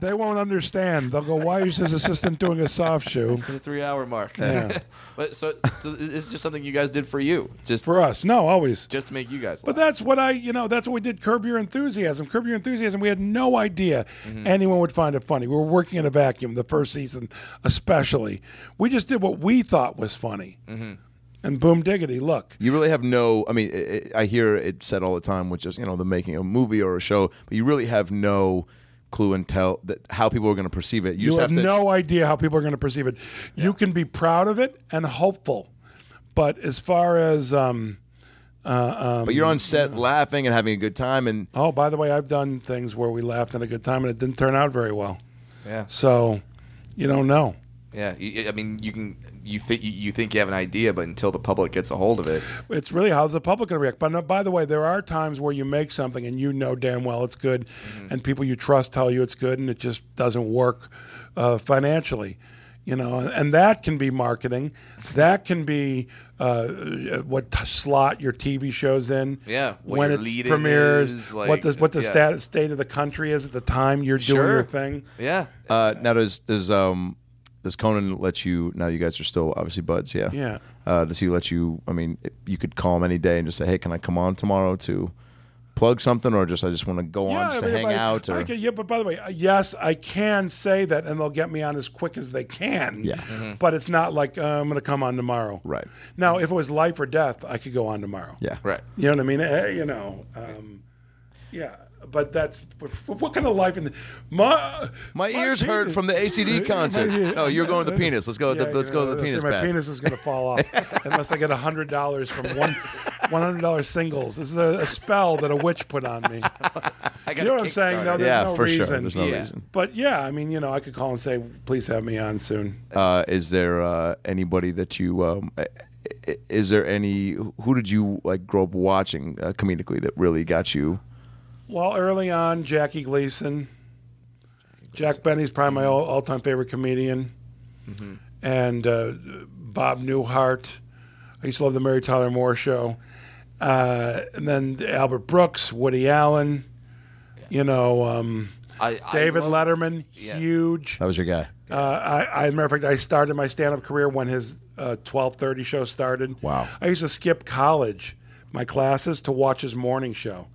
Speaker 2: they won't understand. They'll go, why is his assistant doing a soft shoe?
Speaker 4: the three hour mark.
Speaker 2: Yeah.
Speaker 4: but so, so it's just something you guys did for you, just
Speaker 2: For us, no, always.
Speaker 4: just to make you guys.
Speaker 2: But
Speaker 4: laugh.
Speaker 2: that's what I, you know, that's what we did. Curb Your Enthusiasm. Curb Your Enthusiasm. We had no idea
Speaker 1: Mm-hmm.
Speaker 2: anyone would find it funny. We were working in a
Speaker 1: Mm-hmm.
Speaker 2: vacuum the first season, especially. We just did what we thought was funny. and boom diggity, look.
Speaker 1: You really have no. I mean, i I I hear it said all the time, which is you know the making of a movie or a show, but you really have no clue and tell that how people are going to perceive it. You,
Speaker 2: You
Speaker 1: just
Speaker 2: have,
Speaker 1: have, to.
Speaker 2: no idea how people are going to perceive it. You can be proud of it and hopeful, but as far as um,
Speaker 1: But you're on set laughing and having a good time, and
Speaker 2: oh, by the way, I've done things where we laughed and had a good time and it didn't turn out very well.
Speaker 4: Yeah.
Speaker 2: So you don't know.
Speaker 4: Yeah, y- I mean, you can you think you think you have an idea, but until the public gets a hold of it,
Speaker 2: It's really how's the public going to react. But no, by the way, there are times where you make something and you know damn well it's good,
Speaker 4: Mm-hmm.
Speaker 2: and people you trust tell you it's good, and it just doesn't work uh, financially. You know, and that can be marketing. That can be uh, what t- slot your TV shows in.
Speaker 4: Yeah, what
Speaker 2: when
Speaker 4: your
Speaker 2: it's
Speaker 4: lead-in
Speaker 2: premieres,
Speaker 4: is,
Speaker 2: what
Speaker 4: like,
Speaker 2: the what the
Speaker 4: yeah.
Speaker 2: stat, state of the country is at the time you're doing your
Speaker 4: Sure.
Speaker 2: thing.
Speaker 4: yeah,
Speaker 1: uh, now does does um does Conan let you? Now you guys are still obviously buds, yeah.
Speaker 2: Yeah.
Speaker 1: Uh, does he let you? I mean, you could call him any day and just say, "Hey, can I come on tomorrow to plug something?" Or just I just want to go on just
Speaker 2: I mean,
Speaker 1: to
Speaker 2: if
Speaker 1: hang
Speaker 2: I-
Speaker 1: out. Or
Speaker 2: I can- yeah, but by the way, uh, yes, I can say that, and they'll get me on as quick as they can.
Speaker 1: Yeah.
Speaker 2: But it's not like uh, I'm going to come on tomorrow.
Speaker 1: Right.
Speaker 2: Now, if it was life or death, I could go on tomorrow.
Speaker 1: yeah,
Speaker 4: right.
Speaker 2: You know what I mean? Eh, you know, um, yeah. But that's what, what kind of life in the, my
Speaker 1: My ears
Speaker 2: penis-
Speaker 1: hurt from the ACD concert. No, you're going to the penis. Let's go with the-
Speaker 2: Yeah,
Speaker 1: let's go to the
Speaker 2: yeah,
Speaker 1: penis
Speaker 2: see, My
Speaker 1: path.
Speaker 2: penis is going to fall off unless I get hundred dollars from one one hundred dollars singles. This is a, a spell that a witch put on me.
Speaker 4: I got
Speaker 2: You know what I'm saying? No, there's
Speaker 1: yeah,
Speaker 2: no
Speaker 1: for
Speaker 2: reason.
Speaker 1: sure. There's no
Speaker 4: Yeah.
Speaker 1: reason.
Speaker 2: But yeah, I mean, you know, I could call and say, please have me on soon.
Speaker 1: Uh, is there uh, anybody that you? Um, i- i- is there any? Who did you like grow up watching uh, comedically that really got you?
Speaker 2: Well, early on, Jackie Gleason. Jack Benny's probably
Speaker 4: Mm-hmm.
Speaker 2: my all time favorite comedian. And uh, Bob Newhart. I used to love the Mary Tyler Moore show. Uh, and then Albert Brooks, Woody Allen, you know, um,
Speaker 4: I, I
Speaker 2: David
Speaker 4: love-
Speaker 2: Letterman,
Speaker 4: Yeah.
Speaker 2: huge.
Speaker 1: That was your guy.
Speaker 2: Uh, I, I, matter of fact, I started my stand-up career when his uh, twelve thirty show started.
Speaker 1: Wow.
Speaker 2: I used to skip college, my classes, to watch his morning show.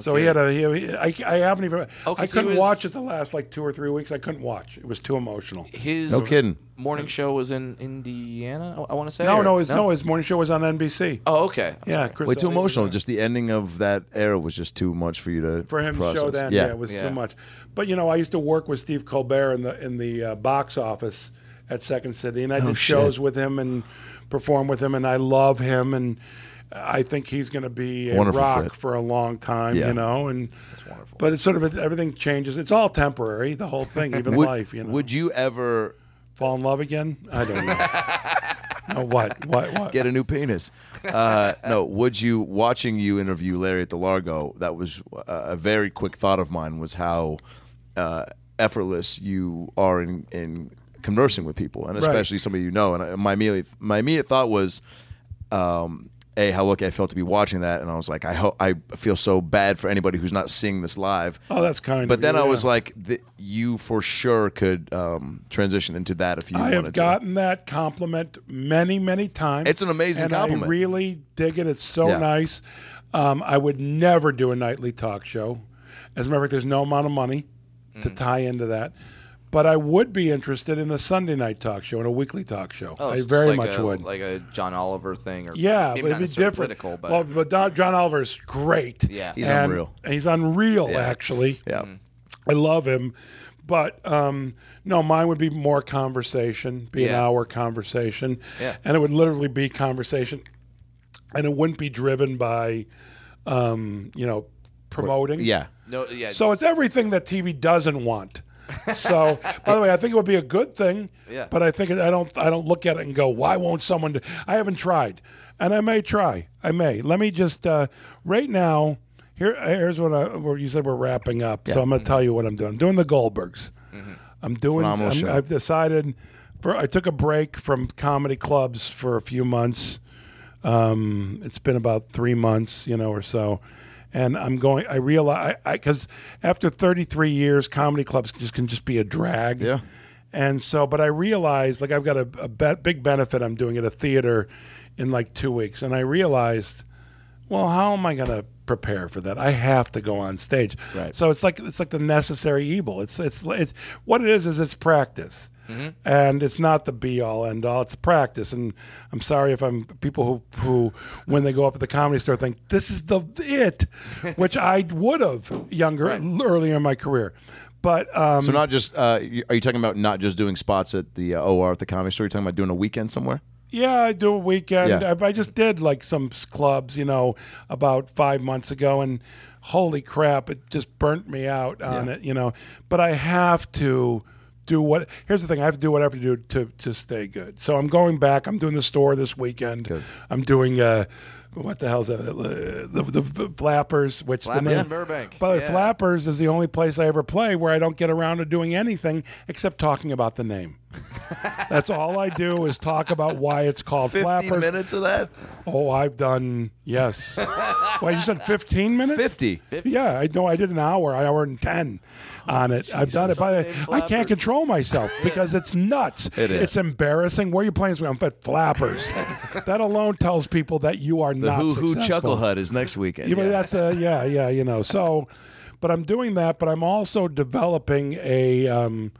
Speaker 2: so he had a. He, he- I, I haven't even.
Speaker 4: Oh, 'cause
Speaker 2: I
Speaker 4: he
Speaker 2: couldn't
Speaker 4: was-
Speaker 2: watch it the last like two or three weeks. I couldn't watch. It was too emotional.
Speaker 4: His
Speaker 1: No kidding.
Speaker 4: morning show was in Indiana. I, I want to say
Speaker 2: No,
Speaker 4: or-
Speaker 2: no, his no? his morning show was on NBC.
Speaker 4: Oh, okay. I'm
Speaker 2: yeah,
Speaker 4: sorry.
Speaker 2: Chris
Speaker 1: Way too
Speaker 2: Elliott was
Speaker 1: emotional.
Speaker 2: on it.
Speaker 1: Just the ending of that era was just too much for you to
Speaker 2: for him
Speaker 1: process.
Speaker 2: to show then. Yeah,
Speaker 1: Yeah,
Speaker 2: it was
Speaker 4: Yeah.
Speaker 2: too much. But you know, I used to work with Steve Colbert in the in the uh, box office at Second City, and I
Speaker 1: Oh,
Speaker 2: did shows with him and perform with him, and I love him, and I think he's going to be a
Speaker 1: Wonderful
Speaker 2: rock
Speaker 1: fit.
Speaker 2: for a long time.
Speaker 1: Yeah.
Speaker 2: You know, and that's wonderful. But it's sort of everything changes. It's all temporary. The whole thing, even
Speaker 1: Would,
Speaker 2: life. You know,
Speaker 1: would you ever
Speaker 2: fall in love again? I don't know. no, what? What? What?
Speaker 1: get a new penis? Uh, no. Would you watching you interview Larry at the Largo? That was uh, a very quick thought of mine. Was how uh, effortless you are in in conversing with people, and especially somebody you know. And I, my immediate my immediate thought was. Um, a how lucky I felt to be watching that, and I was like, I hope I feel so bad for anybody who's not seeing this live.
Speaker 2: oh, that's kind.
Speaker 1: But
Speaker 2: of
Speaker 1: then
Speaker 2: you,
Speaker 1: I
Speaker 2: yeah.
Speaker 1: was like, th- you for sure could um, transition into that if you
Speaker 2: I
Speaker 1: wanted
Speaker 2: have gotten that compliment many, many times.
Speaker 1: It's an amazing
Speaker 2: and I
Speaker 1: compliment.
Speaker 2: really dig it. It's so
Speaker 1: Yeah.
Speaker 2: nice. Um, I would never do a nightly talk show. As a matter of fact, there's no amount of money to
Speaker 1: Mm.
Speaker 2: tie into that. But I would be interested in a Sunday night talk show and a weekly talk show.
Speaker 4: Oh,
Speaker 2: I
Speaker 4: it's just
Speaker 2: very
Speaker 4: like
Speaker 2: much
Speaker 4: a,
Speaker 2: would.
Speaker 4: like a John Oliver thing, or
Speaker 2: yeah,
Speaker 4: maybe
Speaker 2: but
Speaker 4: not
Speaker 2: it'd be
Speaker 4: necessarily
Speaker 2: different.
Speaker 4: Political, but
Speaker 2: well, but Don, John Oliver's great.
Speaker 4: Yeah.
Speaker 1: He's
Speaker 2: And-
Speaker 1: unreal.
Speaker 2: and he's unreal, actually.
Speaker 1: to. Yeah.
Speaker 2: I love him, but um, no, mine would be more conversation, be an
Speaker 4: Yeah.
Speaker 2: hour conversation,
Speaker 4: Yeah.
Speaker 2: and it would literally be conversation, and it wouldn't be driven by, um, you know, promoting.
Speaker 1: Yeah.
Speaker 4: no, yeah,
Speaker 2: So it's everything that TV doesn't want. So, by the way, I think it would be a good thing.
Speaker 4: Yeah.
Speaker 2: But I think it, I don't. I don't look at it and go, "Why won't someone?" Do? I haven't tried, and I may try. I may. Let me just uh, right now. Here, here's what I. Where you said we're wrapping up, so I'm going to tell you what I'm doing. I'm doing the Goldbergs. I'm doing.
Speaker 1: Phenomenal
Speaker 2: I'm-
Speaker 1: show.
Speaker 2: I've decided. For I took a break from comedy clubs for a few months. Um, it's been about three months, you know, or so. And I'm going. I realize I because after 33 years, comedy clubs can just can just be a drag.
Speaker 1: Yeah.
Speaker 2: And so, but I realized like I've got a, a be- big benefit I'm doing at a theater in like two weeks, and I realized, well, how am I going to prepare for that? I have to go on stage.
Speaker 4: Right.
Speaker 2: So it's like it's like the necessary evil. It's it's it's what it is is it's practice. and it's not the be all end all. It's practice, and I'm sorry if I'm people who who when they go up at the comedy store think this is the it, which I would have younger earlier in my career, but um,
Speaker 1: So not just uh, y- are you talking about not just doing spots at the uh, OR at the comedy store? You're talking about doing a weekend somewhere.
Speaker 2: Yeah, I do a weekend.
Speaker 1: Yeah.
Speaker 2: I, I just did like some s- clubs, you know, about five months ago, and holy crap, it just burnt me out on it, you know. But I have to do what. Here's the thing: I have to do what I have to do to to stay good. So I'm going back. I'm doing the store this weekend. I'm doing. Uh, what the hell's that? Uh, The, the, the Flappers, which
Speaker 4: Flappers
Speaker 2: the name
Speaker 4: in Burbank.
Speaker 2: By the way,
Speaker 4: Yeah.
Speaker 2: Flappers is the only place I ever play where I don't get around to doing anything except talking about the name. That's all I do is talk about why it's called
Speaker 1: Fifty
Speaker 2: Flappers.
Speaker 1: minutes of that.
Speaker 2: Oh, I've done yes. Why you said fifteen minutes?
Speaker 1: Fifty.
Speaker 2: Yeah, I know. I did an hour, an hour and ten on it.
Speaker 1: Oh,
Speaker 2: I've done it. By the way, I can't control myself because it's nuts.
Speaker 1: It is.
Speaker 2: It's embarrassing. Where are you playing? I'm at Flappers. that alone tells people that you are
Speaker 1: The
Speaker 2: not
Speaker 1: Who Who
Speaker 2: successful.
Speaker 1: Chuckle Hut is next weekend.
Speaker 2: Yeah, but that's a yeah, yeah, you know. So, but I'm doing that, but I'm also developing a um,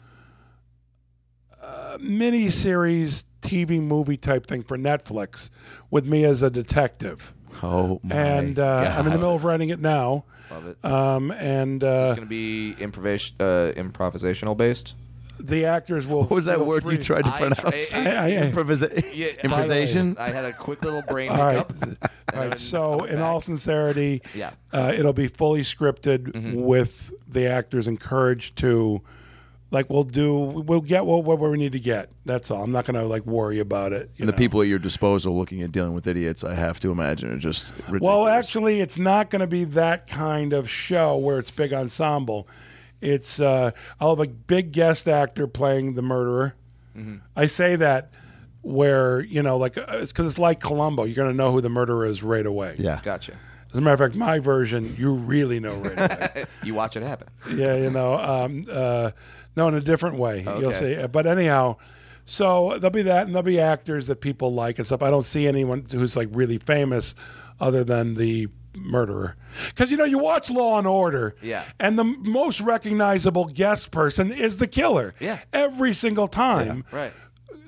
Speaker 2: uh, mini series TV movie type thing for Netflix with me as a detective,
Speaker 1: oh my
Speaker 2: and uh, I'm in the
Speaker 1: God.
Speaker 2: middle of writing it now.
Speaker 4: Love it.
Speaker 2: Um, and
Speaker 4: It's
Speaker 2: uh,
Speaker 4: going to be improvisation, uh, improvisational based.
Speaker 2: the actors will.
Speaker 1: What was that
Speaker 2: will
Speaker 1: word you
Speaker 2: free-
Speaker 1: tried to
Speaker 4: I-
Speaker 1: pronounce?
Speaker 4: I-
Speaker 2: I- I-
Speaker 1: Improvisa-
Speaker 4: Yeah,
Speaker 1: improvisation.
Speaker 4: I had a quick little brain
Speaker 2: All right.
Speaker 4: hiccup.
Speaker 2: All right. So, in all sincerity,
Speaker 4: Yeah.
Speaker 2: uh, it'll be fully scripted
Speaker 1: Mm-hmm.
Speaker 2: with the actors encouraged to, like, we'll do, we'll get what, what we need to get. That's all. I'm not going to, like, worry about it. you
Speaker 1: the
Speaker 2: know.
Speaker 1: people at your disposal looking at dealing with idiots, I have to imagine, are just ridiculous.
Speaker 2: Well, actually, it's not going to be that kind of show where it's big ensemble. It's uh, I'll have a big guest actor playing the murderer.
Speaker 1: Mm-hmm.
Speaker 2: I say that where you know, like, uh, it's because it's like Columbo. You're going to know who the murderer is right away.
Speaker 1: yeah.
Speaker 4: Gotcha.
Speaker 2: As a matter of fact, my version, you really know right away.
Speaker 4: You watch it happen.
Speaker 2: yeah, you know, um, uh, no, in a different way. You'll
Speaker 4: Okay.
Speaker 2: see. Uh, But anyhow, so there'll be that, and there'll be actors that people like and stuff. I don't see anyone who's like really famous other than the murderer, because you know you watch Law and Order,
Speaker 4: Yeah.
Speaker 2: and the most recognizable guest person is the killer,
Speaker 4: Yeah.
Speaker 2: every single time.
Speaker 4: Right.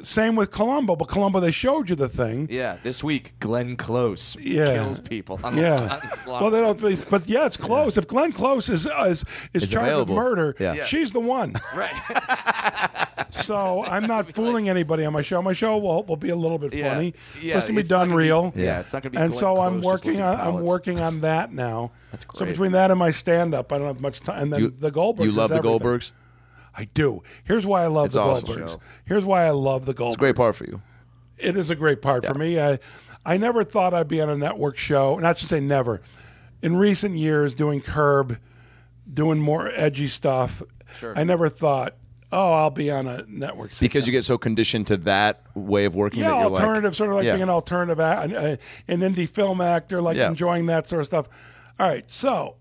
Speaker 2: Same with Columbo, but Columbo they showed you the thing,
Speaker 4: Yeah. This week, Glenn Close
Speaker 2: Yeah.
Speaker 4: kills people. I'm-
Speaker 2: Yeah.
Speaker 4: I'm-
Speaker 2: Well, they don't. Please, but yeah, it's close. If Glenn Close is uh, is, is
Speaker 1: It's
Speaker 2: charged
Speaker 1: available.
Speaker 2: with murder,
Speaker 1: Yeah. Yeah.
Speaker 2: she's the one.
Speaker 4: right.
Speaker 2: So I'm not fooling anybody on my show. My show will, will be a little bit
Speaker 4: Yeah.
Speaker 2: funny.
Speaker 4: Yeah,
Speaker 2: it's gonna be
Speaker 4: it's not
Speaker 2: done
Speaker 4: gonna be-
Speaker 2: real.
Speaker 4: yeah, it's not gonna be
Speaker 2: And
Speaker 4: Glenn
Speaker 2: so I'm
Speaker 4: Close just
Speaker 2: working
Speaker 4: looking
Speaker 2: on I'm
Speaker 4: pallets.
Speaker 2: working on that now.
Speaker 4: That's
Speaker 2: So
Speaker 4: great.
Speaker 2: between that and my stand up, I don't have much time. And then
Speaker 1: You-
Speaker 2: the Goldbergs.
Speaker 1: You love
Speaker 2: is
Speaker 1: the
Speaker 2: everything.
Speaker 1: Goldbergs?
Speaker 2: I do. Here's why I love
Speaker 1: It's
Speaker 2: the
Speaker 1: an awesome
Speaker 2: Goldbergs.
Speaker 1: show.
Speaker 2: Here's why I love the Goldbergs.
Speaker 1: It's a great part for you.
Speaker 2: It is a great part for me. I, I never thought I'd be on a network show, and I should say never. In recent years, doing Curb, doing more edgy stuff, sure. I never thought, oh, I'll be on a network. sitcom.
Speaker 1: Because you get so conditioned to that way of working
Speaker 2: yeah,
Speaker 1: that you're
Speaker 2: alternative,
Speaker 1: like,
Speaker 2: sort of like
Speaker 1: Yeah.
Speaker 2: being an alternative, a- an, uh, an indie film actor, like
Speaker 1: Yeah.
Speaker 2: enjoying that sort of stuff. All right, so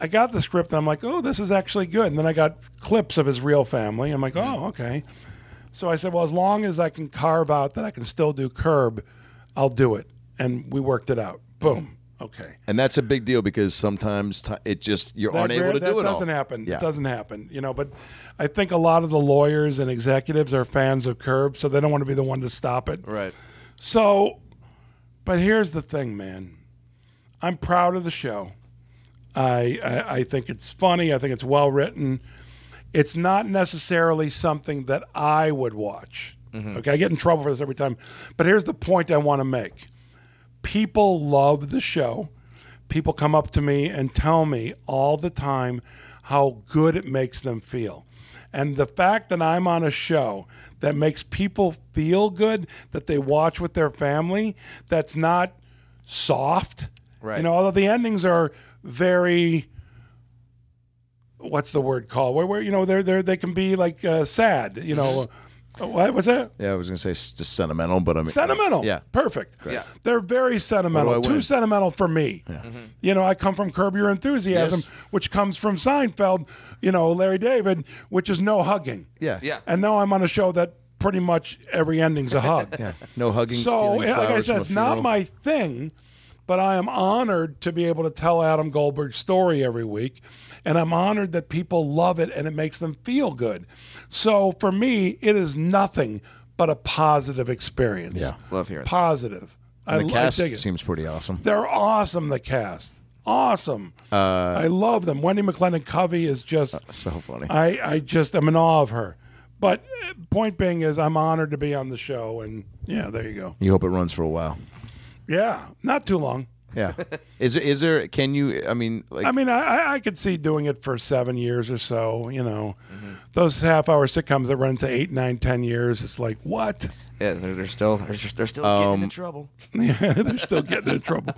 Speaker 2: I got the script, and I'm like, oh, this is actually good. And then I got clips of his real family. I'm like,
Speaker 1: Mm-hmm.
Speaker 2: oh, okay. So I said, well, as long as I can carve out that I can still do Curb, I'll do it. And we worked it out.
Speaker 1: Mm-hmm.
Speaker 2: Boom. Okay.
Speaker 1: And that's a big deal because sometimes ti it just you aren't
Speaker 2: rare-
Speaker 1: able to
Speaker 2: that
Speaker 1: do it all.
Speaker 2: doesn't happen.
Speaker 1: Yeah.
Speaker 2: It doesn't happen. You know, but I think a lot of the lawyers and executives are fans of Curb, so they don't want to be the one to stop it.
Speaker 4: Right.
Speaker 2: So, but here's the thing, man. I'm proud of the show. I, I I think it's funny. I think it's well written. It's not necessarily something that I would watch. Okay, I get in trouble for this every time. But here's the point I want to make. People love the show. People come up to me and tell me all the time how good it makes them feel. And the fact that I'm on a show that makes people feel good, that they watch with their family, that's not soft.
Speaker 4: Right.
Speaker 2: You know, although the endings are very what's the word called? Where, where you know they're they are they can be like uh, sad. You know, Uh, what was that?
Speaker 1: Yeah, I was gonna say s- just sentimental, but I mean
Speaker 2: Sentimental.
Speaker 1: Yeah.
Speaker 2: Perfect.
Speaker 4: Yeah.
Speaker 2: They're very sentimental.
Speaker 1: What do I
Speaker 2: Too
Speaker 1: win?
Speaker 2: sentimental for me. You know, I come from Curb Your Enthusiasm,
Speaker 1: Yes.
Speaker 2: which comes from Seinfeld, you know, Larry David, which is no hugging.
Speaker 1: Yeah.
Speaker 4: Yeah.
Speaker 2: And now I'm on a show that pretty much every ending's a hug.
Speaker 1: No hugging.
Speaker 2: So,
Speaker 1: stealing
Speaker 2: like I
Speaker 1: flowers
Speaker 2: said,
Speaker 1: from a
Speaker 2: it's not
Speaker 1: funeral.
Speaker 2: my thing, But I am honored to be able to tell Adam Goldberg's story every week. And I'm honored that people love it and it makes them feel good. So for me, it is nothing but a positive experience. Yeah.
Speaker 4: Love hearing that.
Speaker 2: Positive. I,
Speaker 1: the
Speaker 2: I
Speaker 1: cast
Speaker 2: dig it.
Speaker 1: seems pretty awesome.
Speaker 2: They're awesome, the cast. Awesome.
Speaker 1: Uh,
Speaker 2: I love them. Wendy McLennan Covey is just
Speaker 4: So funny.
Speaker 2: I, I just am in awe of her. But uh, point being is I'm honored to be on the show and yeah, there you go.
Speaker 1: You hope it runs for a while.
Speaker 2: Yeah. Not too long.
Speaker 1: Yeah. is there, is there? Can you? I mean, like,
Speaker 2: I mean, I, I- I could see doing it for seven years or so, you know.
Speaker 4: Mm-hmm.
Speaker 2: Those half hour sitcoms that run into eight, nine, ten years, it's like, what?
Speaker 4: Yeah, they're, they're still they're, just- they're still
Speaker 2: Um,
Speaker 4: getting in trouble.
Speaker 2: Yeah, they're still getting in trouble.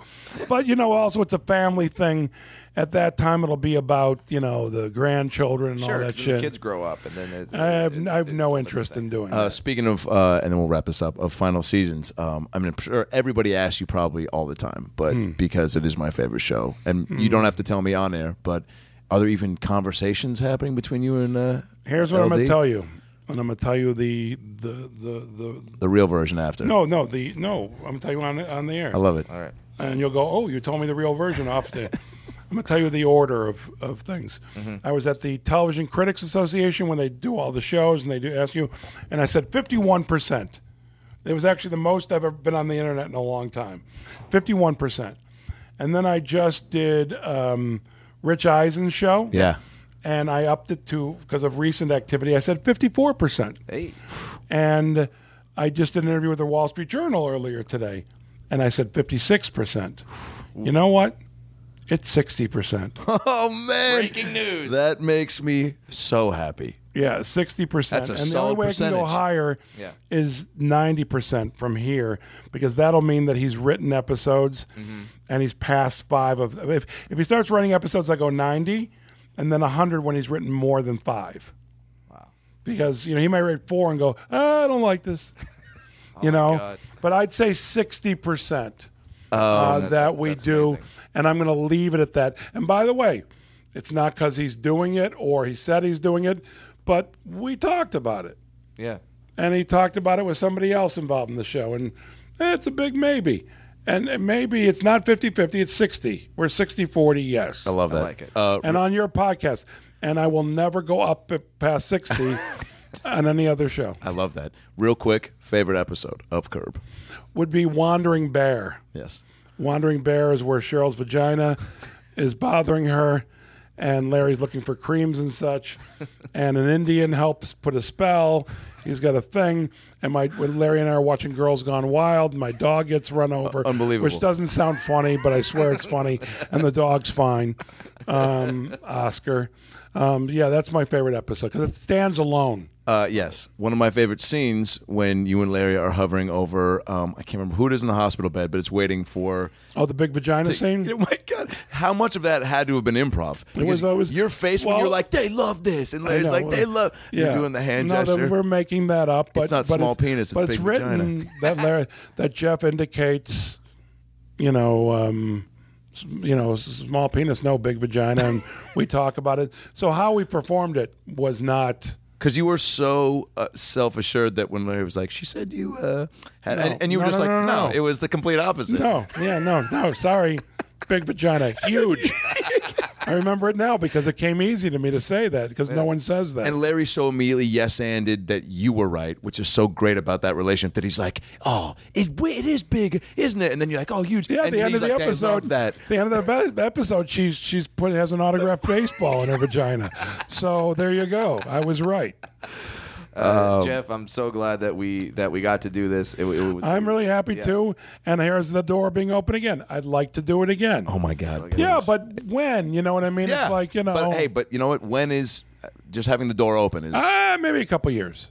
Speaker 2: But you know, also it's a family thing. At that time, it'll be about you know the grandchildren and all
Speaker 4: Sure,
Speaker 2: that
Speaker 4: 'cause then the
Speaker 2: shit.
Speaker 4: kids grow up, and then it,
Speaker 2: I have
Speaker 4: it-
Speaker 2: I have
Speaker 4: it's
Speaker 2: no
Speaker 4: another
Speaker 2: interest
Speaker 4: thing.
Speaker 2: in doing
Speaker 1: uh,
Speaker 2: that.
Speaker 1: speaking of, uh, and then we'll wrap this up of final seasons. Um, I mean, I'm sure everybody asks you probably all the time, but
Speaker 2: Hmm.
Speaker 1: because it is my favorite show, and you don't have to tell me on air, but are there even conversations happening between you and? Uh,
Speaker 2: Here's what I'm going
Speaker 1: LD?
Speaker 2: to tell you, and I'm going to tell you the the the the
Speaker 1: The real version after.
Speaker 2: no no the no I'm going to tell you on on the air,
Speaker 1: I love it.
Speaker 4: All right.
Speaker 2: and you'll go, oh, you told me the real version off the. I'm going to tell you the order of, of things. I was at the Television Critics Association when they do all the shows and they do ask you, and I said 51%. It was actually the most I've ever been on the internet in a long time, fifty-one percent. And then I just did um, Rich Eisen's show.
Speaker 1: Yeah.
Speaker 2: And I upped it to because of recent activity. I said fifty-four percent.
Speaker 4: Hey,
Speaker 2: And I just did an interview with the Wall Street Journal earlier today, and I said fifty-six percent. You know what? It's sixty percent.
Speaker 1: Oh man!
Speaker 4: Breaking news.
Speaker 1: That makes me so happy.
Speaker 2: Yeah, sixty percent.
Speaker 1: That's a
Speaker 2: and the
Speaker 1: solid
Speaker 2: only way I can go
Speaker 1: percentage.
Speaker 2: higher
Speaker 4: Yeah.
Speaker 2: is ninety percent from here because that'll mean that he's written episodes
Speaker 1: Mm-hmm.
Speaker 2: and he's passed five of. If if he starts writing episodes, I go ninety, and then hundred when he's written more than five. Wow. Because you know he might write four and go, "Ah, I don't like this,
Speaker 1: Oh
Speaker 2: you know.
Speaker 4: God.
Speaker 2: But I'd say sixty percent uh, that, we
Speaker 4: that's
Speaker 2: do,
Speaker 4: amazing.
Speaker 2: and I'm going to leave it at that. And by the way, it's not because he's doing it or he said he's doing it, but we talked about it,
Speaker 4: yeah,
Speaker 2: and he talked about it with somebody else involved in the show, and eh, it's a big maybe. And it- maybe it's not 50-50, it's 60. We're 60-40, yes.
Speaker 1: I love
Speaker 4: I
Speaker 1: that.
Speaker 4: like it.
Speaker 1: Uh,
Speaker 2: And on your podcast, and I will never go up past 60 on any other show,
Speaker 1: I love that. Real quick, favorite episode of Curb.
Speaker 2: would be Wandering Bear.
Speaker 1: Yes.
Speaker 2: Wandering Bear is where Cheryl's vagina is bothering her, and Larry's looking for creams and such. And an Indian helps put a spell. He's got a thing. And my when Larry and I are watching Girls Gone Wild, my dog gets run over.
Speaker 1: Unbelievable.
Speaker 2: Which doesn't sound funny, but I swear it's funny. And the dog's fine. Um, Oscar. Um, yeah, that's my favorite episode because it stands alone.
Speaker 1: Uh, yes, one of my favorite scenes when you and Larry are hovering over. Um, I can't remember who it is in the hospital bed, but it's waiting for.
Speaker 2: Oh, the big vagina scene?
Speaker 1: Oh my god! How much of that had to have been improv? Because
Speaker 2: was- it was-
Speaker 1: your face when you're
Speaker 2: well-
Speaker 1: like, "They love this," and
Speaker 2: I
Speaker 1: Larry's
Speaker 2: know.
Speaker 1: like, "They love." You're doing the hand
Speaker 2: no, that
Speaker 1: gesture.
Speaker 2: We're making that up, but
Speaker 1: not
Speaker 2: but
Speaker 1: small penis, it's
Speaker 2: but it's
Speaker 1: big
Speaker 2: written that Larry, that Jeff indicates, you know, um, s- you know, s- small penis, no big vagina, and we talk about it. So how we performed it was not.
Speaker 1: Because you were so uh, self assured that when Larry was like, "She said you," uh, had,
Speaker 2: No.
Speaker 1: and, and you were
Speaker 2: No,
Speaker 1: just
Speaker 2: no,
Speaker 1: like,
Speaker 2: no, no, no.
Speaker 1: it was the complete opposite."
Speaker 2: No, yeah, no, no. Sorry, big vagina, huge. I remember it now because it came easy to me to say that because no one says that.
Speaker 1: And Larry so immediately yes anded that you were right, which is so great about that relationship that he's like, oh, it w- it is big, isn't it? And then you're like, oh, huge.
Speaker 2: Yeah,
Speaker 1: and
Speaker 2: the end
Speaker 1: he's
Speaker 2: of the
Speaker 1: like, "I love
Speaker 2: episode.
Speaker 1: That
Speaker 2: The end of the be- episode, she's she's put has an autographed baseball in her vagina. So there you go. I was right.
Speaker 5: um,
Speaker 4: uh, Jeff, I'm so glad that we that we got to do this. It, it was,
Speaker 2: I'm really happy too. And here's the door being open again. I'd like to do it again.
Speaker 1: Oh my God.
Speaker 2: yeah,
Speaker 1: please.
Speaker 2: but when you know what I mean?
Speaker 1: yeah.
Speaker 2: It's like you know.
Speaker 1: But hey, but you know what? When is uh, just having the door open is
Speaker 2: Ah, maybe a couple years.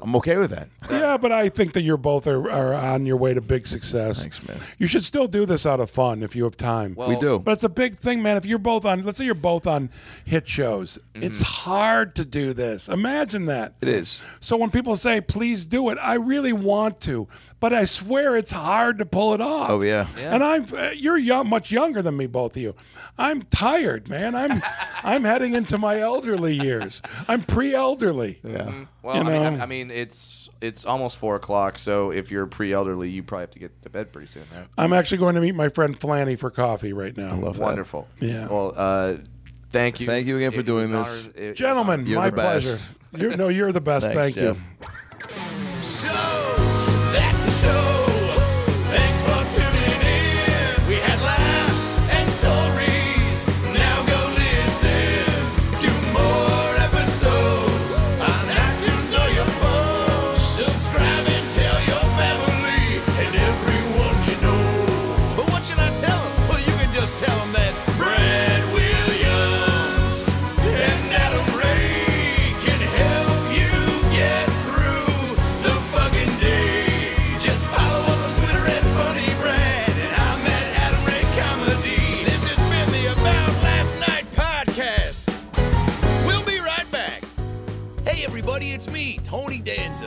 Speaker 1: I'm okay with that.
Speaker 2: yeah, but I think that you're both are, are on your way to big success.
Speaker 1: Thanks, man.
Speaker 2: You should still do this out of fun if you have time.
Speaker 4: Well,
Speaker 1: we do.
Speaker 2: Oh, But it's a big thing, man. If you're both on, let's say you're both on hit shows, it's
Speaker 5: Mm-hmm.
Speaker 2: hard to do this. Imagine that.
Speaker 1: It is.
Speaker 2: So when people say, please do it, I really want to, but I swear it's hard to pull it off.
Speaker 1: Oh, yeah.
Speaker 4: Yeah.
Speaker 2: And I'm, uh, you're young, much younger than me, both of you. I'm tired, man. I'm, I'm heading into my elderly years. I'm pre-elderly.
Speaker 5: Yeah.
Speaker 4: Mm, Well,
Speaker 2: You
Speaker 4: I, mean,
Speaker 2: know.
Speaker 4: I, I mean, it's it's almost four o'clock, so if you're pre-elderly, you probably have to get to bed pretty soon. There.
Speaker 2: I'm actually going to meet my friend Flanny for coffee right now.
Speaker 5: love that.
Speaker 4: Wonderful.
Speaker 2: Yeah.
Speaker 4: Well, uh, thank you.
Speaker 5: Thank you again for
Speaker 4: It- it
Speaker 5: doing
Speaker 4: was
Speaker 5: this.
Speaker 4: an honor. It- it was an
Speaker 2: Gentlemen,
Speaker 5: You're
Speaker 2: my
Speaker 5: the best.
Speaker 2: pleasure. You're, no, you're the best.
Speaker 5: Thanks,
Speaker 2: Thank
Speaker 5: Jeff.
Speaker 2: you.
Speaker 1: That's the show. Thanks for tuning in. We had laughs and stories. Now go listen to more episodes on iTunes or your phone. Subscribe and tell your family and everyone you know. But what should I tell them? Well, you can just tell them that Brad Williams and Adam Ray can help you get through the fucking day. Just follow us on Twitter at Funny Brad, and I'm at Adam Ray Comedy. This has been the About Last Night podcast. We'll be right back. Hey, everybody, it's me, Tony Danza.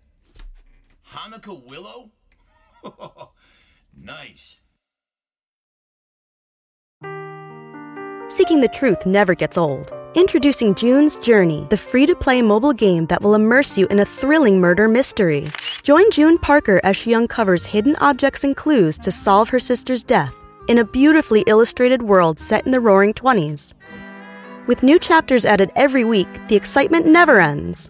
Speaker 1: Hanukkah willow? nice.
Speaker 6: Seeking the truth never gets old. Introducing June's Journey, the free to play mobile game that will immerse you in a thrilling murder mystery. Join June Parker as she uncovers hidden objects and clues to solve her sister's death in a beautifully illustrated world set in the roaring 20s. With new chapters added every week, the excitement never ends.